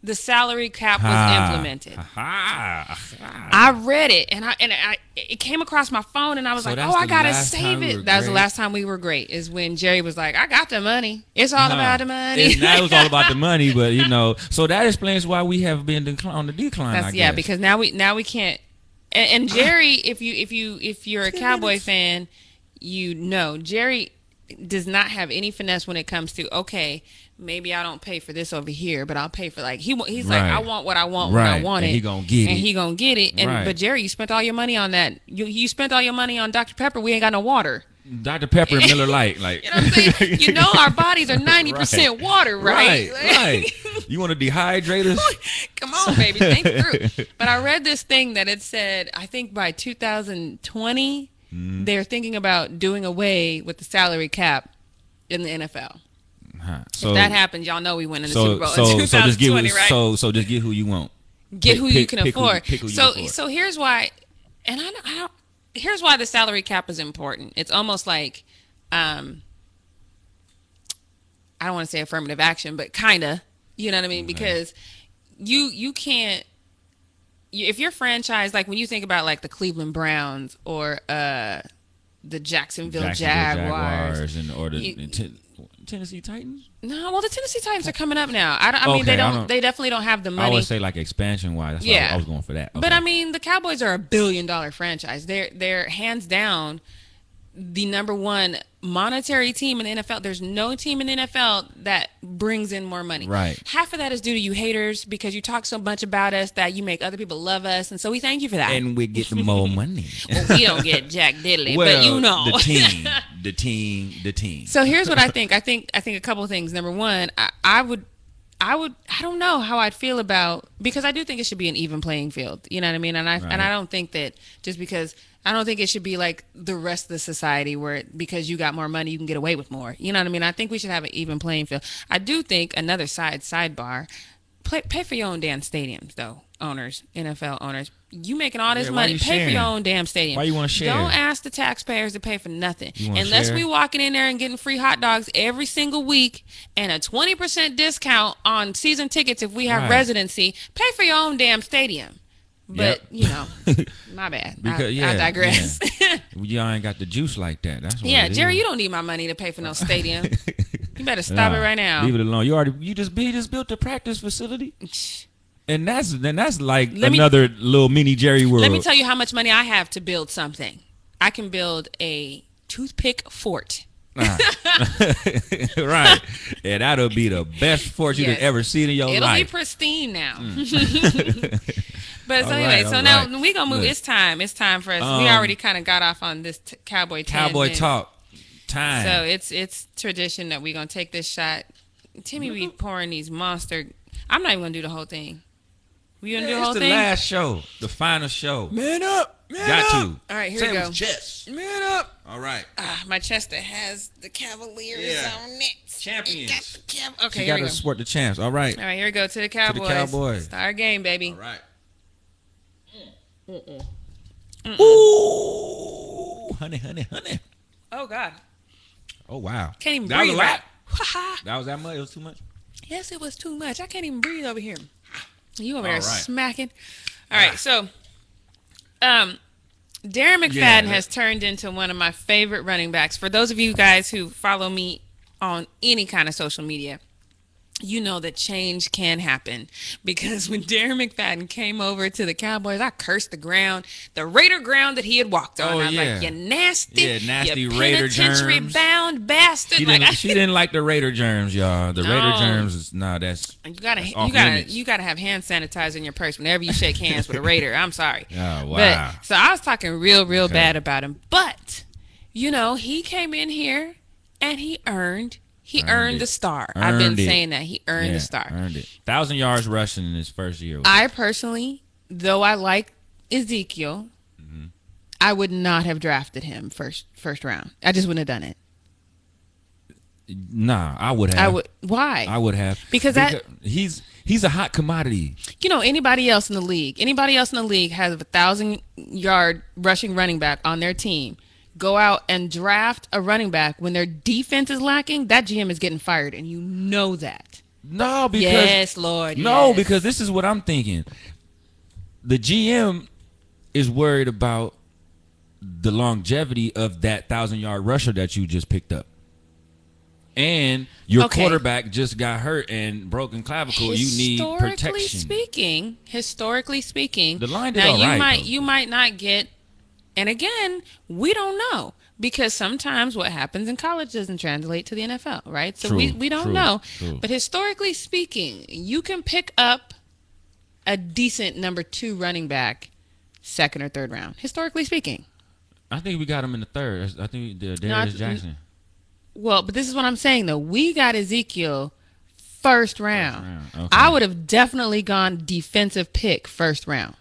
[SPEAKER 3] the salary cap was
[SPEAKER 4] Ah.
[SPEAKER 3] implemented.
[SPEAKER 4] Ha.
[SPEAKER 3] I read it and I and I it came across my phone and I was
[SPEAKER 4] So
[SPEAKER 3] like,
[SPEAKER 4] that's
[SPEAKER 3] oh, I
[SPEAKER 4] the
[SPEAKER 3] gotta
[SPEAKER 4] last time
[SPEAKER 3] save
[SPEAKER 4] we
[SPEAKER 3] it.
[SPEAKER 4] were
[SPEAKER 3] that was the
[SPEAKER 4] great.
[SPEAKER 3] last time we were great. Is when Jerry was like, I got the money. It's all about the money.
[SPEAKER 4] And now it's all about the money, but you know, so that explains why we have been decline, on the decline. I
[SPEAKER 3] That's,
[SPEAKER 4] guess.
[SPEAKER 3] yeah, because now we now we can't. And, and Jerry, if you if you if you're a Cowboy fan, you know Jerry does not have any finesse when it comes to okay, maybe I don't pay for this over here, but I'll pay for like he wa- he's
[SPEAKER 4] Right.
[SPEAKER 3] like I want what I want when I
[SPEAKER 4] Right,
[SPEAKER 3] want
[SPEAKER 4] and
[SPEAKER 3] it.
[SPEAKER 4] he gonna get
[SPEAKER 3] and
[SPEAKER 4] it.
[SPEAKER 3] he gonna get it. And
[SPEAKER 4] Right.
[SPEAKER 3] but Jerry, you spent all your money on that. You you spent all your money on Dr Pepper. We ain't got no water.
[SPEAKER 4] Dr. Pepper and Miller Lite, like
[SPEAKER 3] You know what I'm saying? you know our bodies are ninety percent water, right?
[SPEAKER 4] right,
[SPEAKER 3] Like-
[SPEAKER 4] right. You want to dehydrate us?
[SPEAKER 3] Come on, baby, think through. But I read this thing that it said, I think by 2020,
[SPEAKER 4] Mm-hmm.
[SPEAKER 3] they're thinking about doing away with the salary cap in the NFL.
[SPEAKER 4] Huh. So
[SPEAKER 3] that happens. Y'all know we win in the Super
[SPEAKER 4] so
[SPEAKER 3] Bowl
[SPEAKER 4] so
[SPEAKER 3] in 2020,
[SPEAKER 4] so just get who-
[SPEAKER 3] right?
[SPEAKER 4] so so just get who you want.
[SPEAKER 3] Get
[SPEAKER 4] pick-
[SPEAKER 3] who you
[SPEAKER 4] pick-
[SPEAKER 3] can
[SPEAKER 4] pick who you-
[SPEAKER 3] afford.
[SPEAKER 4] pick who you
[SPEAKER 3] so
[SPEAKER 4] afford.
[SPEAKER 3] so here's why, and I don't, I don't. Here's why the salary cap is important. It's almost like, um, I don't want to say affirmative action, but kinda. You know what I mean? Because you you can't you- if your franchise like when you think about like the Cleveland Browns or uh the Jacksonville, Jaguars.
[SPEAKER 4] and or the
[SPEAKER 3] You-
[SPEAKER 4] and Ten- Tennessee Titans.
[SPEAKER 3] No, well the Tennessee Titans are coming up now. I, don't, I mean
[SPEAKER 4] Okay, I
[SPEAKER 3] they don't,
[SPEAKER 4] don't-
[SPEAKER 3] they definitely don't have the
[SPEAKER 4] I
[SPEAKER 3] money.
[SPEAKER 4] always say like expansion wise. That's yeah,
[SPEAKER 3] Yeah.
[SPEAKER 4] I was going for that.
[SPEAKER 3] But
[SPEAKER 4] Okay.
[SPEAKER 3] I mean, the Cowboys are a billion dollar franchise. They're they're hands down the number one monetary team in the NFL. There's no team in the NFL that brings in more money.
[SPEAKER 4] Right.
[SPEAKER 3] Half of that is due to you haters because you talk so much about us that you make other people love us, and so we thank you for that.
[SPEAKER 4] and we get the more money.
[SPEAKER 3] we don't get jack diddly, but Oh, you know
[SPEAKER 4] the team, the team, the team.
[SPEAKER 3] so here's what I think. I think I think a couple of things. Number one, I, I would, I would, I don't know how I'd feel about because I do think it should be an even playing field. You know what I mean? And I and I
[SPEAKER 4] Right.
[SPEAKER 3] don't think that just because I don't think it should be like the rest of the society where because you got more money you can get away with more. You know what I mean? I think we should have an even playing field. I do think another side sidebar. Play, pay for your own damn stadiums, though, owners, NFL owners. You making all this
[SPEAKER 4] Yeah, why
[SPEAKER 3] money?
[SPEAKER 4] you
[SPEAKER 3] Pay for
[SPEAKER 4] sharing?
[SPEAKER 3] your own damn stadium.
[SPEAKER 4] Why you wanna share?
[SPEAKER 3] Don't ask the taxpayers to pay for nothing
[SPEAKER 4] You wanna
[SPEAKER 3] unless
[SPEAKER 4] share?
[SPEAKER 3] we walking in there and getting free hot dogs every single week and a 20% discount on season tickets if we have
[SPEAKER 4] Right.
[SPEAKER 3] residency pay for your own damn stadium but
[SPEAKER 4] Yep.
[SPEAKER 3] you know my bad I,
[SPEAKER 4] Because-
[SPEAKER 3] I
[SPEAKER 4] yeah,
[SPEAKER 3] digress yeah,
[SPEAKER 4] Y'all ain't got the juice like that. That's what it
[SPEAKER 3] jerry
[SPEAKER 4] is.
[SPEAKER 3] you don't need my money to pay for no stadium you better stop it
[SPEAKER 4] Nah,
[SPEAKER 3] right now
[SPEAKER 4] Leave it alone. You already you just you just built the practice facility, and that's then that's like
[SPEAKER 3] Let me-
[SPEAKER 4] another little mini Jerry world.
[SPEAKER 3] let me tell you how much money i have to build something i can build a toothpick fort
[SPEAKER 4] right. Yeah, that'll be the best fortune
[SPEAKER 3] Yes.
[SPEAKER 4] you've ever seen in your
[SPEAKER 3] It'll
[SPEAKER 4] life.
[SPEAKER 3] be pristine now. but so
[SPEAKER 4] Mm. All right,
[SPEAKER 3] anyway, so
[SPEAKER 4] all
[SPEAKER 3] now
[SPEAKER 4] right.
[SPEAKER 3] we gonna move.
[SPEAKER 4] Look.
[SPEAKER 3] It's time. It's time for us.
[SPEAKER 4] Um,
[SPEAKER 3] we already kind of got off on this t- cowboy
[SPEAKER 4] Cowboy
[SPEAKER 3] tangent.
[SPEAKER 4] talk time.
[SPEAKER 3] So it's it's tradition that we gonna take this shot. Timmy
[SPEAKER 4] Mm-hmm.
[SPEAKER 3] be pouring these monster. I'm not even gonna do the whole thing. We gonna do the
[SPEAKER 4] it's
[SPEAKER 3] whole
[SPEAKER 4] the
[SPEAKER 3] thing.
[SPEAKER 4] last show, the final show.
[SPEAKER 5] Man up. Man
[SPEAKER 4] Got
[SPEAKER 5] up.
[SPEAKER 4] to.
[SPEAKER 3] All right, here
[SPEAKER 5] Say
[SPEAKER 3] we
[SPEAKER 5] it
[SPEAKER 3] go.
[SPEAKER 5] was chess. Man up. All right.
[SPEAKER 3] Ah, my chest that has the Cavaliers
[SPEAKER 5] Yeah.
[SPEAKER 3] on it.
[SPEAKER 4] Champions.
[SPEAKER 3] It got the Cav- okay,
[SPEAKER 4] You
[SPEAKER 3] here we
[SPEAKER 4] gotta
[SPEAKER 3] go.
[SPEAKER 4] support the champs. All right.
[SPEAKER 3] All right, here we go to the Cowboys.
[SPEAKER 4] Cowboys.
[SPEAKER 3] Start our game, baby.
[SPEAKER 5] All right.
[SPEAKER 4] Ooh, honey, honey, honey.
[SPEAKER 3] Oh God,
[SPEAKER 4] Oh wow.
[SPEAKER 3] can't even
[SPEAKER 4] that was
[SPEAKER 3] breathe.
[SPEAKER 4] a lot.
[SPEAKER 3] right.
[SPEAKER 4] That was that much. It was too much.
[SPEAKER 3] Yes, it was too much. I can't even breathe over here. You over there
[SPEAKER 4] All right.
[SPEAKER 3] smacking. All right, so um Darren McFadden
[SPEAKER 4] Yeah, that-
[SPEAKER 3] has turned into one of my favorite running backs. For those of you guys who follow me on any kind of social media, you know that change can happen because when Darren McFadden came over to the Cowboys, I cursed the ground, the Raider ground that he had walked on.
[SPEAKER 4] Oh,
[SPEAKER 3] I was
[SPEAKER 4] yeah.
[SPEAKER 3] like, "You nasty,
[SPEAKER 4] Yeah, nasty
[SPEAKER 3] you
[SPEAKER 4] Raider
[SPEAKER 3] penitentiary
[SPEAKER 4] germs."
[SPEAKER 3] bound bastard!"
[SPEAKER 4] She
[SPEAKER 3] Like,
[SPEAKER 4] didn't. she didn't like the Raider germs, y'all. The Raider
[SPEAKER 3] No.
[SPEAKER 4] germs is nah. That's
[SPEAKER 3] you gotta,
[SPEAKER 4] that's
[SPEAKER 3] you
[SPEAKER 4] off
[SPEAKER 3] gotta,
[SPEAKER 4] limits.
[SPEAKER 3] you gotta have hand sanitizer in your purse whenever you shake hands with a Raider. I'm sorry.
[SPEAKER 4] Oh, wow.
[SPEAKER 3] But, so I was talking real, real
[SPEAKER 4] Okay.
[SPEAKER 3] bad about him, but you know, he came in here and he earned, he earned,
[SPEAKER 4] it.
[SPEAKER 3] the star. I've been
[SPEAKER 4] Earned it.
[SPEAKER 3] saying that he earned
[SPEAKER 4] Yeah,
[SPEAKER 3] the star.
[SPEAKER 4] Earned it. Thousand yards rushing in his first year.
[SPEAKER 3] I personally, though I like Ezekiel,
[SPEAKER 4] Mm-hmm.
[SPEAKER 3] I would not have drafted him first first round. I just wouldn't have done it.
[SPEAKER 4] nah, I would have.
[SPEAKER 3] I would. Why?
[SPEAKER 4] I would have
[SPEAKER 3] Because that-
[SPEAKER 4] he's he's a hot commodity.
[SPEAKER 3] you know, anybody else in the league, anybody else in the league has a thousand yard rushing running back on their team. Go out and draft a running back when their defense is lacking. That GM is getting fired, and you know that.
[SPEAKER 4] No, because
[SPEAKER 3] yes, Lord.
[SPEAKER 4] no,
[SPEAKER 3] yes.
[SPEAKER 4] because this is what I'm thinking. The GM is worried about the longevity of that thousand yard rusher that you just picked up. And your
[SPEAKER 3] Okay.
[SPEAKER 4] quarterback just got hurt and broken clavicle. You need
[SPEAKER 3] Historically
[SPEAKER 4] protection.
[SPEAKER 3] Speaking, historically speaking,
[SPEAKER 4] The line did
[SPEAKER 3] now
[SPEAKER 4] all
[SPEAKER 3] you
[SPEAKER 4] right,
[SPEAKER 3] might
[SPEAKER 4] though.
[SPEAKER 3] you might not get, and again, we don't know because sometimes what happens in college doesn't translate to the NFL, right? So we
[SPEAKER 4] True,
[SPEAKER 3] we don't
[SPEAKER 4] true,
[SPEAKER 3] know.
[SPEAKER 4] true.
[SPEAKER 3] But historically speaking, you can pick up a decent number two running back, second or third round. Historically speaking.
[SPEAKER 4] I think we got him in the third. I think we did
[SPEAKER 3] I-
[SPEAKER 4] Darius Jackson.
[SPEAKER 3] Well, but this is what I'm saying though. We got Ezekiel first round.
[SPEAKER 4] round, okay.
[SPEAKER 3] I would have definitely gone defensive pick first round.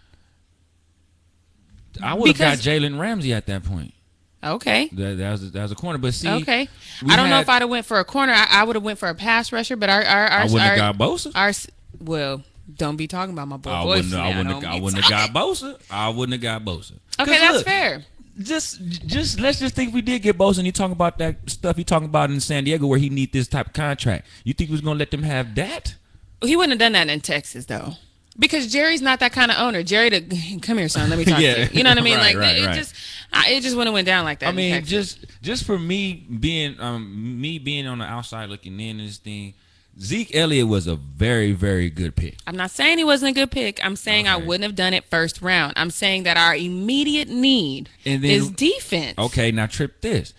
[SPEAKER 4] I would have got
[SPEAKER 3] because-
[SPEAKER 4] Jalen Ramsey at that point.
[SPEAKER 3] Okay.
[SPEAKER 4] That, that was that was a corner. But see,
[SPEAKER 3] Okay.
[SPEAKER 4] we
[SPEAKER 3] I don't know
[SPEAKER 4] had-
[SPEAKER 3] if I'd have went for a corner. I, I would have went for a pass rusher, but our our our,
[SPEAKER 4] I wouldn't
[SPEAKER 3] our,
[SPEAKER 4] have got Bosa.
[SPEAKER 3] our s- well, don't be talking about my boy.
[SPEAKER 4] I
[SPEAKER 3] Bosa
[SPEAKER 4] wouldn't.
[SPEAKER 3] now.
[SPEAKER 4] I wouldn't.
[SPEAKER 3] Don't
[SPEAKER 4] have- I
[SPEAKER 3] be
[SPEAKER 4] wouldn't have got Bosa. I wouldn't have got Bosa.
[SPEAKER 3] talking-
[SPEAKER 4] 'Cause
[SPEAKER 3] Okay, that's
[SPEAKER 4] look,
[SPEAKER 3] fair.
[SPEAKER 4] Just, just let's just think we did get Bosa, and you talking about that stuff you talking about in San Diego where he need this type of contract. You think we was gonna let them have that?
[SPEAKER 3] He wouldn't have done that in Texas though. Because Jerry's not that kind of owner. Jerry, to come here, son. Let me talk
[SPEAKER 4] Yeah.
[SPEAKER 3] to you. You know what I mean?
[SPEAKER 4] Right,
[SPEAKER 3] like
[SPEAKER 4] right,
[SPEAKER 3] it
[SPEAKER 4] right.
[SPEAKER 3] just, I, it just wouldn't have went down like that.
[SPEAKER 4] I
[SPEAKER 3] in
[SPEAKER 4] mean,
[SPEAKER 3] Texas.
[SPEAKER 4] just just for me being um me being on the outside looking in this thing, Zeke Elliott was a very very good pick.
[SPEAKER 3] I'm not saying he wasn't a good pick. I'm saying I
[SPEAKER 4] Okay.
[SPEAKER 3] wouldn't have done it first round. I'm saying that our immediate need
[SPEAKER 4] And then-
[SPEAKER 3] is defense.
[SPEAKER 4] Okay, now trip this.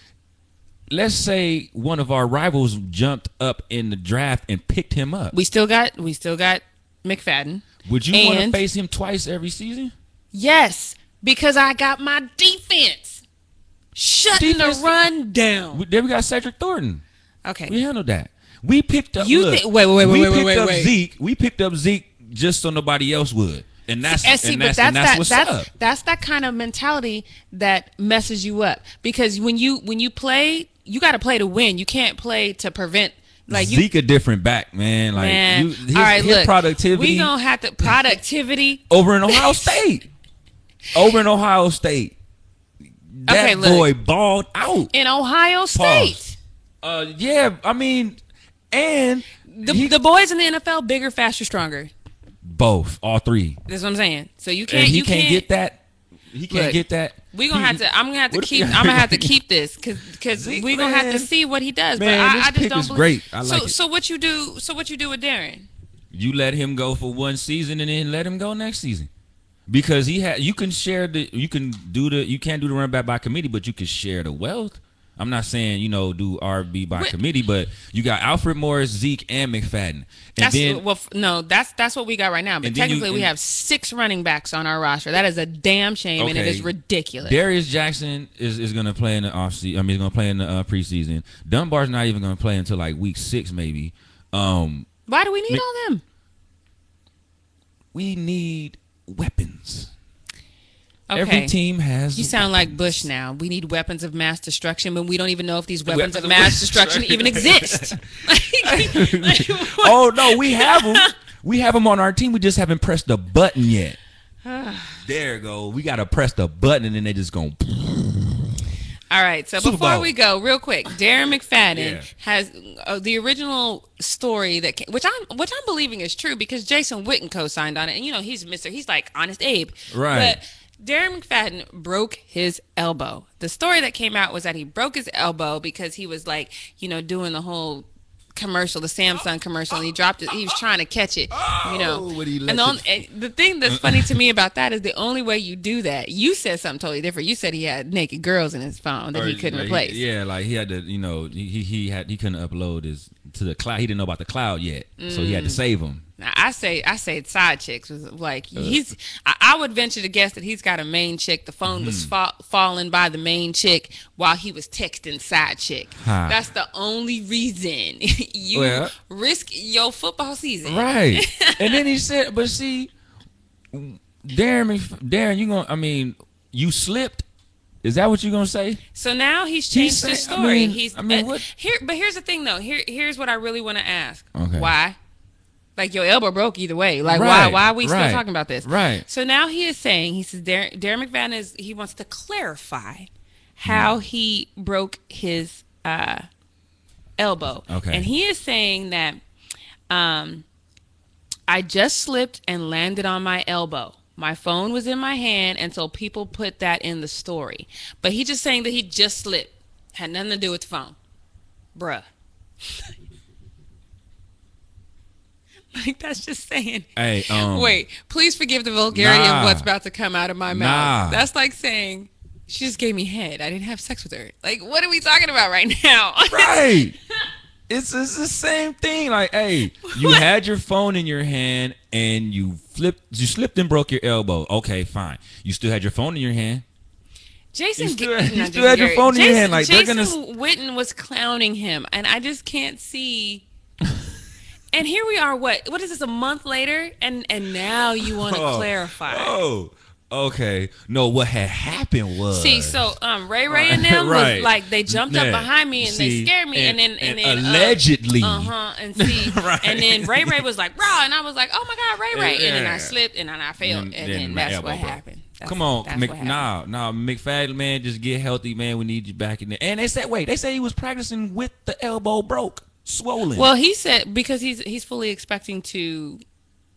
[SPEAKER 4] Let's say one of our rivals jumped up in the draft and picked him up.
[SPEAKER 3] We still got we still got McFadden.
[SPEAKER 4] Would you want to
[SPEAKER 3] And-
[SPEAKER 4] face him twice every season?
[SPEAKER 3] Yes, because I got my defense. Shutting
[SPEAKER 4] Defense-
[SPEAKER 3] the run down.
[SPEAKER 4] We, then we got Cedric Thornton. We
[SPEAKER 3] Okay.
[SPEAKER 4] handled that. We picked up.
[SPEAKER 3] You
[SPEAKER 4] look,
[SPEAKER 3] thi- wait, wait, wait,
[SPEAKER 4] we
[SPEAKER 3] wait, wait,
[SPEAKER 4] picked
[SPEAKER 3] wait,
[SPEAKER 4] up
[SPEAKER 3] wait.
[SPEAKER 4] Zeke. We picked up Zeke just so nobody else would, and that's
[SPEAKER 3] And see,
[SPEAKER 4] and
[SPEAKER 3] but
[SPEAKER 4] that's,
[SPEAKER 3] that's,
[SPEAKER 4] and that's
[SPEAKER 3] that
[SPEAKER 4] what's
[SPEAKER 3] that's
[SPEAKER 4] up.
[SPEAKER 3] that's that kind of mentality that messes you up because when you when you play, you got to play to win. You can't play to prevent. Like you,
[SPEAKER 4] Zeke a different back man. Like
[SPEAKER 3] man.
[SPEAKER 4] you, his,
[SPEAKER 3] All right,
[SPEAKER 4] his
[SPEAKER 3] look,
[SPEAKER 4] productivity
[SPEAKER 3] We gonna have to productivity.
[SPEAKER 4] over in Ohio State. Over in Ohio State, that
[SPEAKER 3] Okay, look.
[SPEAKER 4] boy balled out.
[SPEAKER 3] in Ohio State.
[SPEAKER 4] Uh, yeah, I mean, and
[SPEAKER 3] The,
[SPEAKER 4] he-
[SPEAKER 3] the boys in the NFL bigger, faster, stronger.
[SPEAKER 4] both, all three,
[SPEAKER 3] That's what I'm saying. So you can't.
[SPEAKER 4] and he
[SPEAKER 3] you
[SPEAKER 4] can't,
[SPEAKER 3] can't
[SPEAKER 4] get that. He can't
[SPEAKER 3] Look,
[SPEAKER 4] get that.
[SPEAKER 3] We gonna
[SPEAKER 4] He-
[SPEAKER 3] have to. I'm gonna have to
[SPEAKER 4] What if-
[SPEAKER 3] keep. I'm gonna have to keep this because because
[SPEAKER 4] Zeke,
[SPEAKER 3] we gonna have to
[SPEAKER 4] man.
[SPEAKER 3] see what he does.
[SPEAKER 4] Man,
[SPEAKER 3] but I,
[SPEAKER 4] this
[SPEAKER 3] I just
[SPEAKER 4] pick
[SPEAKER 3] don't
[SPEAKER 4] is
[SPEAKER 3] believe.
[SPEAKER 4] great. I like
[SPEAKER 3] so
[SPEAKER 4] it.
[SPEAKER 3] so what you do? So what you do with Darren?
[SPEAKER 4] You let him go for one season and then let him go next season. Because he had you can share the you can do the you can't do the run back by committee, but you can share the wealth. I'm not saying, you know, do RB by
[SPEAKER 3] Wait.
[SPEAKER 4] committee, but you got Alfred Morris, Zeke, and McFadden. And
[SPEAKER 3] That's
[SPEAKER 4] then
[SPEAKER 3] well, f- no, that's that's what we got right now. But
[SPEAKER 4] And then you-
[SPEAKER 3] technically, we
[SPEAKER 4] and-
[SPEAKER 3] have six running backs on our roster. That is a damn shame, and it
[SPEAKER 4] Okay.
[SPEAKER 3] is ridiculous.
[SPEAKER 4] Darius Jackson is, is gonna play in the off season. I mean, he's gonna play in the uh, preseason. Dunbar's not even gonna play until like week six, maybe. Um,
[SPEAKER 3] Why do we need
[SPEAKER 4] Mc-
[SPEAKER 3] all them?
[SPEAKER 4] we need weapons.
[SPEAKER 3] Okay.
[SPEAKER 4] Every team has.
[SPEAKER 3] You sound like Bush now. We need weapons of mass destruction, but we don't even know if these weapons,
[SPEAKER 4] Weapons
[SPEAKER 3] of
[SPEAKER 4] of
[SPEAKER 3] mass
[SPEAKER 4] mass
[SPEAKER 3] destruction even exist. Like- like, what-
[SPEAKER 4] oh no, we have them. We have them on our team. We just haven't pressed the button yet. there you go. We gotta press the button, and then they just going. to
[SPEAKER 3] All right. So
[SPEAKER 4] Super
[SPEAKER 3] before
[SPEAKER 4] Bowl.
[SPEAKER 3] we go, real quick, Darren McFadden
[SPEAKER 4] Yeah.
[SPEAKER 3] has uh, the original story that, ca- which I'm, which I'm believing is true because Jason Witten co-signed on it, and you know he's Mister, he's like Honest Abe,
[SPEAKER 4] Right.
[SPEAKER 3] But Darren McFadden broke his elbow. The story that came out was that he broke his elbow because he was like, you know, doing the whole commercial, the Samsung commercial, and he dropped it. He was trying to catch it, you know.
[SPEAKER 4] Oh, but he let
[SPEAKER 3] and the,
[SPEAKER 4] the-
[SPEAKER 3] only, and the thing that's funny to me about that is the only way you do that. You said something totally different. You said he had naked girls in his phone that
[SPEAKER 4] Or,
[SPEAKER 3] he couldn't
[SPEAKER 4] like,
[SPEAKER 3] replace.
[SPEAKER 4] yeah, like he had to, you know, he he- he had he couldn't upload his to the cloud. He didn't know about the cloud yet, so he had
[SPEAKER 3] Mm.
[SPEAKER 4] to save him.
[SPEAKER 3] Now, I say I say side chicks was like
[SPEAKER 4] Uh.
[SPEAKER 3] he's. I, I would venture to guess that he's got a main chick. The phone
[SPEAKER 4] Mm-hmm.
[SPEAKER 3] was fa- falling by the main chick while he was texting side chick.
[SPEAKER 4] Huh.
[SPEAKER 3] That's the only reason you
[SPEAKER 4] Well-
[SPEAKER 3] risk your football season.
[SPEAKER 4] Right. and then he said, but see, Darren, if- Darren, you gonna, I mean, you slipped. Is that what you're gonna say?
[SPEAKER 3] So now he's changed
[SPEAKER 4] saying-
[SPEAKER 3] his
[SPEAKER 4] I
[SPEAKER 3] story.
[SPEAKER 4] mean-
[SPEAKER 3] he's
[SPEAKER 4] I mean,
[SPEAKER 3] uh,
[SPEAKER 4] what-
[SPEAKER 3] here, but here's the thing though. Here, here's what I really want to ask.
[SPEAKER 4] Okay.
[SPEAKER 3] Why? Like your elbow broke either way. Like why?
[SPEAKER 4] Right,
[SPEAKER 3] Why are we
[SPEAKER 4] right,
[SPEAKER 3] still talking about this?
[SPEAKER 4] right.
[SPEAKER 3] So now he is saying he says Darren, Darren McVan is he wants to clarify how he broke his uh, elbow.
[SPEAKER 4] Okay.
[SPEAKER 3] And he is saying that um, I just slipped and landed on my elbow. My phone was in my hand, and so people put that in the story. But he just saying that he just slipped. Had nothing to do with the phone. Bruh. like, that's just saying.
[SPEAKER 4] Hey, um,
[SPEAKER 3] Wait, please forgive the vulgarity
[SPEAKER 4] nah.
[SPEAKER 3] of what's about to come out of my
[SPEAKER 4] Nah.
[SPEAKER 3] mouth. That's like saying, she just gave me head. I didn't have sex with her. Like, what are we talking about right now?
[SPEAKER 4] Right. It's, it's the same thing. Like, hey, you had your phone in your hand and you flipped, you slipped and broke your elbow. Okay, fine. You still had your phone in your hand.
[SPEAKER 3] Jason,
[SPEAKER 4] You still-
[SPEAKER 3] Ga-
[SPEAKER 4] you
[SPEAKER 3] not
[SPEAKER 4] still
[SPEAKER 3] Jason
[SPEAKER 4] had your
[SPEAKER 3] Garrett.
[SPEAKER 4] phone in your
[SPEAKER 3] Jason,
[SPEAKER 4] hand, like, they're
[SPEAKER 3] Jason
[SPEAKER 4] gonna
[SPEAKER 3] Witten was clowning him, and I just can't see. and here we are. What? What is this? A month later, and and now you want to
[SPEAKER 4] Oh,
[SPEAKER 3] clarify?
[SPEAKER 4] Oh, okay. No, what had happened was
[SPEAKER 3] See, so um, Ray Ray and them
[SPEAKER 4] Right.
[SPEAKER 3] was like they jumped
[SPEAKER 4] Yeah.
[SPEAKER 3] up behind me and
[SPEAKER 4] See,
[SPEAKER 3] they scared me, and, then and, then uh,
[SPEAKER 4] allegedly.
[SPEAKER 3] Uh huh. And see,
[SPEAKER 4] E. Right.
[SPEAKER 3] and then Ray Ray was like, "Raw," and I was like, "Oh my God, Ray Ray!" And then
[SPEAKER 4] Yeah.
[SPEAKER 3] I slipped and then I fell, and,
[SPEAKER 4] then-
[SPEAKER 3] then,
[SPEAKER 4] then my
[SPEAKER 3] that's
[SPEAKER 4] elbow
[SPEAKER 3] what
[SPEAKER 4] broke.
[SPEAKER 3] happened. That's-
[SPEAKER 4] Come on,
[SPEAKER 3] that's what
[SPEAKER 4] Mc,
[SPEAKER 3] happened.
[SPEAKER 4] nah, nah, McFadden man, just get healthy, man. We need you back in there. And they said, wait, they said he was practicing with the elbow broke, swollen.
[SPEAKER 3] Well, he said because he's he's fully expecting to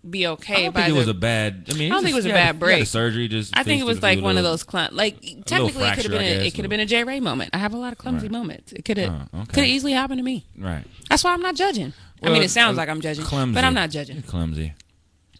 [SPEAKER 3] be okay.
[SPEAKER 4] I don't
[SPEAKER 3] by
[SPEAKER 4] think it
[SPEAKER 3] the,
[SPEAKER 4] was a bad. I mean,
[SPEAKER 3] I don't think it was a
[SPEAKER 4] he had
[SPEAKER 3] bad
[SPEAKER 4] he had
[SPEAKER 3] break.
[SPEAKER 4] surgery just.
[SPEAKER 3] I think it
[SPEAKER 4] fixed
[SPEAKER 3] was
[SPEAKER 4] a
[SPEAKER 3] like
[SPEAKER 4] few
[SPEAKER 3] one of
[SPEAKER 4] little-
[SPEAKER 3] those clown. Like technically, it could
[SPEAKER 4] fracture,
[SPEAKER 3] have been
[SPEAKER 4] I
[SPEAKER 3] a,
[SPEAKER 4] guess,
[SPEAKER 3] it could
[SPEAKER 4] a
[SPEAKER 3] have been a J Ray moment. I have a lot of clumsy
[SPEAKER 4] Right.
[SPEAKER 3] moments. It could have
[SPEAKER 4] Oh, okay.
[SPEAKER 3] could have easily happened to me.
[SPEAKER 4] Right.
[SPEAKER 3] That's why I'm not judging. I
[SPEAKER 4] Well,
[SPEAKER 3] mean, it sounds
[SPEAKER 4] uh,
[SPEAKER 3] like I'm judging,
[SPEAKER 4] clumsy.
[SPEAKER 3] but I'm not judging.
[SPEAKER 4] Clumsy.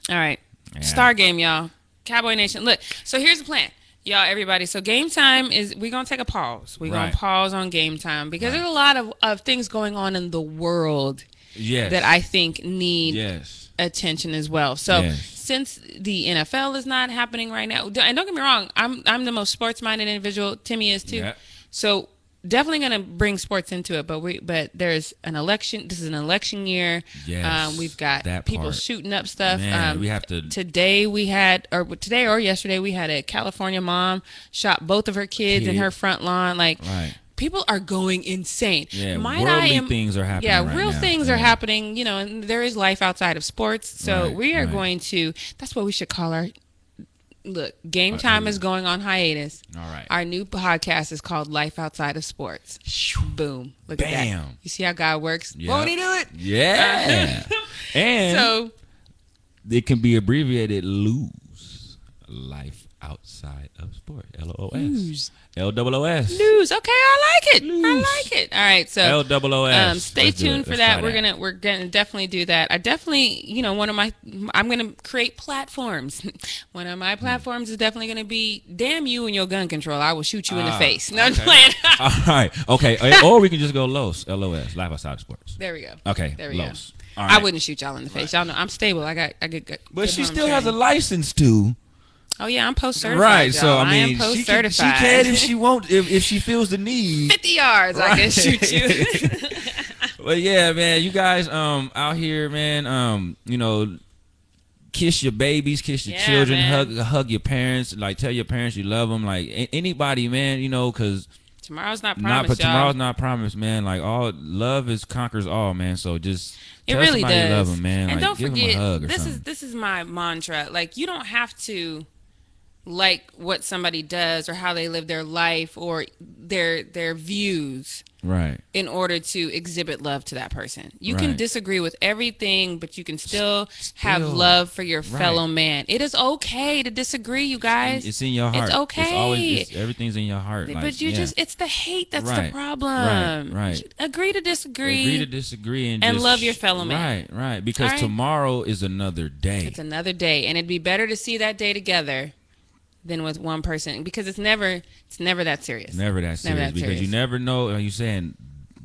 [SPEAKER 3] All right,
[SPEAKER 4] Yeah.
[SPEAKER 3] Star Game, y'all. Cowboy Nation. Look, so here's the plan. Y'all, everybody. So game time is we're gonna take a pause. We're
[SPEAKER 4] Right.
[SPEAKER 3] gonna pause on game time because there's a lot of, of things going on in the world
[SPEAKER 4] Yes.
[SPEAKER 3] that I think need
[SPEAKER 4] Yes.
[SPEAKER 3] attention as well. So
[SPEAKER 4] Yes.
[SPEAKER 3] since the NFL is not happening right now, d- and don't get me wrong, I'm I'm the most sports minded individual. Timmy is too.
[SPEAKER 4] Yeah.
[SPEAKER 3] So definitely going to bring sports into it. But we but there's an election. This is an election year.
[SPEAKER 4] Yes,
[SPEAKER 3] Um, we've got
[SPEAKER 4] that
[SPEAKER 3] people
[SPEAKER 4] part.
[SPEAKER 3] shooting up stuff.
[SPEAKER 4] Man,
[SPEAKER 3] um,
[SPEAKER 4] we have to-
[SPEAKER 3] Today we had, or today or yesterday we had a California mom shot both of her kids in
[SPEAKER 4] Kid.
[SPEAKER 3] her front lawn. Like.
[SPEAKER 4] Right.
[SPEAKER 3] People are going insane.
[SPEAKER 4] Yeah,
[SPEAKER 3] Might I
[SPEAKER 4] worldly
[SPEAKER 3] am-
[SPEAKER 4] things are happening
[SPEAKER 3] Yeah,
[SPEAKER 4] right
[SPEAKER 3] real
[SPEAKER 4] now.
[SPEAKER 3] things are
[SPEAKER 4] Yeah.
[SPEAKER 3] happening happening, you know, and there is life outside of sports. So
[SPEAKER 4] Right,
[SPEAKER 3] we are
[SPEAKER 4] right.
[SPEAKER 3] going to, that's what we should call our, look, game time is going on hiatus.
[SPEAKER 4] All right.
[SPEAKER 3] Our new podcast is called Life Outside of Sports. Boom. Look at that.
[SPEAKER 4] Bam.
[SPEAKER 3] You see how God works?
[SPEAKER 4] Yep.
[SPEAKER 3] Won't he do it?
[SPEAKER 4] Yeah. and
[SPEAKER 3] So,
[SPEAKER 4] it can be abbreviated lose life outside of sport l-o-o-s l-o-o-s
[SPEAKER 3] news. Okay, I like it. I
[SPEAKER 4] News.
[SPEAKER 3] like it. All right. So,
[SPEAKER 4] l-o-o-s
[SPEAKER 3] um, stay
[SPEAKER 4] Let's do
[SPEAKER 3] tuned
[SPEAKER 4] it.
[SPEAKER 3] for
[SPEAKER 4] Let's
[SPEAKER 3] that.
[SPEAKER 4] try
[SPEAKER 3] We're gonna we're gonna definitely do that. I definitely, you know, one of my I'm gonna create platforms. one of
[SPEAKER 4] Hmm.
[SPEAKER 3] my platforms is definitely gonna be damn you and your gun control. I will shoot you
[SPEAKER 4] Ah,
[SPEAKER 3] in the face. No, I'm playing.
[SPEAKER 4] all right okay Eh, or we can just go los l-o-s life outside of sports
[SPEAKER 3] there we go.
[SPEAKER 4] okay
[SPEAKER 3] There we
[SPEAKER 4] los
[SPEAKER 3] go.
[SPEAKER 4] All
[SPEAKER 3] I
[SPEAKER 4] right.
[SPEAKER 3] wouldn't shoot y'all in the face. Y'all know I'm stable. I got I get good.
[SPEAKER 4] but
[SPEAKER 3] good
[SPEAKER 4] she
[SPEAKER 3] home
[SPEAKER 4] still has a
[SPEAKER 3] training.
[SPEAKER 4] license to
[SPEAKER 3] Oh yeah, I'm post certified.
[SPEAKER 4] right so i mean
[SPEAKER 3] am
[SPEAKER 4] she
[SPEAKER 3] post
[SPEAKER 4] can, she
[SPEAKER 3] certified.
[SPEAKER 4] can if she won't if, if she feels the need
[SPEAKER 3] 50 yards, I can shoot you.
[SPEAKER 4] But yeah, man, you guys um out here, man, um, you know, kiss your babies, kiss your
[SPEAKER 3] Yeah,
[SPEAKER 4] children,
[SPEAKER 3] man.
[SPEAKER 4] hug hug your parents, like tell your parents you love them, like a- anybody, man, you know, cuz
[SPEAKER 3] Tomorrow's not
[SPEAKER 4] not
[SPEAKER 3] promised,
[SPEAKER 4] but
[SPEAKER 3] y'all.
[SPEAKER 4] tomorrow's not promised, man. Like all love is conquers all, man. So just
[SPEAKER 3] It
[SPEAKER 4] tell
[SPEAKER 3] really
[SPEAKER 4] somebody
[SPEAKER 3] does.
[SPEAKER 4] you love them, man.
[SPEAKER 3] And
[SPEAKER 4] like
[SPEAKER 3] don't
[SPEAKER 4] give
[SPEAKER 3] forget,
[SPEAKER 4] them a hug or
[SPEAKER 3] this
[SPEAKER 4] something.
[SPEAKER 3] is this is my mantra. Like you don't have to like what somebody does or how they live their life or their their views.
[SPEAKER 4] Right.
[SPEAKER 3] in order to exhibit love to that person. You can
[SPEAKER 4] Right.
[SPEAKER 3] disagree with everything, but you can still, have
[SPEAKER 4] still.
[SPEAKER 3] love for your fellow man. It is okay to disagree, you guys.
[SPEAKER 4] It's in your heart.
[SPEAKER 3] It's okay.
[SPEAKER 4] always it's, everything's in your heart. like,
[SPEAKER 3] but you
[SPEAKER 4] yeah.
[SPEAKER 3] just it's the hate that's the
[SPEAKER 4] Right,
[SPEAKER 3] problem.
[SPEAKER 4] right, right.
[SPEAKER 3] Agree to disagree.
[SPEAKER 4] agree to disagree and,
[SPEAKER 3] and
[SPEAKER 4] just-
[SPEAKER 3] love your fellow man.
[SPEAKER 4] Right, right. Because
[SPEAKER 3] All right.
[SPEAKER 4] tomorrow is another day.
[SPEAKER 3] it's another day and it'd be better to see that day together than with one person because it's never it's never that serious.
[SPEAKER 4] never that serious
[SPEAKER 3] Never that
[SPEAKER 4] because you
[SPEAKER 3] serious.
[SPEAKER 4] never know. Are you saying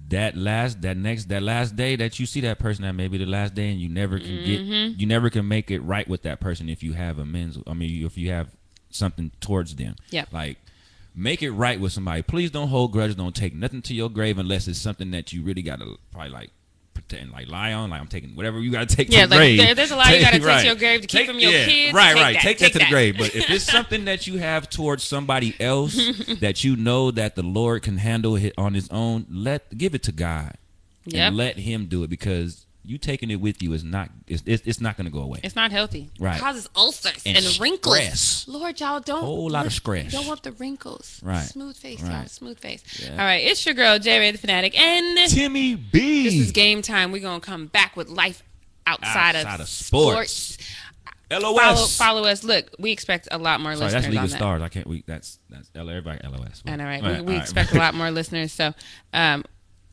[SPEAKER 4] that last that next that last day that you see that person that may be the last day and you never can
[SPEAKER 3] Mm-hmm.
[SPEAKER 4] get you never can make it right with that person if you have a men's. I mean, if you have something towards them.
[SPEAKER 3] Yep.
[SPEAKER 4] Like. Make it right with somebody. Please don't hold grudges. Don't take nothing to your grave unless it's something that you really gotta probably like pretend like lie on. Like I'm taking whatever you gotta take
[SPEAKER 3] Yeah,
[SPEAKER 4] to the
[SPEAKER 3] like,
[SPEAKER 4] grave.
[SPEAKER 3] there- there's a lot you gotta take to
[SPEAKER 4] right.
[SPEAKER 3] your grave to keep from your kids.
[SPEAKER 4] Right,
[SPEAKER 3] Take
[SPEAKER 4] right.
[SPEAKER 3] that,
[SPEAKER 4] take
[SPEAKER 3] take
[SPEAKER 4] that to the
[SPEAKER 3] that.
[SPEAKER 4] grave. But if it's something that you have towards somebody else that you know that the Lord can handle it on his own, let give it to God
[SPEAKER 3] Yep.
[SPEAKER 4] and let Him do it because you taking it with you is not it's it's, it's not going to go away.
[SPEAKER 3] It's not healthy.
[SPEAKER 4] Right.
[SPEAKER 3] It causes ulcers
[SPEAKER 4] And
[SPEAKER 3] and, wrinkles.
[SPEAKER 4] stress.
[SPEAKER 3] Lord, y'all don't.
[SPEAKER 4] Whole lot of stress.
[SPEAKER 3] Don't want the wrinkles.
[SPEAKER 4] Right.
[SPEAKER 3] Smooth face, y'all.
[SPEAKER 4] Right.
[SPEAKER 3] Smooth face. All right. It's your girl, J Ray the Fanatic. And this
[SPEAKER 4] Timmy B.
[SPEAKER 3] is game time. We're going to come back with life outside,
[SPEAKER 4] Outside of sports.
[SPEAKER 3] sports.
[SPEAKER 4] LOS.
[SPEAKER 3] Follow, follow us. Look, we expect a lot more
[SPEAKER 4] Sorry,
[SPEAKER 3] listeners
[SPEAKER 4] that's League
[SPEAKER 3] on
[SPEAKER 4] of
[SPEAKER 3] that.
[SPEAKER 4] Stars. I can't. We that's that's L- everybody LOS.
[SPEAKER 3] And all right,
[SPEAKER 4] All
[SPEAKER 3] we, we
[SPEAKER 4] all
[SPEAKER 3] expect a lot more listeners. So, um,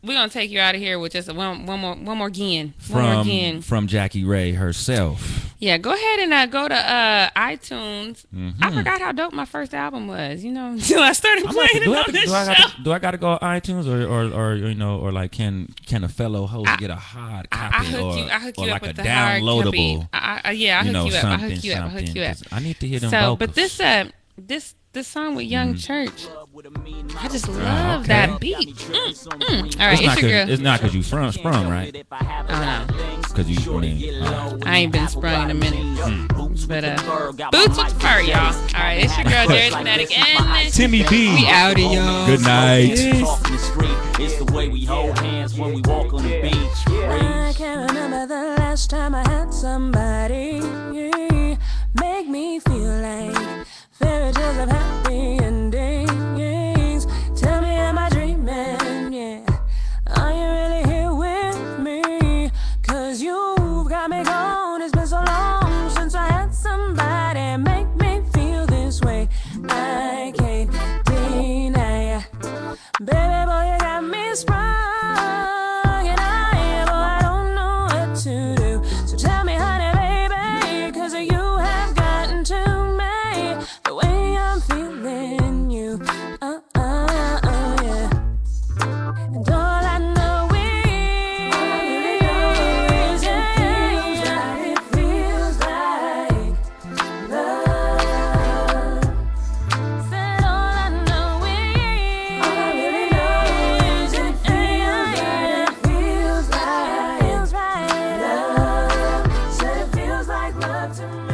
[SPEAKER 3] we're gonna take you out of here with just one, one more, one more again, one more
[SPEAKER 4] from
[SPEAKER 3] again.
[SPEAKER 4] from Jackie Ray herself.
[SPEAKER 3] Yeah, go ahead and uh, go to uh, iTunes. I forgot how dope my first album was, you know, until I started
[SPEAKER 4] Mm-hmm. I'm like,
[SPEAKER 3] playing it
[SPEAKER 4] do, I
[SPEAKER 3] on
[SPEAKER 4] have to-
[SPEAKER 3] this
[SPEAKER 4] do I
[SPEAKER 3] show.
[SPEAKER 4] gotta, do I gotta go on iTunes or, or, or you know or like can can a fellow host get a hard
[SPEAKER 3] I,
[SPEAKER 4] copy
[SPEAKER 3] I hook
[SPEAKER 4] or,
[SPEAKER 3] you, I hook
[SPEAKER 4] or
[SPEAKER 3] you
[SPEAKER 4] like
[SPEAKER 3] up with
[SPEAKER 4] a
[SPEAKER 3] the hard
[SPEAKER 4] downloadable
[SPEAKER 3] copy. I, I, yeah, I
[SPEAKER 4] you
[SPEAKER 3] hook
[SPEAKER 4] know
[SPEAKER 3] you up. I
[SPEAKER 4] something
[SPEAKER 3] hook you up. I hook
[SPEAKER 4] something
[SPEAKER 3] you up.
[SPEAKER 4] 'cause I need to hear them
[SPEAKER 3] So,
[SPEAKER 4] vocals. Mm-hmm.
[SPEAKER 3] but this uh, this this song with Young Church, I just love
[SPEAKER 4] Ah, okay.
[SPEAKER 3] that beat. Mm, All right, it's,
[SPEAKER 4] it's, not
[SPEAKER 3] your
[SPEAKER 4] cause,
[SPEAKER 3] girl.
[SPEAKER 4] it's not 'cause you sprung, sprung right
[SPEAKER 3] I don't know.
[SPEAKER 4] because you I mean, uh,
[SPEAKER 3] I ain't been sprung in a minute.
[SPEAKER 4] Hmm.
[SPEAKER 3] But uh, boots with the fur, y'all. All right, it's your girl, Jerry Fanatic, and
[SPEAKER 4] Timmy B
[SPEAKER 3] we out of y'all.
[SPEAKER 4] good night
[SPEAKER 1] Talk in the street. It's the way we hold hands when we walk on the beach.
[SPEAKER 2] I can't remember the last time I had somebody make me feel like fairy tales of happy endings. Tell me, am I dreaming? Yeah, are you really here with me? Cause you've got me gone. It's been so long since I had somebody make me feel this way. I can't deny. Baby boy, you got me sprung, and I, yeah, boy, I don't know what to do. So tell me, honey, baby, 'cause you have gotten to me the way I'm feeling you. Uh, uh, uh, yeah. And all I know is, yeah, it feels like love. Said all I know is, all I really know is it feels right. It feels right. It feels right. Love. Said it feels like love to me.